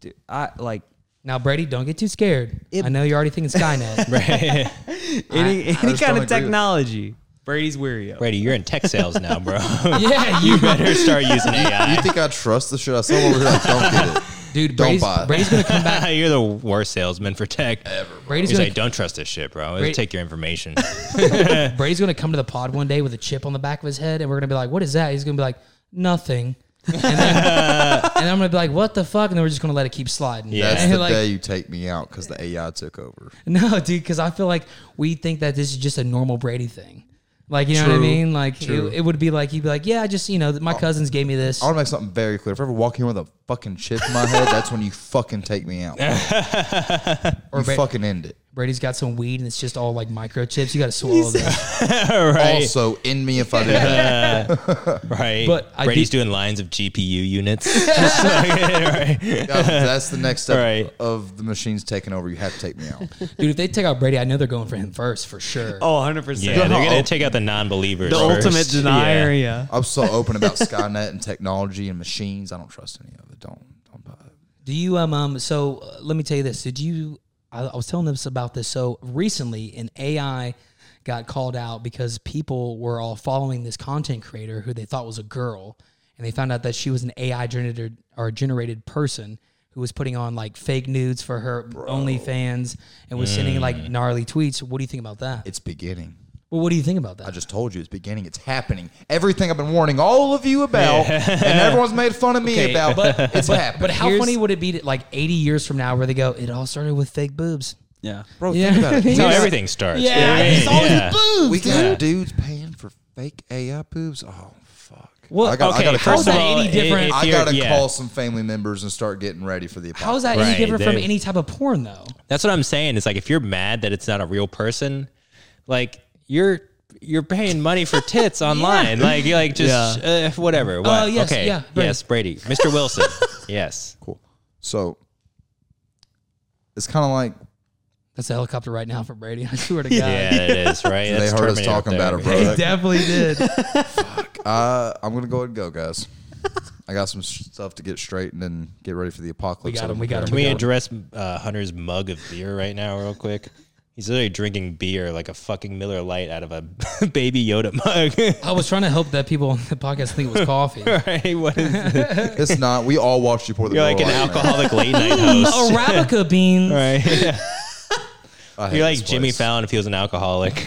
Speaker 2: Dude, I like
Speaker 4: Now, Brady, don't get too scared.
Speaker 2: It-
Speaker 4: I know you're already thinking Skynet.
Speaker 2: any any
Speaker 1: don't
Speaker 2: kind
Speaker 1: agree
Speaker 2: of
Speaker 1: with-
Speaker 2: technology. Brady's weary of.
Speaker 3: Brady, you're in tech sales now, bro. <laughs>
Speaker 4: yeah, you
Speaker 3: Better start using AI.
Speaker 1: You think I trust the shit I sell over here? I don't get it.
Speaker 4: Dude,
Speaker 1: Don't
Speaker 4: Brady's,
Speaker 1: buy it.
Speaker 4: Brady's going to come
Speaker 3: <laughs>
Speaker 4: back.
Speaker 3: you're the worst salesman for tech.
Speaker 4: Brady's
Speaker 3: He's
Speaker 4: going
Speaker 3: like, don't trust this shit, bro. It'll
Speaker 4: Brady-
Speaker 3: take your
Speaker 4: <laughs>
Speaker 3: information.
Speaker 4: to Brady's going to come to the pod one day with a chip on the back of his head, and we're going to be like, "What is that?" He's going to be like, "Nothing." And, then, <laughs> and I'm going to be like, "What the fuck?" And then we're just going to let it keep sliding.
Speaker 3: Yeah.
Speaker 1: That's
Speaker 4: And
Speaker 1: the
Speaker 4: like,
Speaker 1: day you take me out because the AI took over.
Speaker 4: <laughs> No, dude, because I feel like we think that this is just a normal Brady thing. Like, you know what I
Speaker 1: True.
Speaker 4: mean? Like,
Speaker 1: True. Oh.
Speaker 4: it, it would be like he'd be like, "Yeah, I just you know, my cousins gave me this."
Speaker 1: I want to make something very clear. If I ever walk in with a fucking chip in my head, that's when you fucking take me out. or
Speaker 4: ba-
Speaker 1: fucking end it.
Speaker 4: Brady's got some weed, and it's just all like microchips.
Speaker 1: <laughs>
Speaker 4: You got to swallow that.
Speaker 3: All right.
Speaker 1: Also, end me if I do that.
Speaker 3: right.
Speaker 4: But I
Speaker 3: Brady's
Speaker 4: do-
Speaker 3: doing lines of GPU
Speaker 4: <laughs>
Speaker 3: units. <laughs> Just like- right.
Speaker 1: That- That's the next step
Speaker 3: Right.
Speaker 1: of the machines taking over. You have to take me out.
Speaker 4: dude. If they take out Brady, I know they're going for him first for sure.
Speaker 2: Oh, 100%.
Speaker 3: Yeah, they're gonna take out the non-believers.
Speaker 2: the
Speaker 3: first.
Speaker 2: ultimate denier. Yeah.
Speaker 1: I'm so open about Skynet and technology and machines. I don't trust any of it. Don't don't buy it.
Speaker 4: Do you um um so uh, let me tell you this. Did you I, I was telling this about this. So recently an AI got called out because people were all following this content creator who they thought was a girl and they found out that she was an AI generated or generated person who was putting on like fake nudes for her OnlyFans and was sending like gnarly tweets. What do you think about that?
Speaker 1: It's beginning.
Speaker 4: well, what do you think about
Speaker 1: I
Speaker 4: that?
Speaker 1: just told you it's beginning. It's happening. Everything I've been warning all of you about, and everyone's made fun of me
Speaker 4: Okay,
Speaker 1: about.
Speaker 4: but-
Speaker 1: it's happening.
Speaker 4: But how
Speaker 2: Here's-
Speaker 4: funny would it be to, like 80 years from now where they go, it all started with fake boobs?
Speaker 2: Yeah.
Speaker 1: bro, think about it.
Speaker 4: Yeah.
Speaker 1: We
Speaker 3: That's
Speaker 1: got-
Speaker 3: how everything starts.
Speaker 4: Yeah,
Speaker 3: right?
Speaker 4: it's always
Speaker 3: Yeah.
Speaker 4: boobs.
Speaker 1: We got dudes paying for fake AI boobs. Oh fuck!
Speaker 4: Well,
Speaker 1: I got,
Speaker 3: okay,
Speaker 1: I got to
Speaker 3: first
Speaker 1: call,
Speaker 4: How's that
Speaker 3: of all,
Speaker 4: any
Speaker 3: i-
Speaker 4: different?
Speaker 3: if
Speaker 1: I
Speaker 3: you're-
Speaker 1: gotta
Speaker 3: yeah.
Speaker 1: call some family members and start getting ready for the
Speaker 4: How
Speaker 1: apocalypse.
Speaker 4: is that any
Speaker 3: Right,
Speaker 4: different from
Speaker 3: they-
Speaker 4: any type of porn though?
Speaker 3: That's what I'm saying. It's like if you're mad that it's not a real person, like you're you're paying money for
Speaker 4: <laughs>
Speaker 3: tits online. Like you're like just uh, whatever. What?
Speaker 4: Oh, yes,
Speaker 3: okay.
Speaker 4: yeah, Brady.
Speaker 3: Yes, Brady. Mr.
Speaker 4: <laughs>
Speaker 3: Wilson. yes.
Speaker 1: Cool. So it's kind of like
Speaker 4: That's a helicopter right now for Brady. I swear to God. <laughs>
Speaker 3: Yeah, it is, right?
Speaker 1: they
Speaker 3: That's
Speaker 1: heard us
Speaker 3: Terminator
Speaker 1: talking
Speaker 3: up
Speaker 1: about
Speaker 3: there.
Speaker 1: it, bro.
Speaker 4: Definitely did.
Speaker 1: Uh, I'm gonna go ahead and go, guys. I got some stuff to get straightened and get ready for the apocalypse.
Speaker 4: got
Speaker 1: I don't
Speaker 4: 'em, we
Speaker 1: care.
Speaker 4: got 'em.
Speaker 3: Can we address uh, Hunter's mug of beer right now, real quick? He's literally drinking beer like a fucking Miller Light out of a <laughs> baby Yoda mug. <laughs>
Speaker 4: I was trying to help that people on the podcast think it was coffee.
Speaker 3: right? What is this?
Speaker 1: It's not. We all watched you pour the.
Speaker 3: You're like an
Speaker 1: Miller Lite, man.
Speaker 3: alcoholic late
Speaker 4: <laughs>
Speaker 3: night host.
Speaker 4: Arabica beans.
Speaker 3: Oh, right?
Speaker 4: <laughs>
Speaker 1: I hate
Speaker 3: You're like
Speaker 1: this
Speaker 3: Jimmy
Speaker 1: place.
Speaker 3: Fallon if he was an alcoholic.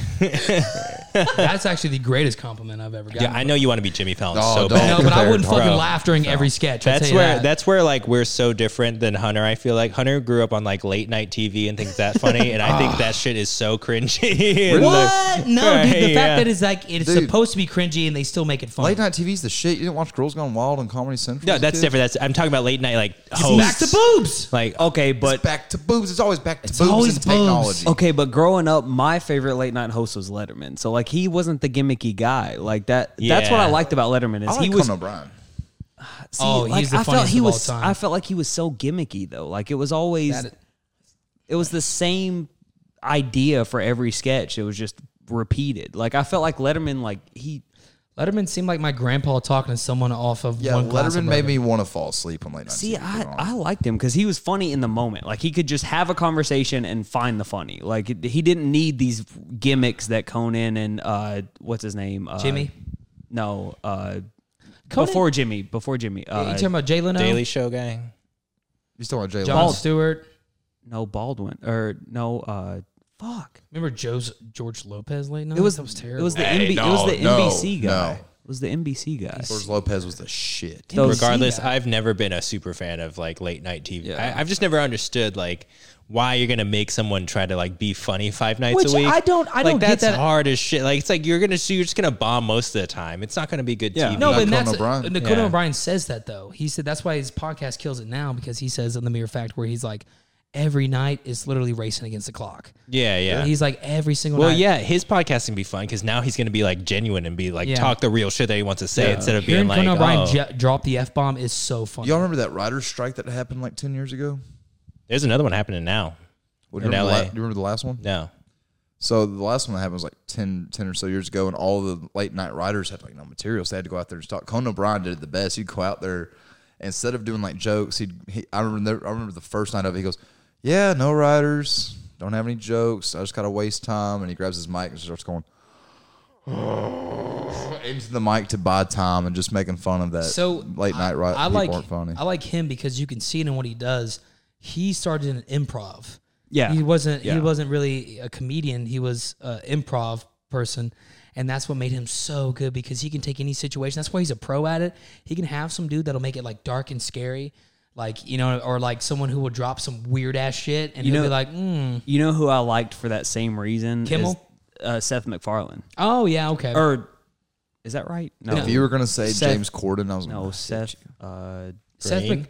Speaker 4: That's actually the greatest compliment I've ever gotten.
Speaker 3: Yeah, I know you want to be Jimmy Fallon
Speaker 1: Oh,
Speaker 3: so
Speaker 1: don't.
Speaker 3: bad.
Speaker 4: No, but I
Speaker 1: Compared
Speaker 4: wouldn't
Speaker 1: to-
Speaker 4: fucking
Speaker 3: Bro.
Speaker 4: laugh during every sketch. I'll
Speaker 3: That's
Speaker 4: tell you
Speaker 3: where
Speaker 4: that.
Speaker 3: that's where like we're so different than Hunter. I feel like Hunter grew up on like late night TV and thinks that funny, and I
Speaker 1: Ah.
Speaker 3: think that shit is so cringy. <laughs> And, like,
Speaker 4: what? No, dude. The fact
Speaker 3: Right, yeah.
Speaker 4: that it's like it's
Speaker 1: Dude.
Speaker 4: supposed to be cringy and they still make it funny.
Speaker 1: Late night TV's the shit. You didn't watch Girls Gone Wild on Comedy Central.
Speaker 3: no,
Speaker 1: as a
Speaker 3: that's
Speaker 1: kid?
Speaker 3: different. That's I'm talking about late night like hosts.
Speaker 4: Back to boobs.
Speaker 3: Like okay,
Speaker 1: It's
Speaker 3: but
Speaker 1: back to boobs. It's always back to boobs
Speaker 4: always
Speaker 1: and
Speaker 4: boobs.
Speaker 1: technology.
Speaker 2: Okay, but growing up, my favorite late night host was Letterman. So like he wasn't the gimmicky guy. Like that. That's what I
Speaker 3: Yeah.
Speaker 2: liked about Letterman is
Speaker 1: I like
Speaker 2: he was.
Speaker 1: Conan O'Brien.
Speaker 2: see,
Speaker 4: Oh,
Speaker 2: like,
Speaker 4: he's the
Speaker 2: I felt
Speaker 4: funniest
Speaker 2: he
Speaker 4: of all
Speaker 2: was.
Speaker 4: time.
Speaker 2: I felt like he was so gimmicky though. Like it was always.
Speaker 4: That-
Speaker 2: it was the same idea for every sketch. It was just repeated. Like I felt like Letterman. Like he.
Speaker 4: Letterman seemed like my grandpa talking to someone off of
Speaker 1: Yeah,
Speaker 4: one glass of
Speaker 1: Letterman made
Speaker 4: bourbon.
Speaker 1: me want to fall asleep on late night.
Speaker 2: See,
Speaker 1: TV, don't get me
Speaker 2: I,
Speaker 1: wrong.
Speaker 2: I liked him because he was funny in the moment. Like he could just have a conversation and find the funny. Like it- he didn't need these gimmicks that Conan and uh, what's his name, uh,
Speaker 4: Jimmy?
Speaker 2: No, uh,
Speaker 4: Conan-
Speaker 2: before Jimmy, before Jimmy.
Speaker 4: you
Speaker 2: Uh,
Speaker 4: talking about Jay Leno,
Speaker 3: Daily Show guy.
Speaker 1: you still want Jay
Speaker 4: John
Speaker 1: Leno?
Speaker 4: Stewart?
Speaker 2: no Baldwin or no. Uh, fuck.
Speaker 4: Remember Joe's George Lopez late night?
Speaker 2: It was
Speaker 4: that was terrible.
Speaker 2: It was the,
Speaker 3: Hey,
Speaker 2: NB, it was
Speaker 1: no,
Speaker 2: the
Speaker 1: no,
Speaker 2: NBC guy.
Speaker 1: no.
Speaker 2: was the NBC guy.
Speaker 1: George Lopez was the shit.
Speaker 2: Those-
Speaker 3: regardless
Speaker 4: I,
Speaker 3: i've never been a super fan of like late night tv
Speaker 2: Yeah.
Speaker 3: I, i've just never understood like why you're gonna make someone try to like be funny five nights
Speaker 2: Which
Speaker 3: a week
Speaker 2: I don't- I
Speaker 3: like
Speaker 2: don't get
Speaker 3: that's
Speaker 2: that.
Speaker 3: hard as shit like it's like you're gonna so you're just gonna bomb most of the time it's not gonna be good
Speaker 2: Yeah.
Speaker 3: tv
Speaker 4: no,
Speaker 1: Conan
Speaker 4: but that's
Speaker 1: O'Brien.
Speaker 4: Conan
Speaker 3: Yeah.
Speaker 4: O'Brien says that though. He said that's why his podcast kills it now because he says on the mere fact where he's like, every night is literally racing against the clock.
Speaker 3: yeah yeah
Speaker 4: He's like every single
Speaker 3: well
Speaker 4: night.
Speaker 3: yeah his podcast can be fun because now he's gonna be like genuine and be like
Speaker 4: Yeah.
Speaker 3: talk the real shit that he wants to say instead of
Speaker 4: Hearing
Speaker 3: being like
Speaker 4: Conan O'Brien
Speaker 3: oh,
Speaker 4: j- drop the f bomb is so funny.
Speaker 1: Y'all remember that writer's strike that happened like 10 years ago?
Speaker 3: there's another one happening now
Speaker 1: What, do,
Speaker 3: In
Speaker 1: you remember the
Speaker 3: LA.
Speaker 1: la- do you remember the last one?
Speaker 3: no
Speaker 1: So the last one that happened was like 10, 10 or so years ago, and all the late night writers had like no materials. They had to go out there and talk. Conan O'Brien did it the best. He'd go out there instead of doing like jokes. He'd he, I remember I remember the first night of it. He goes, "Yeah, no writers, don't have any jokes. I just gotta waste time." And he grabs his mic and starts going <sighs> into the mic to buy time and just making fun of that.
Speaker 4: so
Speaker 1: late night writers
Speaker 4: I
Speaker 1: people
Speaker 4: like
Speaker 1: aren't funny.
Speaker 4: I like him because you can see it in what he does. He started in improv.
Speaker 2: Yeah.
Speaker 4: he wasn't
Speaker 2: Yeah.
Speaker 4: he wasn't really a comedian. He was an improv person, and that's what made him so good because he can take any situation. That's why he's a pro at it. He can have some dude that'll make it like dark and scary, like you know, or like someone who will drop some weird ass shit, and
Speaker 2: You
Speaker 4: he'll
Speaker 2: know-
Speaker 4: be like, mm,
Speaker 2: You know who I liked for that same reason?
Speaker 4: Kimmel?
Speaker 2: Is, uh, Seth MacFarlane.
Speaker 4: "Oh yeah, okay."
Speaker 2: Or is that right? No.
Speaker 1: if you were gonna say
Speaker 4: Seth-
Speaker 1: James Corden, I was
Speaker 2: No,
Speaker 1: gonna,
Speaker 2: Seth. Uh,
Speaker 4: Seth
Speaker 3: Green?
Speaker 4: Mc-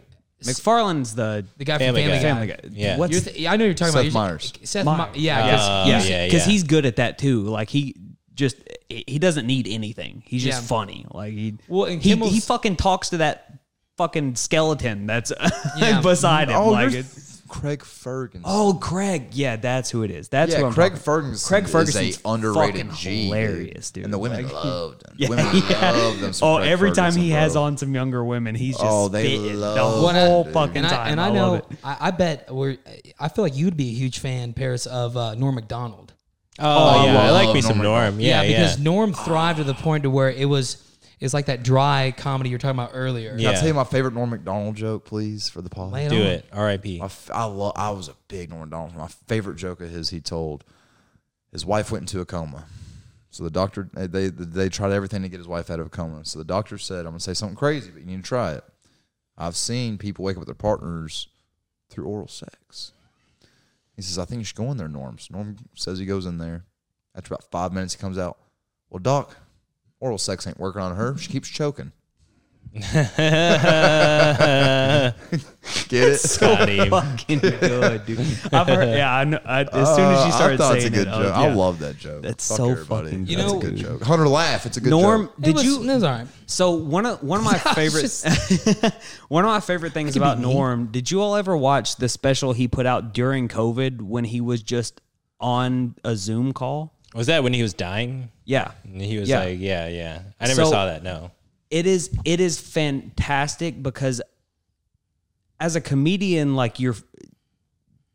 Speaker 2: McFarlane's the
Speaker 4: the guy from
Speaker 3: Family
Speaker 4: Family,
Speaker 3: Guy.
Speaker 4: Guy.
Speaker 2: family guy.
Speaker 3: Yeah.
Speaker 2: What's
Speaker 4: You're th- I know you're talking
Speaker 1: Seth
Speaker 4: about you're-
Speaker 1: Meyers.
Speaker 4: Seth Myers. yeah, 'cause-
Speaker 3: Uh,
Speaker 2: yeah,
Speaker 3: yeah,
Speaker 2: because
Speaker 3: yeah.
Speaker 2: he's good at that too. Like he just he doesn't need anything. He's just
Speaker 4: Yeah.
Speaker 2: funny. Like he
Speaker 4: Well, and
Speaker 2: he,
Speaker 4: Kimmel's-
Speaker 2: he fucking talks to that fucking skeleton that's <laughs>
Speaker 4: Yeah.
Speaker 2: beside him.
Speaker 1: Oh,
Speaker 2: like
Speaker 1: you're-
Speaker 2: it's-
Speaker 1: Craig Ferguson.
Speaker 2: oh, Craig. Yeah, that's who it is. That's
Speaker 1: yeah,
Speaker 2: who I'm
Speaker 1: Craig
Speaker 2: talking-
Speaker 1: Ferguson.
Speaker 2: Craig
Speaker 1: Craig Ferguson
Speaker 2: Ferguson's
Speaker 1: is a underrated
Speaker 2: fucking
Speaker 1: G,
Speaker 2: hilarious, dude.
Speaker 1: And the women
Speaker 2: Like-
Speaker 1: loved him.
Speaker 2: <laughs> Yeah,
Speaker 1: women
Speaker 2: yeah.
Speaker 1: loved him. some
Speaker 2: Oh,
Speaker 1: Craig
Speaker 2: every time he
Speaker 1: Ferguson,
Speaker 2: has
Speaker 1: bro.
Speaker 2: on some younger women, he's just
Speaker 1: Oh, they
Speaker 2: fitting the
Speaker 1: love
Speaker 2: whole
Speaker 1: that dude.
Speaker 2: fucking
Speaker 4: and
Speaker 2: time.
Speaker 4: I, and I,
Speaker 2: love
Speaker 4: know
Speaker 2: it. <laughs>
Speaker 4: I, I bet we're I feel like you'd be a huge fan, Paris, of uh, Norm Macdonald.
Speaker 3: oh,
Speaker 1: I
Speaker 3: yeah i
Speaker 1: love
Speaker 3: like me some
Speaker 1: Norman
Speaker 3: norm yeah yeah
Speaker 4: because Norm thrived to the point to where it was it's like that dry comedy you were talking about earlier.
Speaker 1: Can
Speaker 3: Yeah.
Speaker 1: I tell you my favorite Norm Macdonald joke, please, for the pod?
Speaker 4: Lay
Speaker 3: do
Speaker 4: on.
Speaker 3: it
Speaker 1: <laughs>
Speaker 3: rip
Speaker 1: My f- I love. I was a big Norm Macdonald. My favorite joke of his, he told, his wife went into a coma. So the doctor, they they, they tried everything to get his wife out of a coma. So the doctor said, "I'm gonna say something crazy, but you need to try it." I've seen people wake up with their partners through oral sex. He says, "I think you should go in there, Norm." So Norm says he goes in there. After about five minutes, he comes out. Well, doc, oral sex ain't working on her. She keeps choking. <laughs> Get it?
Speaker 3: got
Speaker 2: <laughs>
Speaker 3: him
Speaker 2: fucking good, dude. I've heard, yeah, I know, I, as soon as
Speaker 1: Uh,
Speaker 2: you started
Speaker 1: I thought
Speaker 2: saying
Speaker 1: it's a good
Speaker 2: it, I was-
Speaker 1: joke. I
Speaker 2: yeah.
Speaker 1: love that joke.
Speaker 2: That's
Speaker 1: Fuck
Speaker 2: so
Speaker 1: everybody.
Speaker 2: fucking
Speaker 1: That's
Speaker 4: good.
Speaker 1: a
Speaker 4: You
Speaker 1: good
Speaker 4: know-
Speaker 1: joke. Hunter laugh. It's a good
Speaker 2: Norm,
Speaker 1: joke.
Speaker 4: It
Speaker 2: did
Speaker 4: was-
Speaker 2: you?
Speaker 4: It was all right.
Speaker 2: So one of <laughs> one of my favorite <laughs> one of my favorite things about Norm. Did you all ever watch the special he put out during COVID when he was just on a Zoom call?
Speaker 3: was that when he was dying
Speaker 2: Yeah,
Speaker 3: And He was
Speaker 2: Yeah.
Speaker 3: like, yeah, yeah. I never
Speaker 2: So-
Speaker 3: saw that. No.
Speaker 2: it is it is fantastic because as a comedian, like you're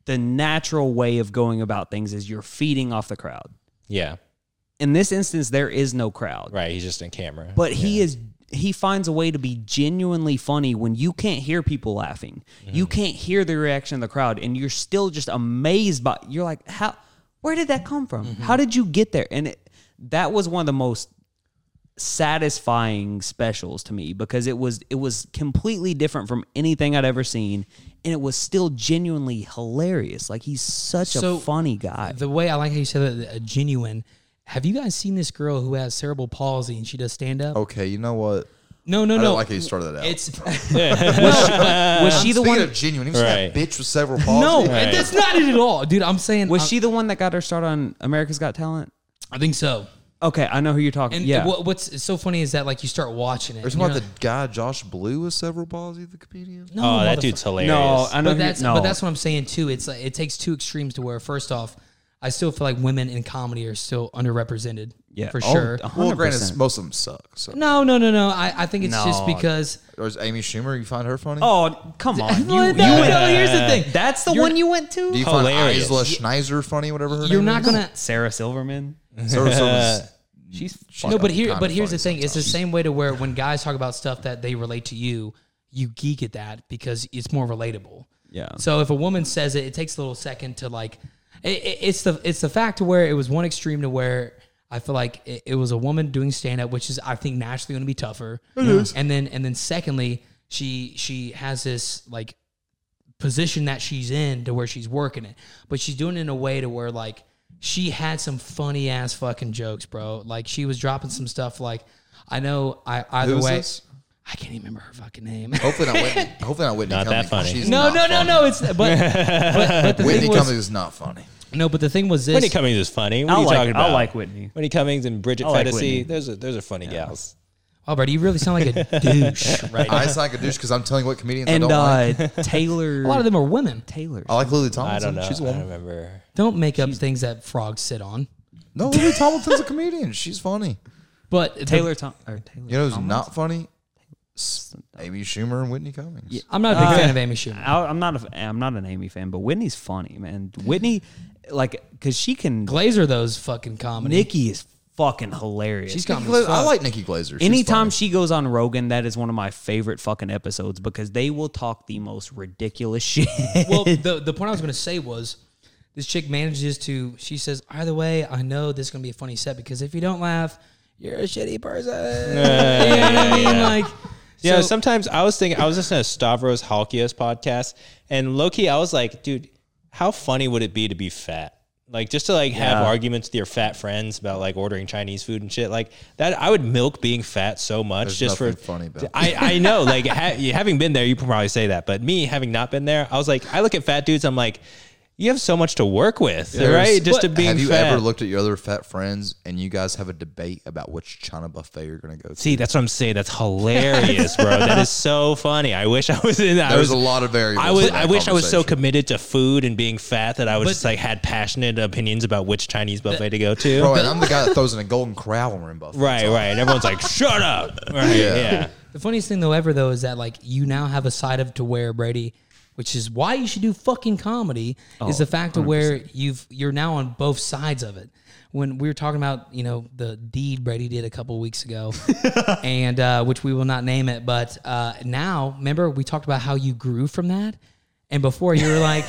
Speaker 2: the natural way of going about things is you're feeding off the crowd.
Speaker 3: Yeah.
Speaker 2: In this instance, there is no crowd.
Speaker 3: Right. He's just in camera.
Speaker 2: but he is he finds a way to be genuinely funny when you can't hear people laughing you
Speaker 4: Mm-hmm.
Speaker 2: can't hear the reaction of the crowd and you're still just amazed by you're like how where did that come from
Speaker 4: Mm-hmm.
Speaker 2: how did you get there and it, that was one of the most satisfying specials to me because it was it was completely different from anything I'd ever seen and it was still genuinely hilarious like he's such
Speaker 4: So,
Speaker 2: a funny guy
Speaker 4: The way I like how you said that, a genuine. Have you guys seen this girl who has cerebral palsy and she does stand up?
Speaker 1: Okay, you know what?
Speaker 4: No, no,
Speaker 1: Oh, I
Speaker 4: no.
Speaker 1: don't like how you started that out. <laughs>
Speaker 4: it's <laughs>
Speaker 2: was she the
Speaker 1: Speaking
Speaker 2: one
Speaker 1: of genuine, even
Speaker 3: Right.
Speaker 1: that bitch with several
Speaker 4: no,
Speaker 1: palsy.
Speaker 3: Right.
Speaker 4: that's not it at all, dude. I'm saying
Speaker 2: was
Speaker 4: I-
Speaker 2: she the one that got her start on America's Got Talent
Speaker 4: I think so.
Speaker 2: okay I know who you're talking
Speaker 4: And
Speaker 2: yeah
Speaker 4: what, what's so funny is that like you start watching it.
Speaker 1: There's
Speaker 4: and you're
Speaker 1: about the
Speaker 4: like,
Speaker 1: guy Josh Blue with several palsy, the comedian.
Speaker 4: no,
Speaker 3: oh, that
Speaker 4: motherfucker.
Speaker 3: dude's hilarious.
Speaker 2: No, I know.
Speaker 4: But
Speaker 2: who-
Speaker 4: that's
Speaker 2: no.
Speaker 4: but that's what I'm saying too. It's like it takes two extremes to where first off, I still feel like women in comedy are still underrepresented.
Speaker 2: Yeah.
Speaker 4: for
Speaker 2: Oh,
Speaker 4: sure.
Speaker 2: uh,
Speaker 1: Well, granted,
Speaker 2: 100%.
Speaker 1: most of them suck. So,
Speaker 4: No, no, no, no. I, I think it's just
Speaker 2: No.
Speaker 4: because
Speaker 1: or is Amy Schumer? You find her funny?
Speaker 2: Oh, come
Speaker 4: <laughs>
Speaker 2: on!
Speaker 4: no,
Speaker 2: You,
Speaker 4: no,
Speaker 2: you went,
Speaker 4: no, here's the thing.
Speaker 2: that's the
Speaker 4: You're-
Speaker 2: one you went to.
Speaker 1: Do you find
Speaker 3: hilarious.
Speaker 1: Isla Schneiser funny? Whatever her
Speaker 4: You're
Speaker 1: name
Speaker 4: not
Speaker 1: is?
Speaker 4: gonna.
Speaker 2: Sarah Silverman.
Speaker 1: So- so
Speaker 3: <laughs>
Speaker 1: it's-
Speaker 2: She's
Speaker 1: she's
Speaker 4: No, but here,
Speaker 1: kinda
Speaker 4: but here's
Speaker 1: funny
Speaker 4: the thing. It's the
Speaker 1: sometimes.
Speaker 4: same way to where when guys talk about stuff that they relate to you, you geek at that because it's more relatable.
Speaker 2: yeah.
Speaker 4: So if a woman says it, it takes a little second to like. It, it- it's the it's the fact to where it was one extreme to where I feel like it, it was a woman doing stand up, which is I think naturally going to be tougher. And then and then secondly, she she has this like position that she's in to where she's working it, but she's doing it in a way to where like she had some funny ass fucking jokes, bro. Like she was dropping some stuff like. I know. I either
Speaker 1: Who is
Speaker 4: way,
Speaker 1: this?
Speaker 4: I can't even remember her fucking name. <laughs>
Speaker 1: Hopefully not. Whitney, hopefully not Whitney.
Speaker 3: Not that
Speaker 1: Cummings.
Speaker 3: funny.
Speaker 1: She's
Speaker 4: No,
Speaker 1: not
Speaker 4: no, no,
Speaker 1: funny.
Speaker 4: no. It's but, but, but
Speaker 1: <laughs>
Speaker 4: the
Speaker 1: Whitney
Speaker 4: thing was
Speaker 1: Cummings is not funny.
Speaker 4: no. But the thing was this.
Speaker 3: Whitney Cummings is funny. What
Speaker 2: I
Speaker 3: are you
Speaker 2: like-
Speaker 3: talking
Speaker 2: I
Speaker 3: about?
Speaker 2: like Whitney.
Speaker 3: Whitney Cummings and Bridget
Speaker 2: like Whitney.
Speaker 3: Fetisi. Those are those are funny gals.
Speaker 4: oh, Brady, you really sound like
Speaker 1: <laughs>
Speaker 4: a douche right now.
Speaker 1: I just like a douche because I'm telling you what comedians
Speaker 2: and
Speaker 1: I don't like.
Speaker 2: <laughs> uh, Taylor.
Speaker 4: A lot of them are women.
Speaker 2: Taylor.
Speaker 1: I like Lily
Speaker 3: I
Speaker 1: Tomlinson.
Speaker 3: don't know.
Speaker 1: She's a
Speaker 3: I don't
Speaker 1: woman.
Speaker 2: <laughs>
Speaker 3: remember.
Speaker 4: Don't make up things that frogs sit on.
Speaker 1: No, Lily Tomlinson's a comedian. She's funny.
Speaker 4: But the-
Speaker 2: Taylor Tom or Taylor.
Speaker 1: You know who's
Speaker 2: Tomlin?
Speaker 1: not funny? S- Amy Schumer and Whitney Cummings.
Speaker 4: I'm not a big
Speaker 1: Uh,
Speaker 4: fan of Amy Schumer.
Speaker 2: I, I'm not. A, I'm not an Amy fan, but Whitney's funny, man. Whitney, like, cause she can.
Speaker 4: Glazer, those fucking comedy.
Speaker 2: Nikki is fucking hilarious.
Speaker 4: she's
Speaker 1: Nikki
Speaker 4: comedy.
Speaker 1: Glaser-
Speaker 4: as
Speaker 1: I
Speaker 4: fuck.
Speaker 1: like Nikki Glazer. She's
Speaker 2: Anytime
Speaker 1: funny.
Speaker 2: she goes on Rogan, that is one of my favorite fucking episodes because they will talk the most ridiculous <laughs> shit.
Speaker 4: well, the the point I was going to say was this chick manages to. She says, either way, I know this is going to be a funny set because if you don't laugh, you're a shitty person. you know what <laughs> I mean? Like,
Speaker 3: <laughs> Yeah,
Speaker 4: so-
Speaker 3: sometimes I was thinking I was listening to Stavros Halkias podcast, and Loki, I was like, dude, how funny would it be to be fat? Like just to like have
Speaker 2: Yeah.
Speaker 3: arguments with your fat friends about like ordering Chinese food and shit like that. I would milk being fat so much
Speaker 1: There's
Speaker 3: just for
Speaker 1: nothing funny about it.
Speaker 3: I I know like ha- you- having been there, you probably say that, but me having not been there, I was like, I look at fat dudes, I'm like, you have so much to work with, right? Just to being
Speaker 1: Have you
Speaker 3: fat.
Speaker 1: ever looked at your other fat friends and you guys have a debate about which China buffet you're going to go to?
Speaker 3: See, that's what I'm saying. That's hilarious, bro. that is so funny. I wish I was in. I
Speaker 1: There's
Speaker 3: was
Speaker 1: a lot of variables.
Speaker 3: I was.
Speaker 1: in that
Speaker 3: I wish I was so
Speaker 1: conversation.
Speaker 3: committed to food and being fat that I was
Speaker 4: But-
Speaker 3: just like had passionate opinions about which Chinese buffet to go to.
Speaker 1: Bro, and I'm the guy that throws in a golden crow when we're in buffet.
Speaker 3: right, right. And everyone's like, "Shut up!" Right,
Speaker 1: Yeah.
Speaker 3: yeah.
Speaker 4: The funniest thing though ever though is that like you now have a side of to where Brady, which is why you should do fucking comedy, is
Speaker 2: Oh,
Speaker 4: the fact of where you've you're now on both sides of it. When we were talking about you know the deed Brady did a couple
Speaker 2: <laughs>
Speaker 4: weeks ago, and uh, which we will not name it, but uh, now remember we talked about how you grew from that. And before you
Speaker 2: <laughs>
Speaker 4: were like,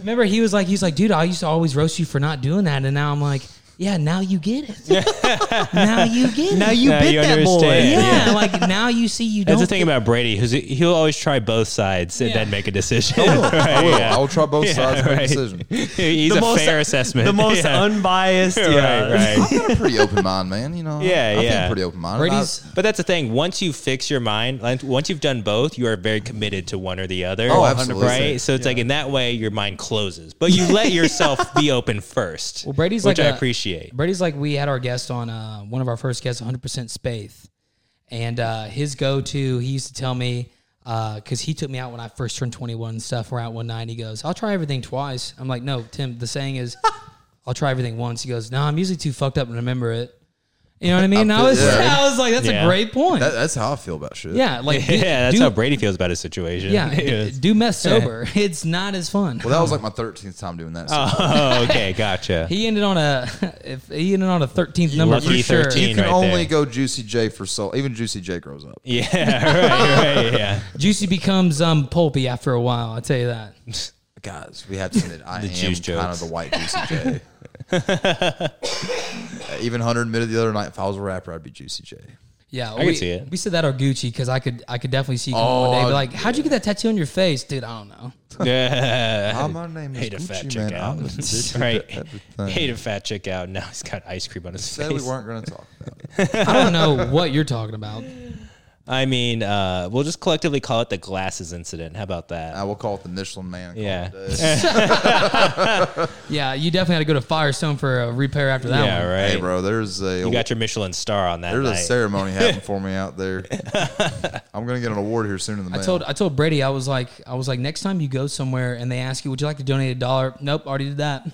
Speaker 4: remember he was like, he's like, dude, I used to always roast you for not doing that, and now I'm like, yeah, now you get
Speaker 2: <laughs>
Speaker 4: it. <laughs> now you get it.
Speaker 2: now you
Speaker 3: Now
Speaker 2: bit
Speaker 3: you
Speaker 2: that
Speaker 3: understand.
Speaker 2: boy.
Speaker 4: Yeah, <laughs> like now you see you don't.
Speaker 3: That's the thing about Brady, who's he'll always try both sides and then make a decision.
Speaker 1: I
Speaker 3: <laughs> right,
Speaker 1: will.
Speaker 3: yeah.
Speaker 1: I will try both sides to make a
Speaker 3: right.
Speaker 1: decision.
Speaker 3: <laughs> He's
Speaker 2: The
Speaker 3: a
Speaker 2: most-
Speaker 3: fair assessment.
Speaker 2: The <laughs> most
Speaker 3: <laughs> yeah.
Speaker 2: unbiased. Yeah.
Speaker 3: Right,
Speaker 2: <laughs>
Speaker 3: right.
Speaker 1: I've got a pretty open mind, man. You know,
Speaker 3: Yeah,
Speaker 1: I think
Speaker 3: yeah.
Speaker 1: pretty open mind.
Speaker 4: Brady's
Speaker 3: But that's the thing. Once you fix your mind, like, once you've done both, you are very committed to one or the other.
Speaker 1: Oh, absolutely.
Speaker 3: Right. So it's like in that way, your mind closes, but you let yourself
Speaker 2: <laughs>
Speaker 3: be open first.
Speaker 4: well, Brady's
Speaker 3: which
Speaker 4: like
Speaker 3: I
Speaker 4: a-
Speaker 3: appreciate.
Speaker 4: Brady's like we had our guest on uh, one of our first guests, 100% Spath, and uh, his go-to. He used to tell me because he took me out when I first turned 21 and stuff. We're out one night. And he goes, "I'll try everything twice." I'm like, "No, Tim. The
Speaker 3: <laughs>
Speaker 4: saying is, I'll try everything once." He goes, "No, I'm usually too fucked up to remember it." You know what
Speaker 3: <laughs>
Speaker 4: I mean? And I
Speaker 1: feel
Speaker 4: was,
Speaker 1: that.
Speaker 4: <laughs> I was like, "That's a
Speaker 3: Yeah.
Speaker 4: great point."
Speaker 1: That, that's how I feel about shit.
Speaker 4: yeah, like
Speaker 3: <laughs>
Speaker 4: do-
Speaker 3: Yeah, that's
Speaker 4: do,
Speaker 3: how Brady feels about his situation. <laughs>
Speaker 4: yeah,
Speaker 3: Yes.
Speaker 4: <laughs> d- do meth sober. it's not as fun.
Speaker 1: Well, that was like my 13th time doing that. So
Speaker 3: Oh, okay, gotcha.
Speaker 4: He ended on a <laughs> if he ended on a thirteenth number
Speaker 3: Lucky
Speaker 4: for sure.
Speaker 3: 13.
Speaker 1: you can
Speaker 3: right
Speaker 1: only
Speaker 3: there.
Speaker 1: go Juicy J for so. Even Juicy J grows up.
Speaker 3: yeah, <laughs> right, right, yeah.
Speaker 4: Juicy becomes um pulpy after a while. I tell you that.
Speaker 3: <laughs>
Speaker 1: Guys, we have to admit I am
Speaker 3: juice
Speaker 1: kind of
Speaker 3: jokes.
Speaker 1: the white Juicy J.
Speaker 3: <laughs>
Speaker 1: Uh, Even Hunter admitted the other night, if I was a rapper, I'd be Juicy J.
Speaker 4: Yeah, I
Speaker 3: can
Speaker 4: we,
Speaker 3: see it.
Speaker 4: We said that or Gucci because I could I could definitely see you come
Speaker 1: Oh,
Speaker 4: one day.
Speaker 1: I-
Speaker 4: But like, how'd you get that tattoo on your face, dude? I don't know.
Speaker 3: Yeah.
Speaker 1: Ah, my name is
Speaker 3: Hate a fat
Speaker 1: Gucci,
Speaker 3: chick
Speaker 1: man.
Speaker 3: out. <laughs>
Speaker 1: I'm addicted
Speaker 3: right.
Speaker 1: to everything.
Speaker 3: Hate a fat chick out. Now he's got ice cream on his
Speaker 1: Said
Speaker 3: face.
Speaker 1: we weren't going to talk about <laughs> it.
Speaker 4: I
Speaker 3: <laughs>
Speaker 4: don't know what you're talking about.
Speaker 3: I mean, uh, we'll just collectively call it the glasses incident. How about that?
Speaker 1: I will call it the Michelin Man. call
Speaker 3: Yeah.
Speaker 1: it a day.
Speaker 4: Yeah, you definitely had to go to Firestone for a repair after that.
Speaker 3: yeah,
Speaker 4: one.
Speaker 3: right.
Speaker 1: Hey, bro, there's a
Speaker 3: You got your Michelin star on that
Speaker 1: there's a
Speaker 3: night.
Speaker 1: ceremony
Speaker 3: <laughs>
Speaker 1: happening for me out there. I'm going to get an award here soon in the mail.
Speaker 4: I told I told Brady I was like I was like next time you go somewhere and they ask you would you like to donate a dollar? Nope, already did that.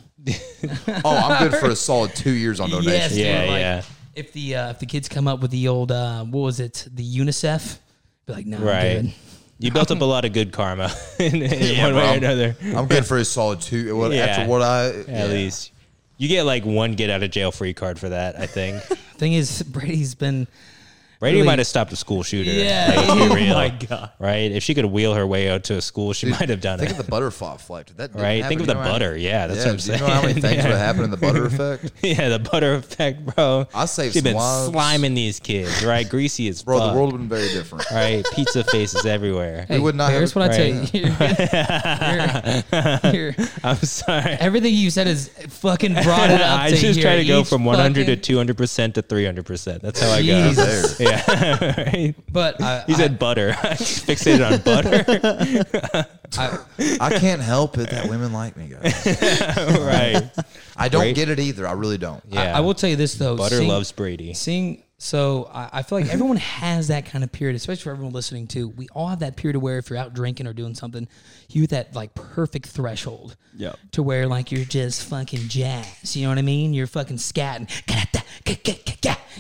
Speaker 1: oh, I'm <laughs> good for a solid two years on donations.
Speaker 4: Yes, dude,
Speaker 3: Yeah,
Speaker 4: like,
Speaker 3: yeah.
Speaker 4: If the uh, if the kids come up with the old uh, what was it the UNICEF, be like, no,
Speaker 3: right.
Speaker 4: I'm good.
Speaker 3: You built up a lot of good karma <laughs> in, in one
Speaker 1: bro.
Speaker 3: way or another.
Speaker 1: I'm good for a solid
Speaker 3: <laughs>
Speaker 1: two. Well,
Speaker 3: Yeah.
Speaker 1: After what I
Speaker 3: At least
Speaker 4: <laughs>
Speaker 3: you get like one get out of jail free card for that. I think.
Speaker 4: Thing is, Brady's been
Speaker 3: Brady
Speaker 4: really-
Speaker 3: might have stopped a school shooter.
Speaker 4: Yeah. Oh
Speaker 3: Like,
Speaker 4: <laughs>
Speaker 3: let's be real, <laughs>
Speaker 2: my God.
Speaker 3: Right? If she could wheel her way out to a school, she might have done
Speaker 1: Think
Speaker 3: it.
Speaker 1: of the butterfly effect. That didn't
Speaker 3: right?
Speaker 1: happen,
Speaker 3: Think of
Speaker 1: you
Speaker 3: the
Speaker 1: know how-
Speaker 3: butter. Yeah, that's what I'm
Speaker 1: do you
Speaker 3: saying.
Speaker 1: know how many things
Speaker 3: <laughs> yeah.
Speaker 1: would happen in the butter effect?
Speaker 3: <laughs> Yeah, the butter effect, bro.
Speaker 1: I saved
Speaker 3: She's
Speaker 1: some
Speaker 3: been
Speaker 1: lives.
Speaker 3: sliming these kids, right? Greasy as
Speaker 1: Bro,
Speaker 3: fuck.
Speaker 1: the world would have been very
Speaker 3: <laughs>
Speaker 1: different.
Speaker 3: right? Pizza faces everywhere.
Speaker 4: <laughs>
Speaker 1: We would not have-
Speaker 4: Here's what I
Speaker 3: Right.
Speaker 4: tell you. <laughs> You're-
Speaker 3: <laughs>
Speaker 4: you're- you're-
Speaker 3: I'm sorry.
Speaker 4: everything you said is fucking brought it up.
Speaker 3: I
Speaker 4: to
Speaker 3: just
Speaker 4: here.
Speaker 3: try to go
Speaker 4: Each
Speaker 3: from 100 to
Speaker 4: fucking-
Speaker 3: 200 percent to 300 percent. That's how I go.
Speaker 4: Jesus.
Speaker 1: There.
Speaker 3: <laughs> Yeah, right.
Speaker 4: But I,
Speaker 3: He said butter. <laughs> I fixated on
Speaker 4: <laughs>
Speaker 3: butter.
Speaker 4: I,
Speaker 1: I can't help it that women like me, guys.
Speaker 3: right.
Speaker 1: I don't
Speaker 3: Right.
Speaker 1: get it either. I really don't.
Speaker 4: I,
Speaker 3: Yeah.
Speaker 4: I will tell you this though.
Speaker 3: Butter
Speaker 4: seeing-
Speaker 3: loves Brady.
Speaker 4: Seeing so, I, I feel like everyone <laughs> has that kind of period, especially for everyone listening too. We all have that period where if you're out drinking or doing something, you hit that like perfect threshold.
Speaker 2: Yep.
Speaker 4: To where like you're just fucking jazz. You know what I mean? You're fucking scatting.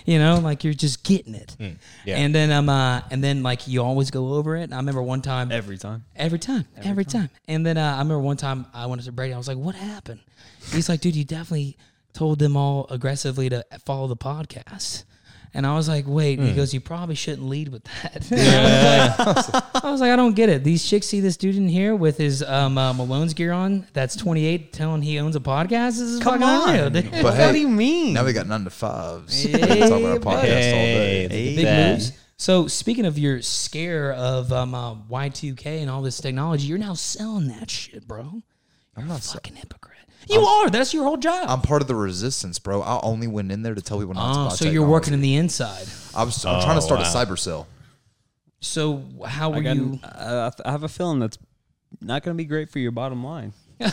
Speaker 4: You know, like you're just getting it.
Speaker 3: yeah.
Speaker 4: And then um, uh, and then like you always go over it. And I remember one time
Speaker 2: Every time.
Speaker 4: Every time, every, time. And then uh, I remember one time I went up to Brady. I was like, "What happened?" He's like, "Dude, you definitely told them all aggressively to follow the podcast." And I was like, "Wait." He goes, "You probably shouldn't lead with that." <laughs> And I, was like, I was like, "I don't get it. These chicks see this dude in here with his um, uh, Malone's gear on. That's 28, telling he owns a podcast. This is
Speaker 2: Come
Speaker 4: fucking unreal,
Speaker 2: on.
Speaker 4: dude."
Speaker 1: But
Speaker 2: what do
Speaker 1: hey,
Speaker 2: you mean?
Speaker 1: Now we got nine to fives. <laughs>
Speaker 4: Hey,
Speaker 1: Talking about our podcast all day.
Speaker 3: Hey, look at
Speaker 4: <laughs> big
Speaker 3: that.
Speaker 4: moves. So speaking of your scare of um, uh, Y2K and all this technology, you're now selling that shit, bro. You're a fucking hypocrite. You are. That's your whole job.
Speaker 1: I'm part of the resistance, bro. I only went in there to tell people not to
Speaker 4: oh,
Speaker 1: buy
Speaker 4: so you're working in the inside.
Speaker 1: I was, I'm trying to start a
Speaker 3: Oh, wow.
Speaker 1: cyber cell.
Speaker 4: So how were
Speaker 2: I, got,
Speaker 4: you?
Speaker 2: uh, I have a feeling that's not going to be great for your bottom line.
Speaker 1: Nah,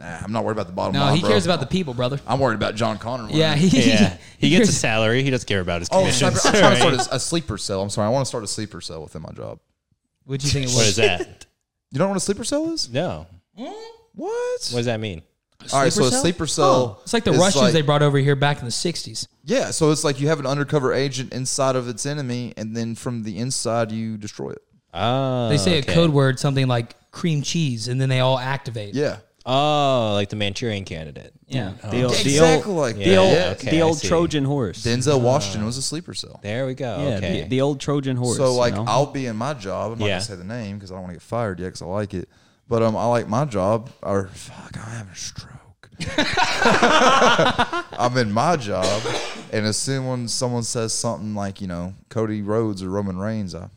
Speaker 1: I'm not worried about the bottom
Speaker 4: No,
Speaker 1: line.
Speaker 4: he
Speaker 1: bro.
Speaker 4: cares about the people, brother.
Speaker 1: I'm worried about John Connor. winning.
Speaker 4: Yeah, he, <laughs>
Speaker 3: Yeah. He gets a
Speaker 4: cares-
Speaker 3: salary. He doesn't care about his
Speaker 1: Oh,
Speaker 3: commissions.
Speaker 1: cyber,
Speaker 3: <laughs>
Speaker 1: I'm trying to
Speaker 3: right?
Speaker 1: start a, a sleeper cell. I'm sorry. I want to start a sleeper cell within my job.
Speaker 4: What'd you think it
Speaker 3: What is
Speaker 4: was?
Speaker 3: that?
Speaker 1: You don't know what a sleeper cell is?
Speaker 3: No.
Speaker 1: What?
Speaker 3: What does that mean?
Speaker 1: All right, so
Speaker 4: Sleeper
Speaker 1: a
Speaker 4: cell?
Speaker 1: sleeper cell.
Speaker 4: It's like the
Speaker 1: is
Speaker 4: Russians
Speaker 1: like-
Speaker 4: they brought over here back in the '60s.
Speaker 1: Yeah, so it's like you have an undercover agent inside of its enemy, and then from the inside you destroy it.
Speaker 3: Oh,
Speaker 4: They say
Speaker 3: okay.
Speaker 4: a code word, something like cream cheese, and then they all activate.
Speaker 1: Yeah,
Speaker 3: Oh, like the Manchurian candidate.
Speaker 4: Yeah.
Speaker 2: The old, the old,
Speaker 1: exactly like
Speaker 3: yeah.
Speaker 1: that.
Speaker 2: the old,
Speaker 1: yeah.
Speaker 3: okay,
Speaker 2: the
Speaker 3: I
Speaker 2: old
Speaker 3: see.
Speaker 2: Trojan horse.
Speaker 1: Denzel Washington was a sleeper cell.
Speaker 3: There we go.
Speaker 2: yeah,
Speaker 3: okay.
Speaker 2: the, the old Trojan horse.
Speaker 1: So
Speaker 2: you
Speaker 1: like
Speaker 2: know?
Speaker 1: I'll be in my job. I'm not
Speaker 3: Yeah.
Speaker 1: gonna say the name because I don't want to get fired yet because I like it. But um, I like my job. Or fuck, I'm having a stroke. <laughs> I'm in my job, and as soon when someone says something like you know Cody Rhodes or Roman Reigns, I,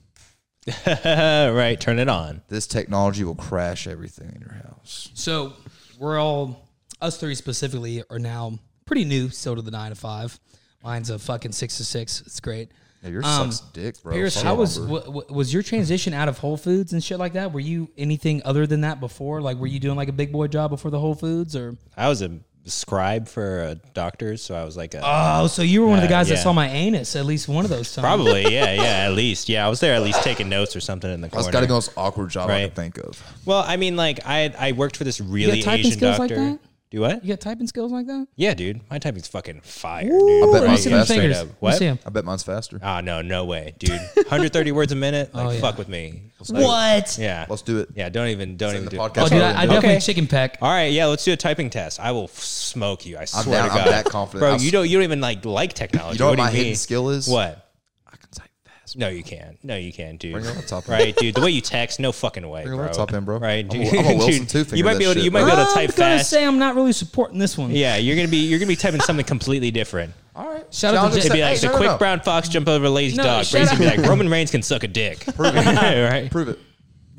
Speaker 3: Uh, right. Turn it on.
Speaker 1: this technology will crash everything in your house.
Speaker 4: So we're all us three specifically are now pretty new still to the nine to five. Mine's a fucking six to six. It's great.
Speaker 1: Yeah, yours
Speaker 4: Um,
Speaker 1: sucks dick, bro.
Speaker 4: Pierce,
Speaker 1: Sorry,
Speaker 4: how was
Speaker 1: Lumber.
Speaker 4: w- w- was your transition out of Whole Foods and shit like that? Were you anything other than that before? Like, were you doing like a big boy job before the Whole Foods or?
Speaker 3: I was a scribe for a doctor, so I was like a.
Speaker 4: Oh, so you were one of the
Speaker 3: Yeah,
Speaker 4: guys that
Speaker 3: yeah.
Speaker 4: saw my anus at least one of those times.
Speaker 3: Probably, yeah, yeah, at least, yeah. I was there at least taking notes or something in the corner.
Speaker 1: That's got to be the most awkward job I
Speaker 3: Right.
Speaker 1: can think of.
Speaker 3: Well, I mean, like I I worked for this really
Speaker 4: typing
Speaker 3: Asian
Speaker 4: skills
Speaker 3: doctor.
Speaker 4: like that?
Speaker 3: Do what?
Speaker 4: You got typing skills like that?
Speaker 3: Yeah, dude, my typing's fucking fire,
Speaker 4: Ooh,
Speaker 1: I bet
Speaker 3: dude.
Speaker 4: let me
Speaker 1: mine's
Speaker 4: see them
Speaker 1: faster.
Speaker 3: Straight
Speaker 4: fingers.
Speaker 3: up.
Speaker 4: Let me
Speaker 3: What?
Speaker 4: see 'em.
Speaker 1: I bet mine's faster.
Speaker 3: Ah, no, no way, dude. 130 words a minute. Like,
Speaker 4: Oh, yeah.
Speaker 3: fuck with me.
Speaker 4: What?
Speaker 3: Yeah,
Speaker 1: Let's do it.
Speaker 3: yeah. Don't even, don't even
Speaker 1: the
Speaker 3: do.
Speaker 1: podcast.
Speaker 3: It.
Speaker 4: Oh, dude, I, I
Speaker 1: Okay.
Speaker 4: definitely chicken peck.
Speaker 3: All right, yeah, let's do a typing test. I will f- smoke you. I swear
Speaker 1: down-
Speaker 3: to
Speaker 1: I'm
Speaker 3: God,
Speaker 1: that confident.
Speaker 3: bro.
Speaker 1: I'll
Speaker 3: you
Speaker 1: s-
Speaker 3: don't, you don't even like like technology.
Speaker 1: You know what
Speaker 3: do
Speaker 1: my
Speaker 3: you
Speaker 1: hidden
Speaker 3: mean?
Speaker 1: skill is?
Speaker 3: What?
Speaker 1: I can type fast.
Speaker 3: No, you can't. No, you can't, dude.
Speaker 1: Bring your laptop in.
Speaker 3: right, dude? The way you text, no fucking way,
Speaker 1: Bring your
Speaker 3: bro.
Speaker 1: laptop in, bro.
Speaker 3: Right,
Speaker 1: I'm a-
Speaker 3: dude.
Speaker 1: I'm
Speaker 3: <laughs>
Speaker 1: a Wilson
Speaker 3: Dude,
Speaker 1: two-finger
Speaker 3: You might
Speaker 1: that
Speaker 3: be able. To,
Speaker 1: shit,
Speaker 3: you might
Speaker 1: bro.
Speaker 3: be able
Speaker 4: I'm
Speaker 3: to type
Speaker 4: gonna
Speaker 3: fast.
Speaker 4: Oh, say I'm not really supporting this one.
Speaker 3: Yeah, you're gonna be you're gonna be typing something completely different.
Speaker 1: All right.
Speaker 4: Shout
Speaker 1: Challenge
Speaker 4: out to Jay-
Speaker 3: It'd be
Speaker 1: accepted.
Speaker 3: like
Speaker 1: Hey,
Speaker 3: the
Speaker 1: no, no,
Speaker 3: quick
Speaker 1: no.
Speaker 3: brown fox jump over a lazy
Speaker 4: No,
Speaker 3: dog.
Speaker 4: shut
Speaker 3: Brady's gonna be
Speaker 4: up.
Speaker 3: like Roman Reigns can suck a dick. Prove <laughs> it, right?
Speaker 1: Prove it.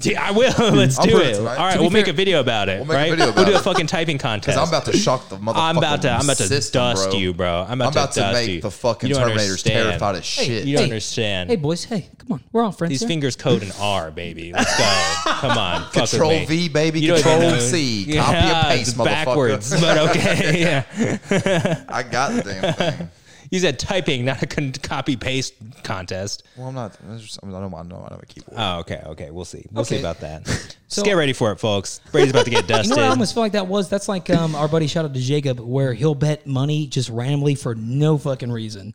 Speaker 3: Yeah, I will. Let's
Speaker 1: I'll
Speaker 3: do
Speaker 1: prove it
Speaker 3: it.
Speaker 1: tonight.
Speaker 3: All right,
Speaker 1: To be
Speaker 3: we'll make
Speaker 4: fair-
Speaker 3: a video about it.
Speaker 1: We'll make a
Speaker 3: right?
Speaker 1: video
Speaker 3: we'll
Speaker 1: about
Speaker 3: do a
Speaker 1: it.
Speaker 3: fucking typing contest.
Speaker 1: Because I'm about to shock the motherfucker.
Speaker 3: I'm about to. I'm about to dust you, bro. I'm about,
Speaker 1: I'm about to,
Speaker 3: dust
Speaker 1: make
Speaker 3: you.
Speaker 1: the fucking
Speaker 3: You don't
Speaker 1: Terminators
Speaker 3: understand.
Speaker 1: terrified as shit.
Speaker 3: You don't
Speaker 4: Hey.
Speaker 3: understand.
Speaker 4: Hey boys, hey, come on, we're all friends.
Speaker 3: These
Speaker 4: here.
Speaker 3: fingers code an R, baby. Let's go. Come on. fuck with
Speaker 1: Control
Speaker 3: me.
Speaker 1: V, baby.
Speaker 3: don't even
Speaker 1: Control
Speaker 3: know. <laughs>
Speaker 1: C. Copy and paste,
Speaker 3: it's
Speaker 1: motherfucker.
Speaker 3: backwards, but <laughs> okay. Yeah.
Speaker 1: <laughs> I got the damn
Speaker 3: <laughs>
Speaker 1: thing.
Speaker 3: You said typing, not a con- copy paste contest.
Speaker 1: Well, I'm not. I just- I don't. I don't. I don't have a keyboard.
Speaker 3: Oh, okay, okay. We'll see. We'll see
Speaker 4: Okay.
Speaker 3: about that.
Speaker 4: So-
Speaker 3: <laughs> Just get ready for it, folks. Brady's about to <laughs> get
Speaker 4: You
Speaker 3: dusted.
Speaker 4: know what I almost feel like that was? That's like um, our buddy shout out to Jacob, where he'll bet money just randomly for no fucking
Speaker 1: <laughs>
Speaker 4: reason.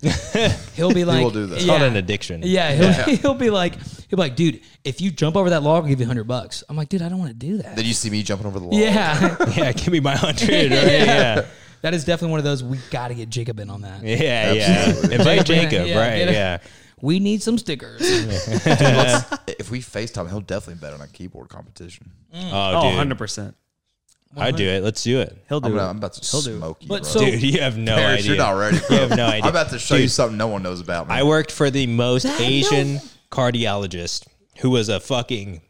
Speaker 4: He'll be like,
Speaker 1: will do that. It's
Speaker 3: called an addiction.
Speaker 4: Yeah, he'll, <laughs> he'll be like, he'll be like, dude, if you jump over that log, I'll give you hundred bucks. I'm like, dude, I don't want to do that.
Speaker 1: Then you see me jumping over the wall.
Speaker 4: yeah, <laughs>
Speaker 3: yeah, give me my hundred. Right?
Speaker 4: Yeah.
Speaker 3: <laughs> Yeah,
Speaker 4: that is definitely one of those we got to get Jacob in on that.
Speaker 3: yeah, yeah. Invite
Speaker 4: Jacob,
Speaker 3: Jacob,
Speaker 4: yeah,
Speaker 3: right?
Speaker 4: get it.
Speaker 3: Yeah.
Speaker 4: we need some stickers.
Speaker 1: if we FaceTime, he'll definitely bet on a keyboard competition.
Speaker 2: Oh,
Speaker 3: Oh, dude.
Speaker 2: 100%.
Speaker 3: I'd do it. Let's do it.
Speaker 2: He'll do
Speaker 1: I'm, gonna,
Speaker 2: it.
Speaker 1: I'm about to
Speaker 2: He'll do it.
Speaker 1: smoke you,
Speaker 4: But
Speaker 1: bro.
Speaker 4: so-
Speaker 3: Dude, you have no
Speaker 1: Parrish,
Speaker 3: idea.
Speaker 1: you're not ready. Bro.
Speaker 3: <laughs> You have no idea.
Speaker 1: I'm about to show you
Speaker 3: Dude.
Speaker 1: something no one knows about me.
Speaker 3: I worked for the most Asian cardiologist who was a fucking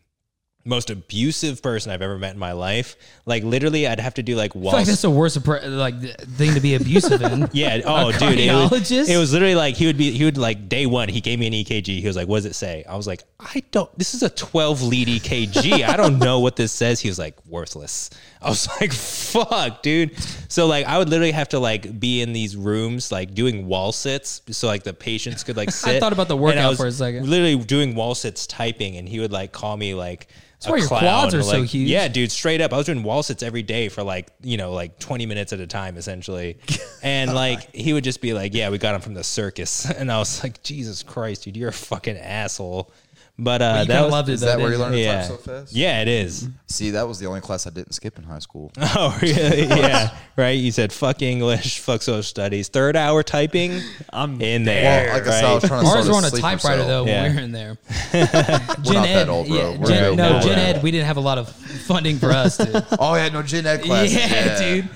Speaker 3: most abusive person I've ever met in my life. Like literally I'd have to do like
Speaker 4: I feel
Speaker 3: wall
Speaker 4: like that's the worst appre- like th- thing to be abusive
Speaker 1: <laughs>
Speaker 4: in. <laughs>
Speaker 3: yeah. Oh, dude. It was,
Speaker 4: cardiologist?
Speaker 3: it was literally like he would be. He would like day one. He gave me an EKG. He was like, "What does it say?" I was like, "I don't. This is a twelve lead EKG. I don't know what this says." He was like, "Worthless." I was <laughs> like, "Fuck, dude." So like, I would literally have to like be in these rooms like doing wall sits, so like the patients
Speaker 4: <laughs>
Speaker 3: could like sit.
Speaker 4: thought about the
Speaker 3: And I
Speaker 4: workout
Speaker 3: was
Speaker 4: for a second.
Speaker 3: Literally doing wall sits, typing, and he would like call me like. That's
Speaker 4: why your quads are so huge.
Speaker 3: Yeah, dude, straight up. I was doing wall sits every day for like, you know, like 20 minutes at a time,
Speaker 4: <laughs>
Speaker 3: essentially. And like, he would just be like, yeah, we got him from the circus. <laughs> And I was like, Jesus Christ, dude, you're a fucking asshole. But uh,
Speaker 4: You
Speaker 3: that
Speaker 4: kind of
Speaker 3: was,
Speaker 4: loved it.
Speaker 1: Is
Speaker 4: though,
Speaker 1: that where you
Speaker 4: didn't
Speaker 1: learned
Speaker 3: yeah.
Speaker 1: to type so fast?
Speaker 3: yeah, it is. <laughs>
Speaker 1: See, that was the only class I didn't skip in high school.
Speaker 3: Oh,
Speaker 4: <laughs>
Speaker 3: really? Yeah. right. You said fuck English, <laughs> fuck social studies, third hour typing.
Speaker 2: I'm-
Speaker 3: in there.
Speaker 1: Well, like I
Speaker 3: right?
Speaker 1: said, I was trying to
Speaker 4: Ours
Speaker 1: sort
Speaker 4: were
Speaker 1: of
Speaker 4: on a
Speaker 1: sleeper
Speaker 4: typewriter
Speaker 1: cell.
Speaker 4: though
Speaker 3: Yeah.
Speaker 4: when we were in there.
Speaker 1: We're
Speaker 4: Gen
Speaker 1: not
Speaker 4: Ed,
Speaker 1: that old, bro.
Speaker 4: yeah,
Speaker 1: We're
Speaker 4: Gen-
Speaker 1: old.
Speaker 4: no,
Speaker 1: Yeah.
Speaker 4: Gen Ed, we didn't have a lot of funding for us, dude.
Speaker 1: Oh yeah, no gen ed class.
Speaker 4: Yeah, dude.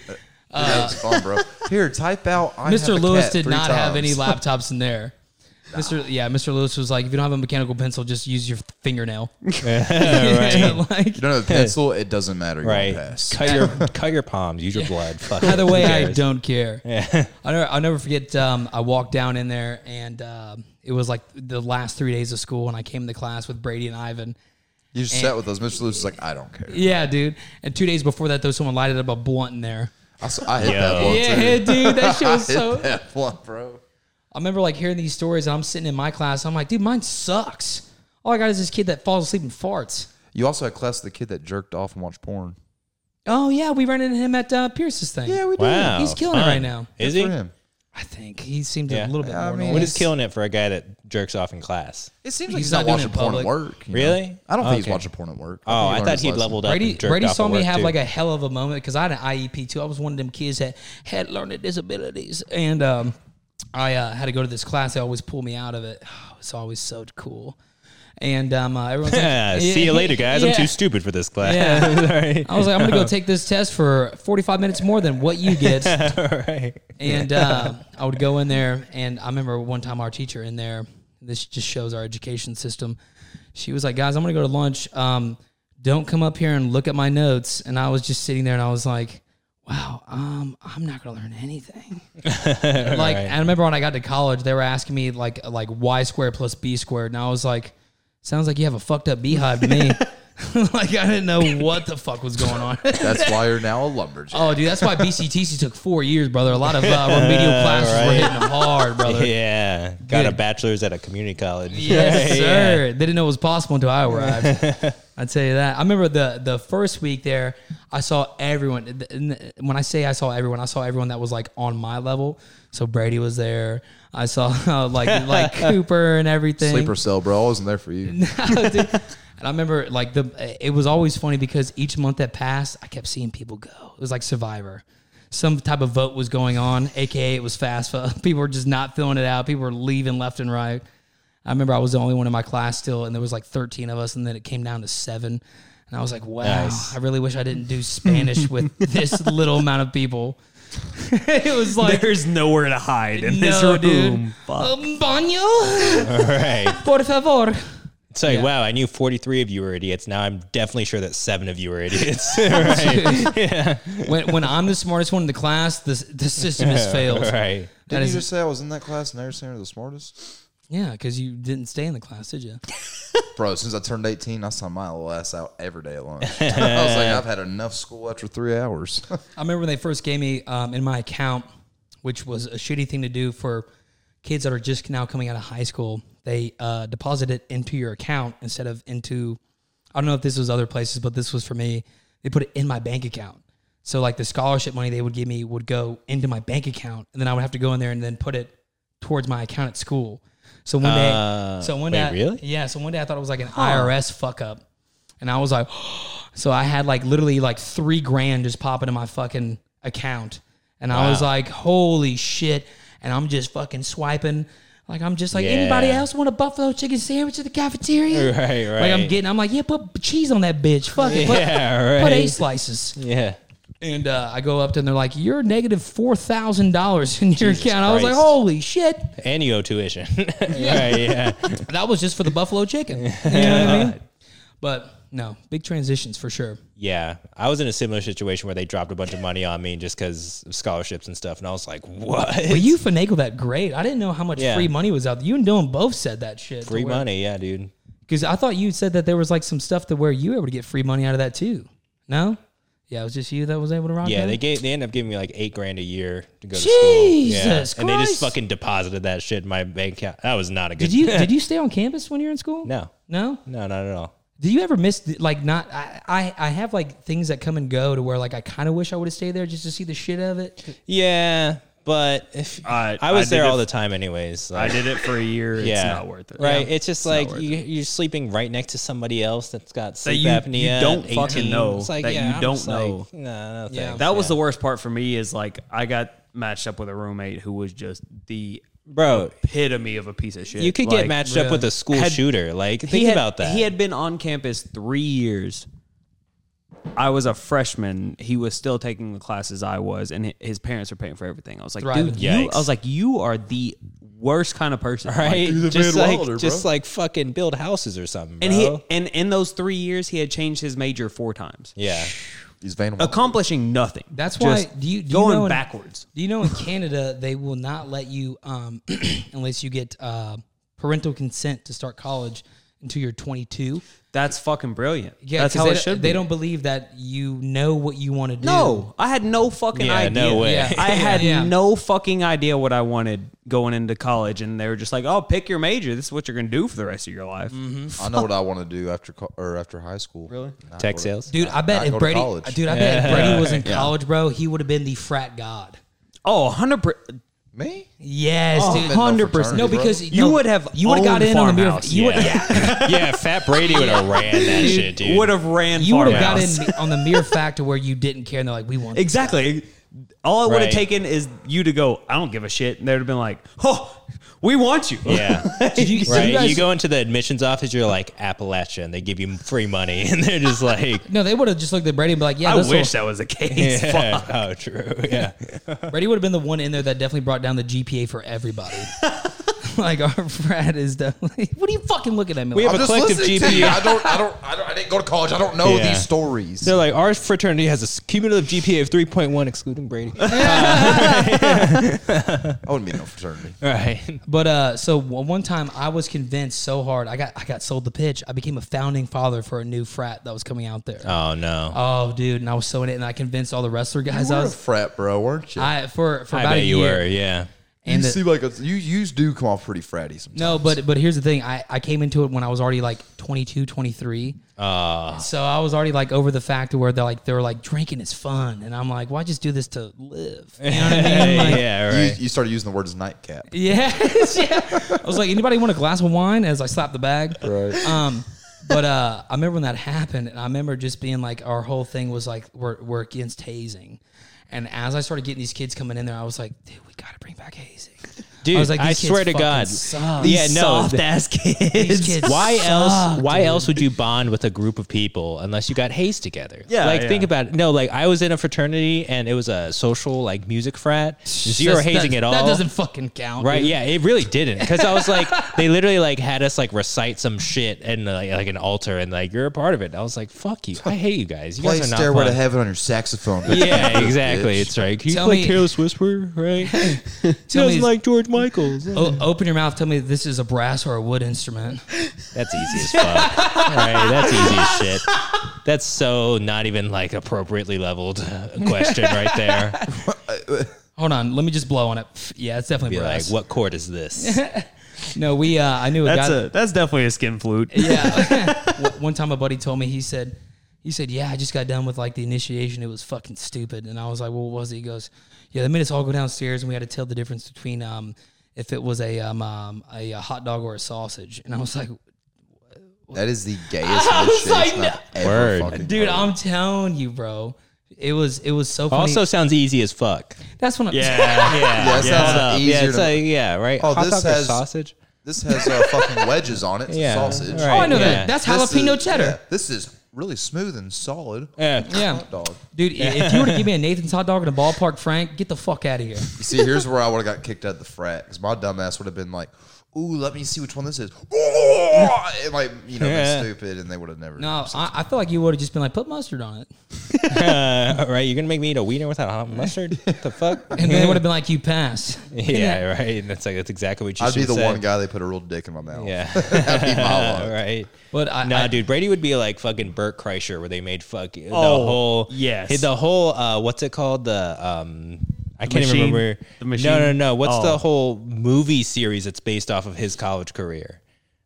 Speaker 1: that was fun, bro. Here, type out. I have a
Speaker 4: Mr. Lewis
Speaker 1: cat
Speaker 4: did
Speaker 1: three
Speaker 4: not have any
Speaker 1: times. <laughs>
Speaker 4: laptops in there. Mr. Yeah, Mr. Lewis was like, if you don't have a mechanical pencil, just use your
Speaker 1: <laughs>
Speaker 4: fingernail. <laughs> like,
Speaker 1: No, no,
Speaker 4: <laughs>
Speaker 1: pencil. It doesn't matter. You
Speaker 3: Right.
Speaker 1: right. Pass.
Speaker 3: Cut
Speaker 1: <laughs>
Speaker 3: your cut your palms. Use your blood. Fuck it.
Speaker 4: Either
Speaker 3: Who
Speaker 4: way, I
Speaker 3: cares?
Speaker 4: don't care. <laughs> I'll, never, I'll never forget. Um, I walked down in there, and um, it was like the last three days of school, and I came to class with Brady and Ivan.
Speaker 1: You just sat with us. Mr. Lewis is like, I don't care.
Speaker 4: Yeah, dude. And two days before that, though, someone lighted up a blunt in there.
Speaker 1: I, s- I hit that
Speaker 3: Yo.
Speaker 1: one
Speaker 4: yeah,
Speaker 1: too.
Speaker 4: dude,
Speaker 1: <laughs>
Speaker 4: that shit
Speaker 1: I
Speaker 4: was
Speaker 1: hit
Speaker 4: so. <laughs>
Speaker 1: that one, bro.
Speaker 4: I remember like hearing these stories, and I'm sitting in my class. I'm like, dude, mine sucks. All I got is this kid that falls asleep and farts.
Speaker 1: You also had class with the kid that jerked off and watched porn.
Speaker 4: Oh yeah, we ran into him at uh, Pierce's thing.
Speaker 1: Yeah, we did.
Speaker 3: Wow.
Speaker 4: He's killing it
Speaker 3: fun.
Speaker 4: right now.
Speaker 3: Is
Speaker 1: Good
Speaker 3: he?
Speaker 1: for him.
Speaker 4: I think he seemed
Speaker 3: Yeah.
Speaker 4: a little bit
Speaker 1: I
Speaker 4: more.
Speaker 1: mean,
Speaker 4: normal.
Speaker 3: What is killing it for a guy that jerks off in class?
Speaker 1: It seems
Speaker 4: like
Speaker 1: like
Speaker 4: he's
Speaker 1: he's,
Speaker 4: not
Speaker 1: not,
Speaker 4: doing it
Speaker 1: watching
Speaker 4: in
Speaker 1: porn
Speaker 4: public.
Speaker 1: at work. you know?
Speaker 3: Really?
Speaker 1: I don't think he's
Speaker 3: Okay.
Speaker 1: watching porn at work.
Speaker 3: Oh, I
Speaker 1: think
Speaker 3: thought
Speaker 1: learned his
Speaker 3: he'd
Speaker 1: lesson.
Speaker 3: leveled up.
Speaker 4: Brady,
Speaker 3: and jerked
Speaker 4: Brady
Speaker 3: off at
Speaker 4: saw me
Speaker 3: work,
Speaker 4: have
Speaker 3: too.
Speaker 4: like a hell of a moment because I had an IEP too. I was one of them kids that had learning disabilities, and um, I uh, had to go to this class. They always pull me out of it. <sighs> it's always so cool. And um, uh, everyone's
Speaker 3: <laughs>
Speaker 4: like,
Speaker 3: Yeah, <laughs> see
Speaker 4: <laughs>
Speaker 3: you later, guys. I'm
Speaker 4: Yeah.
Speaker 3: too stupid for this class.
Speaker 4: Yeah.
Speaker 3: Sorry.
Speaker 4: I was like, I'm gonna go take this test for 45 minutes more than what you get.
Speaker 3: Alright.
Speaker 4: And uh, I would go in there, and I remember one time our teacher in there. This just shows our education system. She was like, "Guys, I'm gonna go to lunch. Um, don't come up here and look at my notes." And I was just sitting there, and I was like, "Wow, um, I'm not gonna learn anything." like, and I remember when I got to college, they were asking me like like y squared plus b squared, and I was like, "Sounds like you have a fucked up beehive to me." <laughs> like I didn't know what the fuck was going on.
Speaker 1: That's why you're
Speaker 4: <laughs>
Speaker 1: now a lumberjack.
Speaker 4: Oh, dude, that's why BCTC took four years, brother. A lot of uh, remedial classes were
Speaker 3: Right.
Speaker 4: hitting them hard,
Speaker 3: <laughs>
Speaker 4: brother.
Speaker 3: Yeah. Got a
Speaker 4: Good.
Speaker 3: bachelor's at a community college. <laughs>
Speaker 4: Yes, sir. They didn't know it was possible until I arrived. I tell you that. I remember the the first week there, I saw everyone. th- n- When I say I saw everyone, I saw everyone that was like on my level. So Brady was there. I saw <laughs> uh, like like Cooper and everything.
Speaker 1: Sleeper cell, bro. I wasn't there for
Speaker 4: <laughs>
Speaker 1: you.
Speaker 4: Dude. And I remember like the it was always funny because each month that passed, I kept seeing people go. It was like Survivor. Some type of vote was going on, aka it was FAFSA. <laughs> People were just not filling it out. People were leaving left and right. I remember I was the only one in my class still, and there was like 13 of us, and then it came down to seven. And I was like, wow,
Speaker 3: Nice.
Speaker 4: I really wish I didn't do
Speaker 2: <laughs>
Speaker 4: Spanish with this little amount of people. <laughs> it was like,
Speaker 2: There's nowhere to hide in this
Speaker 4: no,
Speaker 2: room.
Speaker 4: dude.
Speaker 2: Fuck.
Speaker 4: Um, baño,
Speaker 3: All right.
Speaker 4: por favor.
Speaker 3: It's like,
Speaker 4: Yeah.
Speaker 3: wow, I knew 43 of you were idiots. Now I'm definitely sure that seven of you are
Speaker 4: <laughs>
Speaker 3: idiots. right.
Speaker 4: when, when I'm the smartest one in the class, the, the system has failed.
Speaker 3: Right.
Speaker 4: That
Speaker 1: Didn't you
Speaker 4: is-
Speaker 1: just say I was in that class and they were saying you're the smartest?
Speaker 4: yeah, because you didn't stay in the class, did you?
Speaker 1: Bro, since I turned 18, I saw my little ass out every day at lunch. <laughs> I was like, I've had enough school after three hours. <laughs>
Speaker 4: I remember when they first gave me um, in my account, which was a shitty thing to do for kids that are just now coming out of high school. They uh, deposit it into your account instead of into. I don't know if this was other places, but this was for me. They put it in my bank account. So like the scholarship money they would give me would go into my bank account, and then I would have to go in there and then put it towards my account at school. So one day,
Speaker 3: Uh,
Speaker 4: so one
Speaker 3: wait,
Speaker 4: day, I-
Speaker 3: really?
Speaker 4: yeah. So one day I thought it was like an IRS fuck up, and I was like, so I had like literally like three grand just pop into my fucking account, and I was like, holy shit! And I'm just fucking swiping Like I'm just like
Speaker 3: Yeah.
Speaker 4: anybody else want a buffalo chicken sandwich at the cafeteria?
Speaker 3: <laughs> Right, right.
Speaker 4: Like I'm getting, I'm like, yeah, put cheese on that bitch. Fuck it. Put,
Speaker 3: <laughs> Yeah,
Speaker 4: put
Speaker 3: right.
Speaker 4: eight slices.
Speaker 3: Yeah.
Speaker 4: And uh, I go up to them. They're like, you're negative four thousand dollars in your
Speaker 3: Jesus
Speaker 4: account. I was like,
Speaker 3: Christ.
Speaker 4: holy shit.
Speaker 3: And you owe tuition. <laughs> right, yeah.
Speaker 4: That was just for the buffalo chicken. You know
Speaker 3: <laughs>
Speaker 4: what I mean? But no, big transitions for sure.
Speaker 3: Yeah. I was in a similar situation where they dropped a bunch of money on me just because of scholarships and stuff. And I was like, what?
Speaker 4: But you finagle that great. I didn't know how much
Speaker 3: Yeah.
Speaker 4: free money was out there. You and Dylan both said that shit.
Speaker 3: Free money. Yeah, dude.
Speaker 4: Because I thought you said that there was like some stuff to where you were able to get free money out of that too. No? Yeah, it was just you that was able to rock
Speaker 3: Yeah,
Speaker 4: that?
Speaker 3: they gave they ended up giving me like eight grand a year to go to school. Yeah.
Speaker 4: Jesus
Speaker 3: And they
Speaker 4: Christ.
Speaker 3: just fucking deposited that shit in my bank account. That was not a good <laughs>
Speaker 4: Did you did you stay on campus when you were in school?
Speaker 3: No.
Speaker 4: No?
Speaker 3: No, not at all.
Speaker 4: Do you ever miss the- like not I, I I have like things that come and go to where like I kind of wish I would have stayed there just to see the shit of it.
Speaker 3: Yeah. But if
Speaker 2: I-
Speaker 3: I was
Speaker 2: I did
Speaker 3: there
Speaker 2: it-
Speaker 3: all the time anyways.
Speaker 2: I
Speaker 3: Like,
Speaker 2: did it for a year.
Speaker 3: yeah.
Speaker 2: It's not worth it.
Speaker 3: Right. It's just like
Speaker 2: not worth
Speaker 3: you, you're sleeping right next to somebody else that's got
Speaker 2: That
Speaker 3: sleep
Speaker 2: you-
Speaker 3: apnea.
Speaker 2: you don't
Speaker 3: at 18.
Speaker 2: fucking know,
Speaker 3: It's like,
Speaker 2: that
Speaker 3: yeah,
Speaker 2: you
Speaker 3: I'm
Speaker 2: don't
Speaker 3: just
Speaker 2: know.
Speaker 3: Like, no, no, thanks.
Speaker 2: That was
Speaker 3: Yeah.
Speaker 2: the worst part for me is like I got matched up with a roommate who was just the
Speaker 3: Bro,
Speaker 2: epitome of a piece of shit.
Speaker 3: you could
Speaker 2: Like,
Speaker 3: get matched
Speaker 4: really.
Speaker 3: up with a school
Speaker 2: Had-
Speaker 3: shooter. Like,
Speaker 2: he
Speaker 3: think
Speaker 2: had-
Speaker 3: about that.
Speaker 2: He had been on campus three years. I was a freshman. He was still taking the classes I was, and hi- his parents were paying for everything. I was like,
Speaker 4: Thriving.
Speaker 2: dude, you,
Speaker 3: Yikes.
Speaker 2: I was like, you are the worst kind of person. Like,
Speaker 3: right?
Speaker 1: the
Speaker 3: just
Speaker 1: Van
Speaker 3: like,
Speaker 1: Wilder,
Speaker 3: just
Speaker 1: bro.
Speaker 3: like fucking build houses or something.
Speaker 2: and
Speaker 3: bro.
Speaker 2: he and in those three years, he had changed his major four times,
Speaker 3: yeah,
Speaker 1: He's Van.
Speaker 2: accomplishing nothing.
Speaker 4: That's why.
Speaker 2: Just
Speaker 4: do you do
Speaker 2: going
Speaker 4: you know in-
Speaker 2: backwards?
Speaker 4: do you know in Canada they will not let you um, <clears throat> unless you get uh, parental consent to start college until you're 22.
Speaker 2: That's fucking brilliant.
Speaker 4: Yeah,
Speaker 2: that's
Speaker 4: 'cause
Speaker 2: how
Speaker 4: they,
Speaker 2: it
Speaker 4: don't-
Speaker 2: should.
Speaker 4: They
Speaker 2: be.
Speaker 4: don't believe that you know what you want to do.
Speaker 2: No, I had no fucking
Speaker 3: Yeah,
Speaker 2: idea.
Speaker 3: no way.
Speaker 4: Yeah.
Speaker 2: <laughs> I had
Speaker 4: <laughs> Yeah.
Speaker 2: no fucking idea what I wanted going into college, and they were just like, "Oh, pick your major. This is what you're gonna do for the rest of your life."
Speaker 4: Mm-hmm.
Speaker 1: I know what I want to do after co- or after high school. Really?
Speaker 3: tech sales.
Speaker 4: Dude, I bet
Speaker 1: Not
Speaker 4: if
Speaker 1: go to
Speaker 4: Brady,
Speaker 1: college.
Speaker 4: dude, I bet if
Speaker 2: <laughs>
Speaker 4: Brady was in college, bro, he would have been the frat god.
Speaker 2: Oh, 100 percent.
Speaker 1: Me?
Speaker 4: Yes,
Speaker 2: Oh,
Speaker 4: dude.
Speaker 1: Been no
Speaker 2: 100%.
Speaker 1: fraternity,
Speaker 4: No,
Speaker 1: bro.
Speaker 4: because
Speaker 2: You
Speaker 4: no,
Speaker 2: would have
Speaker 4: you would have got
Speaker 2: owned
Speaker 4: in on the mere,
Speaker 2: Farmhouse,
Speaker 4: you would
Speaker 2: yeah.
Speaker 3: <laughs> yeah, Fat Brady would have ran
Speaker 2: <laughs>
Speaker 3: that shit, dude.
Speaker 2: would have ran.
Speaker 4: you would have got
Speaker 2: farmhouse.
Speaker 4: in on the mere fact of where you didn't care and they're like we want
Speaker 2: exactly. All it would have
Speaker 3: Right.
Speaker 2: taken is you to go. I don't give a shit, and they'd have been like, "Oh, we want you."
Speaker 3: Yeah,
Speaker 4: Did you, did
Speaker 3: right.
Speaker 4: you
Speaker 3: You,
Speaker 4: guys-
Speaker 3: go into the admissions office, you're like Appalachia, and they give you free money, <laughs> and they're just like,
Speaker 4: no, they would have just looked at Brady and be like,
Speaker 2: <laughs>
Speaker 4: "Yeah,
Speaker 2: I
Speaker 4: this
Speaker 2: wish
Speaker 4: will-
Speaker 2: that was
Speaker 4: <laughs>
Speaker 2: the case.
Speaker 3: yeah, oh, true, yeah,
Speaker 4: Brady would have been the one in there that definitely brought down the GPA for
Speaker 2: <laughs>
Speaker 4: everybody." <laughs> like our frat is definitely. What are you fucking looking at me?
Speaker 3: We
Speaker 4: like?
Speaker 1: I'm
Speaker 3: have a
Speaker 1: just
Speaker 3: collective
Speaker 1: listening to
Speaker 3: GPA.
Speaker 1: you. <laughs> I don't. I don't. I don't. I didn't go to college. I don't know
Speaker 3: Yeah.
Speaker 1: these stories.
Speaker 3: They're like, our fraternity has a cumulative GPA of 3.1, excluding Brady.
Speaker 1: I wouldn't be in no fraternity.
Speaker 3: <laughs> right.
Speaker 4: But uh, so w- one time I was convinced so hard. I got I got sold the pitch. I became a founding father for a new frat that was coming out there.
Speaker 3: Oh no.
Speaker 4: Oh, dude, and I was so in it, and I convinced all the wrestler guys.
Speaker 1: You
Speaker 4: I
Speaker 1: were a
Speaker 4: was
Speaker 1: frat, bro, weren't you?
Speaker 4: I for for
Speaker 3: I
Speaker 4: about
Speaker 3: bet
Speaker 4: a
Speaker 3: you
Speaker 4: year.
Speaker 3: were. Yeah.
Speaker 1: you
Speaker 4: and the-
Speaker 1: seem like a, you. You do come off pretty fratty sometimes.
Speaker 4: No, but but here's the thing. I, I came into it when I was already like 22, 23.
Speaker 3: Uh,
Speaker 4: So I was already like over the fact where they're like they were like drinking is fun, and I'm like, why just do this to live? You know what I
Speaker 3: <laughs>
Speaker 4: mean? Like,
Speaker 3: yeah.
Speaker 1: You,
Speaker 3: Right.
Speaker 1: you started using the word as nightcap.
Speaker 4: Yes, <laughs> yeah. I was like, anybody want a glass of wine? As I slapped the bag. Right. Um, but uh, I remember when that happened, and I remember just being like, our whole thing was like, we're, we're against hazing. And as I started getting these kids coming in there, I was like, dude, we got to bring back hazing.
Speaker 3: Dude, I,
Speaker 4: was like, these kids
Speaker 3: swear to
Speaker 4: fucking
Speaker 3: God.
Speaker 4: suck.
Speaker 3: Yeah. No.
Speaker 2: soft ass
Speaker 4: These
Speaker 2: kids.
Speaker 4: kids
Speaker 3: Why
Speaker 4: suck,
Speaker 3: else? Why
Speaker 4: dude.
Speaker 3: else would you bond with a group of people unless you got haze together?
Speaker 2: Yeah,
Speaker 3: Like
Speaker 2: yeah.
Speaker 3: think about it. No. Like I was in a fraternity and it was a social like music frat. Zero
Speaker 4: That's-
Speaker 3: hazing
Speaker 4: that,
Speaker 3: at all.
Speaker 4: That doesn't fucking count.
Speaker 3: Right?
Speaker 4: dude.
Speaker 3: Yeah, it really didn't because I was like, <laughs> they literally like had us like recite some shit and like, like an altar and like you're a part of it. And I was like, fuck you, I hate you guys. You
Speaker 1: Play
Speaker 3: guys are not
Speaker 1: Stairway to
Speaker 3: fun.
Speaker 1: Heaven on your saxophone.
Speaker 4: <laughs>
Speaker 3: Yeah, exactly.
Speaker 1: Bitch.
Speaker 3: It's right. Can you
Speaker 4: Tell
Speaker 3: play
Speaker 4: me-
Speaker 3: Careless Whisper? Right? <laughs>
Speaker 4: <laughs> Tell me
Speaker 3: doesn't
Speaker 4: is-
Speaker 3: like George Michaels.
Speaker 4: O- open your mouth. Tell me this is a brass or a wood instrument.
Speaker 3: That's easy as fuck. right? That's easy as shit. That's so not even like appropriately leveled uh, question right there.
Speaker 4: Hold on. Let me just blow on it. Yeah, it's definitely
Speaker 3: Be like,
Speaker 4: brass.
Speaker 3: what chord
Speaker 1: <laughs>
Speaker 3: is this?
Speaker 4: No, we. Uh, I knew a
Speaker 2: That's
Speaker 4: guy.
Speaker 2: a that's definitely a skin flute.
Speaker 3: <laughs>
Speaker 4: Yeah. <laughs> W- One time, a buddy told me he said, he said, yeah, I just got done with like the initiation. It was fucking stupid. And I was like, well, what was it? He goes, yeah, they made us all go downstairs and we had to tell the difference between um if it was a um, um a, uh hot dog or a sausage. And I was like,
Speaker 1: That is the gayest little shit
Speaker 4: like,
Speaker 1: I've ever
Speaker 3: Word.
Speaker 1: fucking
Speaker 3: Oh.
Speaker 4: dude,
Speaker 1: heard.
Speaker 4: I'm telling you, bro. It was it was so funny.
Speaker 3: Also sounds easy as fuck.
Speaker 4: that's when I,
Speaker 3: yeah, yeah.
Speaker 1: that sounds
Speaker 3: Hold up.
Speaker 1: easier
Speaker 3: Yeah, it's
Speaker 1: to-
Speaker 3: like, yeah, right.
Speaker 1: Oh,
Speaker 3: Hot
Speaker 1: this
Speaker 3: dog or
Speaker 1: has-
Speaker 3: sausage.
Speaker 1: This has uh,
Speaker 3: <laughs>
Speaker 1: fucking wedges on it. It's
Speaker 3: Yeah,
Speaker 1: a sausage.
Speaker 4: <laughs> Oh, I
Speaker 3: right,
Speaker 4: know
Speaker 3: yeah.
Speaker 4: that. That's
Speaker 1: This is-
Speaker 4: jalapeno cheddar.
Speaker 1: yeah, this is really smooth and solid.
Speaker 3: Yeah.
Speaker 4: Yeah.
Speaker 1: Hot dog.
Speaker 4: Dude, i- if you were to give me a Nathan's hot dog in a ballpark, Frank, get the fuck out of here.
Speaker 1: You see, here's where I would have got kicked out of the frat because my dumbass would have been like, "Ooh, let me see which one this is," <laughs> and like you know,
Speaker 3: Yeah.
Speaker 1: been stupid, and they would have never.
Speaker 4: No, I, I feel like you would have just been like, put mustard on it.
Speaker 3: Uh, all right, you're gonna make me eat a wiener without hot mustard? What the fuck?
Speaker 4: <laughs> And then it would have been like, you pass.
Speaker 3: yeah, right. And that's like that's exactly what you
Speaker 1: I'd be
Speaker 3: should
Speaker 1: the
Speaker 3: say.
Speaker 1: one guy they put a real dick in my mouth.
Speaker 3: Yeah,
Speaker 1: <laughs>
Speaker 3: <laughs>
Speaker 1: That'd be my one.
Speaker 3: right.
Speaker 4: But I,
Speaker 3: Nah,
Speaker 4: I-
Speaker 3: dude, Brady would be like fucking Burt Kreischer, where they made fuck the
Speaker 2: Oh,
Speaker 3: whole
Speaker 2: yes.
Speaker 3: hit the whole uh, what's it called the um I can't
Speaker 2: machine?
Speaker 3: even remember
Speaker 2: The machine?
Speaker 3: No, no, no. What's the
Speaker 2: Oh.
Speaker 3: whole movie series that's based off of his college career?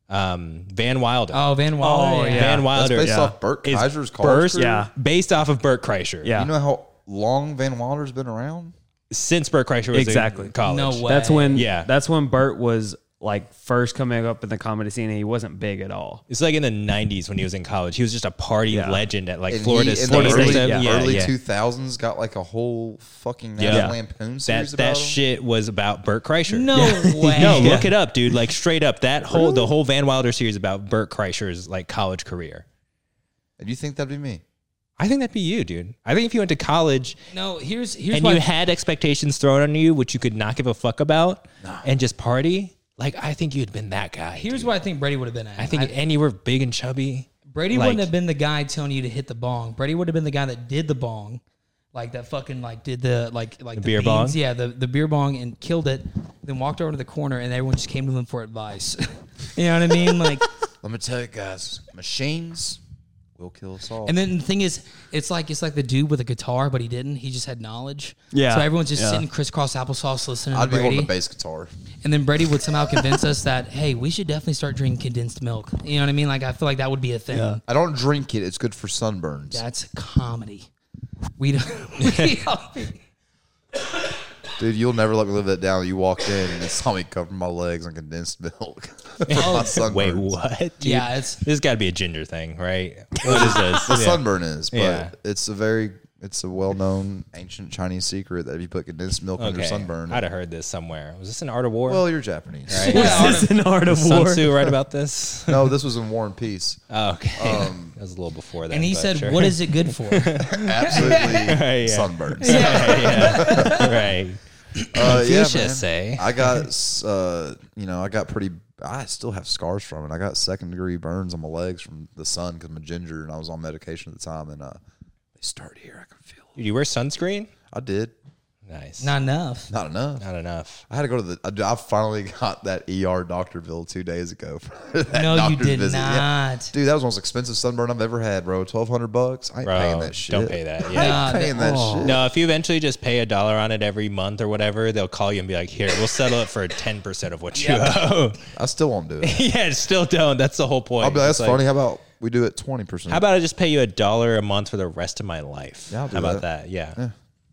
Speaker 3: Um, Van Wilder.
Speaker 4: Oh, Van Wilder.
Speaker 2: Oh,
Speaker 4: yeah.
Speaker 2: yeah.
Speaker 3: Van
Speaker 1: That's
Speaker 3: Wilder
Speaker 1: based
Speaker 2: yeah.
Speaker 1: off Burt
Speaker 3: is
Speaker 1: Kaiser's
Speaker 3: Burt-
Speaker 1: college. career?
Speaker 2: Yeah.
Speaker 3: based off of Burt Kreischer.
Speaker 2: Yeah.
Speaker 1: You know how long Van Wilder's been around?
Speaker 3: since Burt Kreischer was
Speaker 2: Exactly.
Speaker 3: in college.
Speaker 4: No way.
Speaker 2: That's when
Speaker 3: Yeah.
Speaker 2: That's when Bert was like first coming up in the comedy scene, and he wasn't big at all.
Speaker 3: It's like in the '90s when he was in college. He was just a party
Speaker 2: Yeah.
Speaker 3: legend at like
Speaker 1: And
Speaker 3: Florida
Speaker 1: he, in
Speaker 3: State.
Speaker 1: the
Speaker 3: or
Speaker 1: early,
Speaker 3: something.
Speaker 2: yeah,
Speaker 1: early 2000s, got like a whole fucking
Speaker 3: Yeah.
Speaker 1: National
Speaker 3: Yeah.
Speaker 1: Lampoon
Speaker 3: that
Speaker 1: series about
Speaker 3: that
Speaker 1: him.
Speaker 3: shit was about Burt Kreischer.
Speaker 4: No
Speaker 3: <laughs>
Speaker 4: way.
Speaker 3: no, look it up, dude. Like straight up, that whole the whole Van Wilder series about Burt Kreischer's like college career.
Speaker 1: And you think that'd be me?
Speaker 3: I think that'd be you, dude. I think if you went to college
Speaker 4: <laughs> No, here's here's
Speaker 3: and
Speaker 4: why.
Speaker 3: you had expectations thrown on you, which you could not give a fuck about, and just party, like I think you'd been that guy.
Speaker 4: here's
Speaker 3: dude.
Speaker 4: what I think Brady would have been at.
Speaker 3: I think, and you were big and chubby.
Speaker 4: Brady
Speaker 3: like-
Speaker 4: wouldn't have been the guy telling you to hit the bong. Brady would have been the guy that did the bong, like that fucking like did the like like the,
Speaker 3: beer
Speaker 4: beans.
Speaker 3: bong?
Speaker 4: Yeah, the, the beer bong and killed it. Then walked over to the corner and everyone just came to him for advice. <laughs> you know what I
Speaker 3: <laughs>
Speaker 4: mean? Like,
Speaker 1: Let me tell you guys, machines will kill us all.
Speaker 4: and then the thing is, it's like it's like the dude with a guitar, but he didn't. He just had knowledge.
Speaker 2: Yeah.
Speaker 4: So everyone's just
Speaker 2: Yeah.
Speaker 4: sitting crisscross applesauce listening
Speaker 1: I'd
Speaker 4: to
Speaker 1: be
Speaker 4: Brady,
Speaker 1: holding a bass guitar.
Speaker 4: and then Brady would somehow convince us that hey, we should definitely start drinking condensed milk. You know what I mean? Like, I feel like that would be a thing.
Speaker 1: I don't drink it. It's good for sunburns.
Speaker 4: That's comedy. We don't. <laughs> We don't
Speaker 1: Dude, you'll never let me live that down. You walked in and saw me cover my legs on condensed milk <laughs> for my sunburns.
Speaker 3: Wait, what? Dude?
Speaker 4: Yeah, it's-
Speaker 3: this has got to be a ginger thing, right? What is
Speaker 1: <laughs>
Speaker 3: this?
Speaker 1: The
Speaker 3: Yeah.
Speaker 1: sunburn is, but
Speaker 3: Yeah.
Speaker 1: it's a very it's a well known ancient Chinese secret that if you put condensed milk on your
Speaker 3: Okay.
Speaker 1: sunburn,
Speaker 3: I'd have heard this somewhere. Was this an Art of War?
Speaker 1: well, you're Japanese.
Speaker 3: Right.
Speaker 2: Is <laughs> this an <laughs> art
Speaker 4: <laughs>
Speaker 2: of
Speaker 3: Sun
Speaker 2: war?
Speaker 3: Tzu
Speaker 1: <laughs>
Speaker 3: write about this?
Speaker 1: No, this was in War and Peace.
Speaker 3: <laughs> Oh, okay.
Speaker 1: Um,
Speaker 3: that was a little before that.
Speaker 4: And he
Speaker 3: but
Speaker 4: said,
Speaker 3: sure.
Speaker 4: "What
Speaker 3: <laughs>
Speaker 4: is it good for?"
Speaker 1: Absolutely
Speaker 3: yeah.
Speaker 1: sunburns. <laughs>
Speaker 3: yeah, right.
Speaker 1: Uh, yeah,
Speaker 3: Fuchsia
Speaker 1: man.
Speaker 3: say.
Speaker 1: I got s- uh, you know, I got pretty. I still have scars from it. I got second degree burns on my legs from the sun because I'm a ginger and I was on medication at the time, and uh, they start here. I can feel. it.
Speaker 3: Dude, you wear sunscreen?
Speaker 1: I did
Speaker 3: Nice.
Speaker 4: Not enough.
Speaker 1: not enough.
Speaker 3: Not enough.
Speaker 1: I had to go to the. I, I finally <laughs> got that ER doctor bill two days ago. For <laughs> that
Speaker 4: No, you
Speaker 1: doctor's
Speaker 4: did
Speaker 1: visit. Yeah.
Speaker 4: not.
Speaker 1: Dude, that was the most expensive sunburn I've ever had, bro. Twelve hundred bucks. I ain't paying
Speaker 3: Bro,
Speaker 1: that shit.
Speaker 3: don't pay
Speaker 4: <laughs>
Speaker 3: that.
Speaker 1: I
Speaker 3: Yeah.
Speaker 1: ain't
Speaker 4: Nah,
Speaker 1: paying
Speaker 4: that-
Speaker 1: that
Speaker 4: oh.
Speaker 1: shit.
Speaker 3: No, if you eventually just pay a dollar on it every month or whatever, they'll call you and be like, "Here, we'll settle it for ten percent of what you
Speaker 4: <laughs>
Speaker 3: owe."
Speaker 1: I still won't do
Speaker 3: <laughs>
Speaker 1: it.
Speaker 3: yeah, still don't. That's the whole point.
Speaker 1: I'll be like,
Speaker 3: It's
Speaker 1: that's
Speaker 3: like,
Speaker 1: funny. How about we do it twenty percent?
Speaker 3: How about I just pay you a dollar a month for the rest of my life?
Speaker 1: Yeah, I'll do
Speaker 3: how about that?
Speaker 1: that.
Speaker 3: Yeah.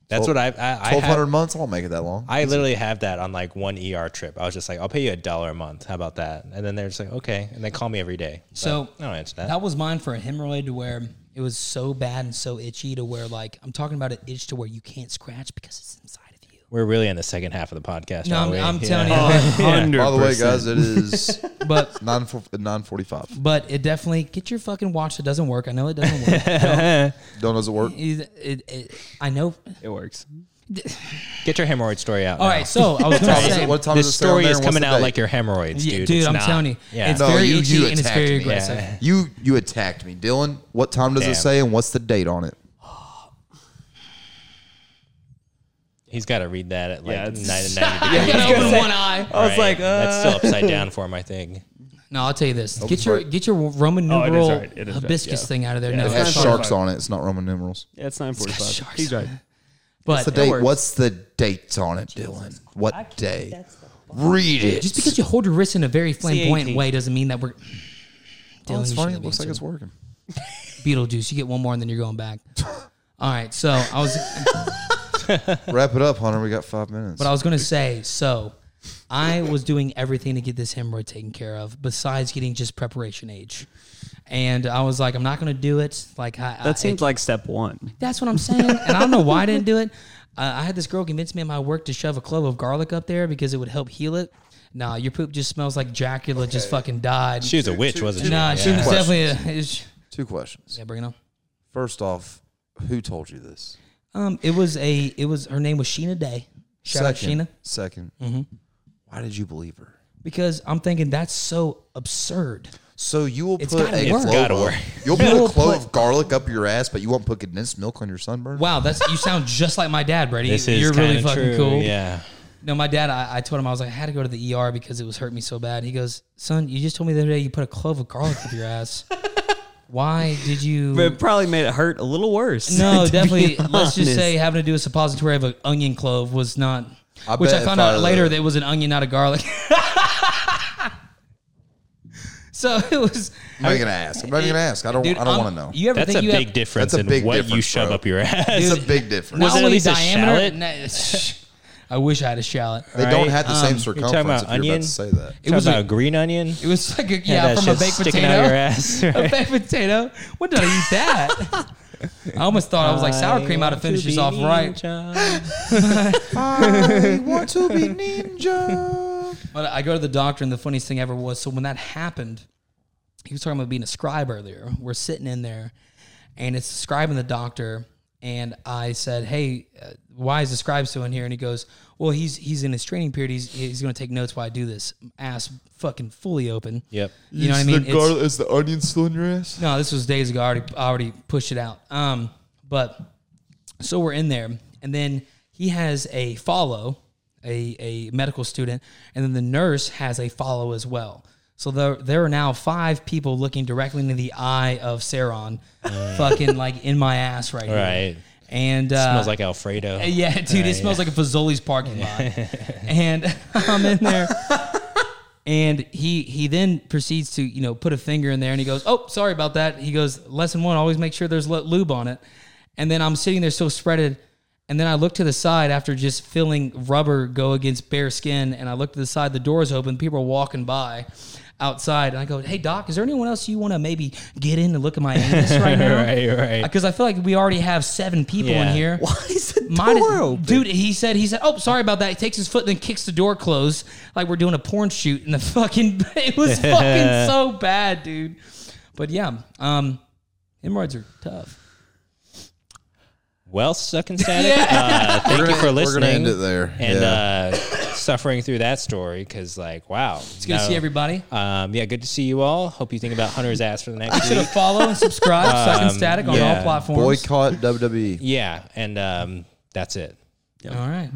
Speaker 3: That's what I I, I
Speaker 1: twelve hundred
Speaker 3: have,
Speaker 1: months? I won't make it that long.
Speaker 3: I literally have that on like one ER trip. I was just like, I'll pay you a dollar a month. How about that? And then they're just like, okay. And they call me every day. It's
Speaker 4: So-
Speaker 3: like, I don't answer that.
Speaker 4: That was mine for a hemorrhoid to where it was so bad and so itchy to where like I'm talking about an itch to where you can't scratch because it's inside of you.
Speaker 3: We're really in the second half of the podcast.
Speaker 4: No,
Speaker 3: aren't
Speaker 4: I'm,
Speaker 3: we?
Speaker 4: I'm
Speaker 3: Yeah.
Speaker 4: telling you,
Speaker 1: By the way, guys, it is
Speaker 4: but
Speaker 1: <laughs> nine nine forty five.
Speaker 4: but it definitely get your fucking watch. It doesn't work. I know it doesn't work. Don't-
Speaker 1: Don't does it work?
Speaker 4: it, it, it, I know.
Speaker 2: It works.
Speaker 3: Get your hemorrhoid story out.
Speaker 4: All
Speaker 3: now.
Speaker 4: right, so I
Speaker 1: <laughs> What
Speaker 4: was gonna
Speaker 1: time is
Speaker 4: say,
Speaker 1: it- what time
Speaker 3: this
Speaker 1: does it say on
Speaker 3: story
Speaker 1: there
Speaker 3: is
Speaker 1: and what's
Speaker 3: coming
Speaker 1: the
Speaker 3: out
Speaker 1: date?
Speaker 3: like your hemorrhoids,
Speaker 4: Yeah,
Speaker 3: dude.
Speaker 4: dude,
Speaker 3: It's
Speaker 4: I'm
Speaker 3: not.
Speaker 4: telling you,
Speaker 3: Yeah.
Speaker 4: it's
Speaker 1: No,
Speaker 4: very
Speaker 1: you-
Speaker 4: itchy
Speaker 1: you
Speaker 4: and it's
Speaker 1: attacked
Speaker 4: very
Speaker 1: me.
Speaker 4: aggressive. <laughs>
Speaker 3: Yeah.
Speaker 1: You you attacked me, Dylan. What time does
Speaker 3: Damn.
Speaker 1: it say and what's the date on it?
Speaker 3: He's got to read that at like
Speaker 2: Yeah,
Speaker 3: nine
Speaker 2: it's-
Speaker 4: <laughs>
Speaker 3: and ninety.
Speaker 4: You
Speaker 3: degrees.
Speaker 4: gotta open one eye.
Speaker 1: Oh.
Speaker 2: I was
Speaker 1: uh.
Speaker 2: like,
Speaker 3: that's still upside down for him. I think.
Speaker 4: No, I'll tell you this.
Speaker 1: Oh,
Speaker 4: Get your
Speaker 1: sorry.
Speaker 4: get your Roman
Speaker 2: Oh, it is
Speaker 4: numeral
Speaker 2: right. It is right,
Speaker 4: hibiscus
Speaker 2: yeah.
Speaker 4: thing out of there.
Speaker 2: Yeah,
Speaker 4: no,
Speaker 2: it's
Speaker 1: It
Speaker 4: it's
Speaker 1: has
Speaker 4: not.
Speaker 1: sharks on it. It's not Roman numerals.
Speaker 2: Yeah, it's nine forty-five.
Speaker 4: sharks
Speaker 2: He's right.
Speaker 4: But
Speaker 1: The date. What's the date on it, Dylan? What day? Read it.
Speaker 4: Just because you hold your wrist in a very flamboyant
Speaker 3: CAT.
Speaker 4: way doesn't mean that we're.
Speaker 1: oh,
Speaker 4: Dylan,
Speaker 1: it's
Speaker 4: you
Speaker 1: funny.
Speaker 4: shouldn't
Speaker 1: It looks
Speaker 4: be
Speaker 1: like it's
Speaker 4: answering.
Speaker 1: working.
Speaker 4: Beetlejuice. You get one more and then you're
Speaker 1: <laughs>
Speaker 4: going back. All right, so I was,
Speaker 1: Wrap it up, Hunter. We got five minutes.
Speaker 4: but I was going to say, so I was doing everything to get this hemorrhoid taken care of, besides getting just preparation age. And I was like, I'm not going to do it. Like I, I-
Speaker 2: That seems like step
Speaker 4: <laughs>
Speaker 2: one.
Speaker 4: That's what I'm saying. And I don't know why I didn't do it. Uh, I had this girl convince me at my work to shove a clove of garlic up there because it would help heal it. Nah, your poop just smells like Dracula just fucking died.
Speaker 3: She was a witch, wasn't she?
Speaker 4: nah, she was
Speaker 1: Questions.
Speaker 4: definitely a. <laughs> it was-
Speaker 1: Two questions.
Speaker 4: yeah, bring it on.
Speaker 1: First off, who told you this?
Speaker 4: Um, it was a. It was her name was Sheena Day. Shout
Speaker 1: second,
Speaker 4: out Sheena. Mm-hmm.
Speaker 1: 2nd why did you believe her?
Speaker 4: Because I'm thinking that's so absurd.
Speaker 1: So you will
Speaker 4: It's
Speaker 1: put
Speaker 4: gotta
Speaker 1: a
Speaker 4: work.
Speaker 1: clove.
Speaker 3: Gotta
Speaker 1: up-
Speaker 3: work.
Speaker 1: You'll put
Speaker 4: <laughs> You'll
Speaker 1: a clove
Speaker 4: put-
Speaker 1: of garlic up your ass, but you won't put condensed milk on your sunburn.
Speaker 4: Wow, that's you sound just like my dad, Brady.
Speaker 3: This is
Speaker 4: You're really
Speaker 3: kinda
Speaker 4: fucking
Speaker 3: true.
Speaker 4: cool.
Speaker 3: Yeah.
Speaker 4: No, my dad, I, I told him I was like, I had to go to the ER because it was hurting me so bad. He goes, Son, you just told me the other day you put a clove of garlic up
Speaker 1: <laughs>
Speaker 4: your ass. Why did you
Speaker 2: But it probably made it hurt a little worse.
Speaker 1: <laughs>
Speaker 2: <laughs>
Speaker 4: No,
Speaker 2: to be
Speaker 4: definitely let's just
Speaker 2: honest.
Speaker 4: say having to do a suppository of an onion clove was not
Speaker 1: I
Speaker 4: which
Speaker 1: bet
Speaker 4: I found
Speaker 1: if
Speaker 4: out
Speaker 1: I-
Speaker 4: later that it was an onion, not a garlic. <laughs> so it was
Speaker 1: I'm not gonna ask. I'm not gonna ask. I don't.
Speaker 4: dude,
Speaker 1: I don't
Speaker 4: I'm-
Speaker 1: want to know.
Speaker 4: You ever
Speaker 3: That's
Speaker 4: think
Speaker 3: a
Speaker 4: you
Speaker 3: big
Speaker 4: have,
Speaker 3: difference
Speaker 1: That's a
Speaker 3: in
Speaker 1: big
Speaker 3: what you
Speaker 1: difference,
Speaker 3: shove
Speaker 1: bro.
Speaker 3: up your ass.
Speaker 1: It's a big difference.
Speaker 3: Was it at
Speaker 4: not only
Speaker 3: least a shallot?
Speaker 4: diameter? Nah, <laughs> I wish I had a shallot.
Speaker 1: they don't
Speaker 3: right?
Speaker 1: have the
Speaker 4: um,
Speaker 1: same
Speaker 3: talking
Speaker 1: circumference.
Speaker 3: about
Speaker 1: if you're about
Speaker 3: onion?
Speaker 1: to say that,
Speaker 4: It was
Speaker 3: about
Speaker 4: a
Speaker 3: a green onion.
Speaker 4: It was like a,
Speaker 3: Had
Speaker 4: yeah,
Speaker 3: that
Speaker 4: from a
Speaker 3: shit
Speaker 4: baked
Speaker 3: sticking
Speaker 4: potato.
Speaker 3: out of your ass.
Speaker 4: <laughs> a baked potato. When did I eat that? I almost thought I was like sour cream.
Speaker 3: Uh,
Speaker 4: I'd have finished this off right,
Speaker 1: I want to be ninja.
Speaker 4: but I go to the doctor, and the funniest thing ever was so when that happened, he was talking about being a scribe earlier. We're sitting in there, and it's the scribe and the doctor, and I said, "Hey, uh, why is the scribe still in here?" And he goes, "Well, he's he's in his training period. He's he's going to take notes while I do this." Ass fucking fully open.
Speaker 3: Yep.
Speaker 4: You know what I mean? It's-
Speaker 1: is the onion still in your ass?
Speaker 4: No, this was days ago. I already I already pushed it out. Um, but so we're in there, and then he has a follow, a a medical student, and then the nurse has a follow as well. So there there are now five people looking directly into the eye of Saron, fucking like in my ass right, here.
Speaker 3: Mm. Right.
Speaker 4: And uh,
Speaker 3: Smells like Alfredo.
Speaker 4: <laughs> yeah, dude, it smells like a Fazoli's parking lot. and <laughs> I'm in there. And he he then proceeds to you know put a finger in there and he goes oh sorry about that he goes lesson one always make sure there's lu- lube on it and then I'm sitting there so spreaded and then I look to the side after just feeling rubber go against bare skin and I look to the side the door's open people are walking by outside and I go hey doc is there anyone else you want to maybe get in and look at my anus right now
Speaker 3: Right, right.
Speaker 4: because I feel like we already have seven people
Speaker 3: Yeah.
Speaker 4: in here
Speaker 2: <laughs> Why is the
Speaker 4: Mine-
Speaker 2: door open?
Speaker 4: Dude, he said, he said, oh, sorry about that. He takes his foot and then kicks the door closed like we're doing a porn shoot. And the fucking, <laughs>
Speaker 1: <laughs>
Speaker 4: it was fucking so bad, dude. But yeah, um, hemorrhoids are tough.
Speaker 3: Well, sucking static. Uh, thank you for
Speaker 1: We're
Speaker 3: listening.
Speaker 1: gonna end it there.
Speaker 3: And
Speaker 1: Yeah.
Speaker 3: uh, suffering through that story because, like, wow. It's
Speaker 4: Good to see everybody.
Speaker 3: Um, yeah, good to see you all. Hope you think about Hunter's ass for the next
Speaker 4: Should
Speaker 3: week.
Speaker 4: have follow and subscribe, Sucking Static on all
Speaker 3: yeah.
Speaker 4: platforms.
Speaker 1: boycott E. WWE.
Speaker 3: Yeah, and um, that's it.
Speaker 4: All right.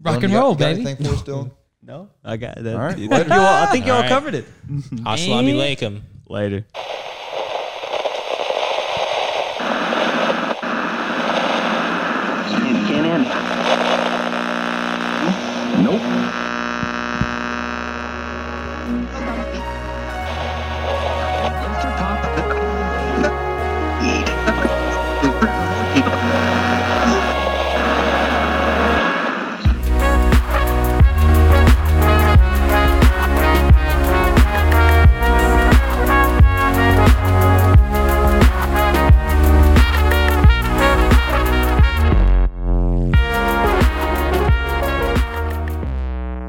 Speaker 4: Rock
Speaker 1: Dylan,
Speaker 4: and
Speaker 1: you got-
Speaker 4: roll,
Speaker 1: you got
Speaker 4: baby.
Speaker 1: Anything for us, Dylan?
Speaker 2: No, I got <laughs> that.
Speaker 1: right,
Speaker 2: you
Speaker 1: later.
Speaker 2: all, I think you all
Speaker 3: All right.
Speaker 2: covered it.
Speaker 3: Asalami Lakem.
Speaker 2: Later.
Speaker 5: You can't scan in. Nope.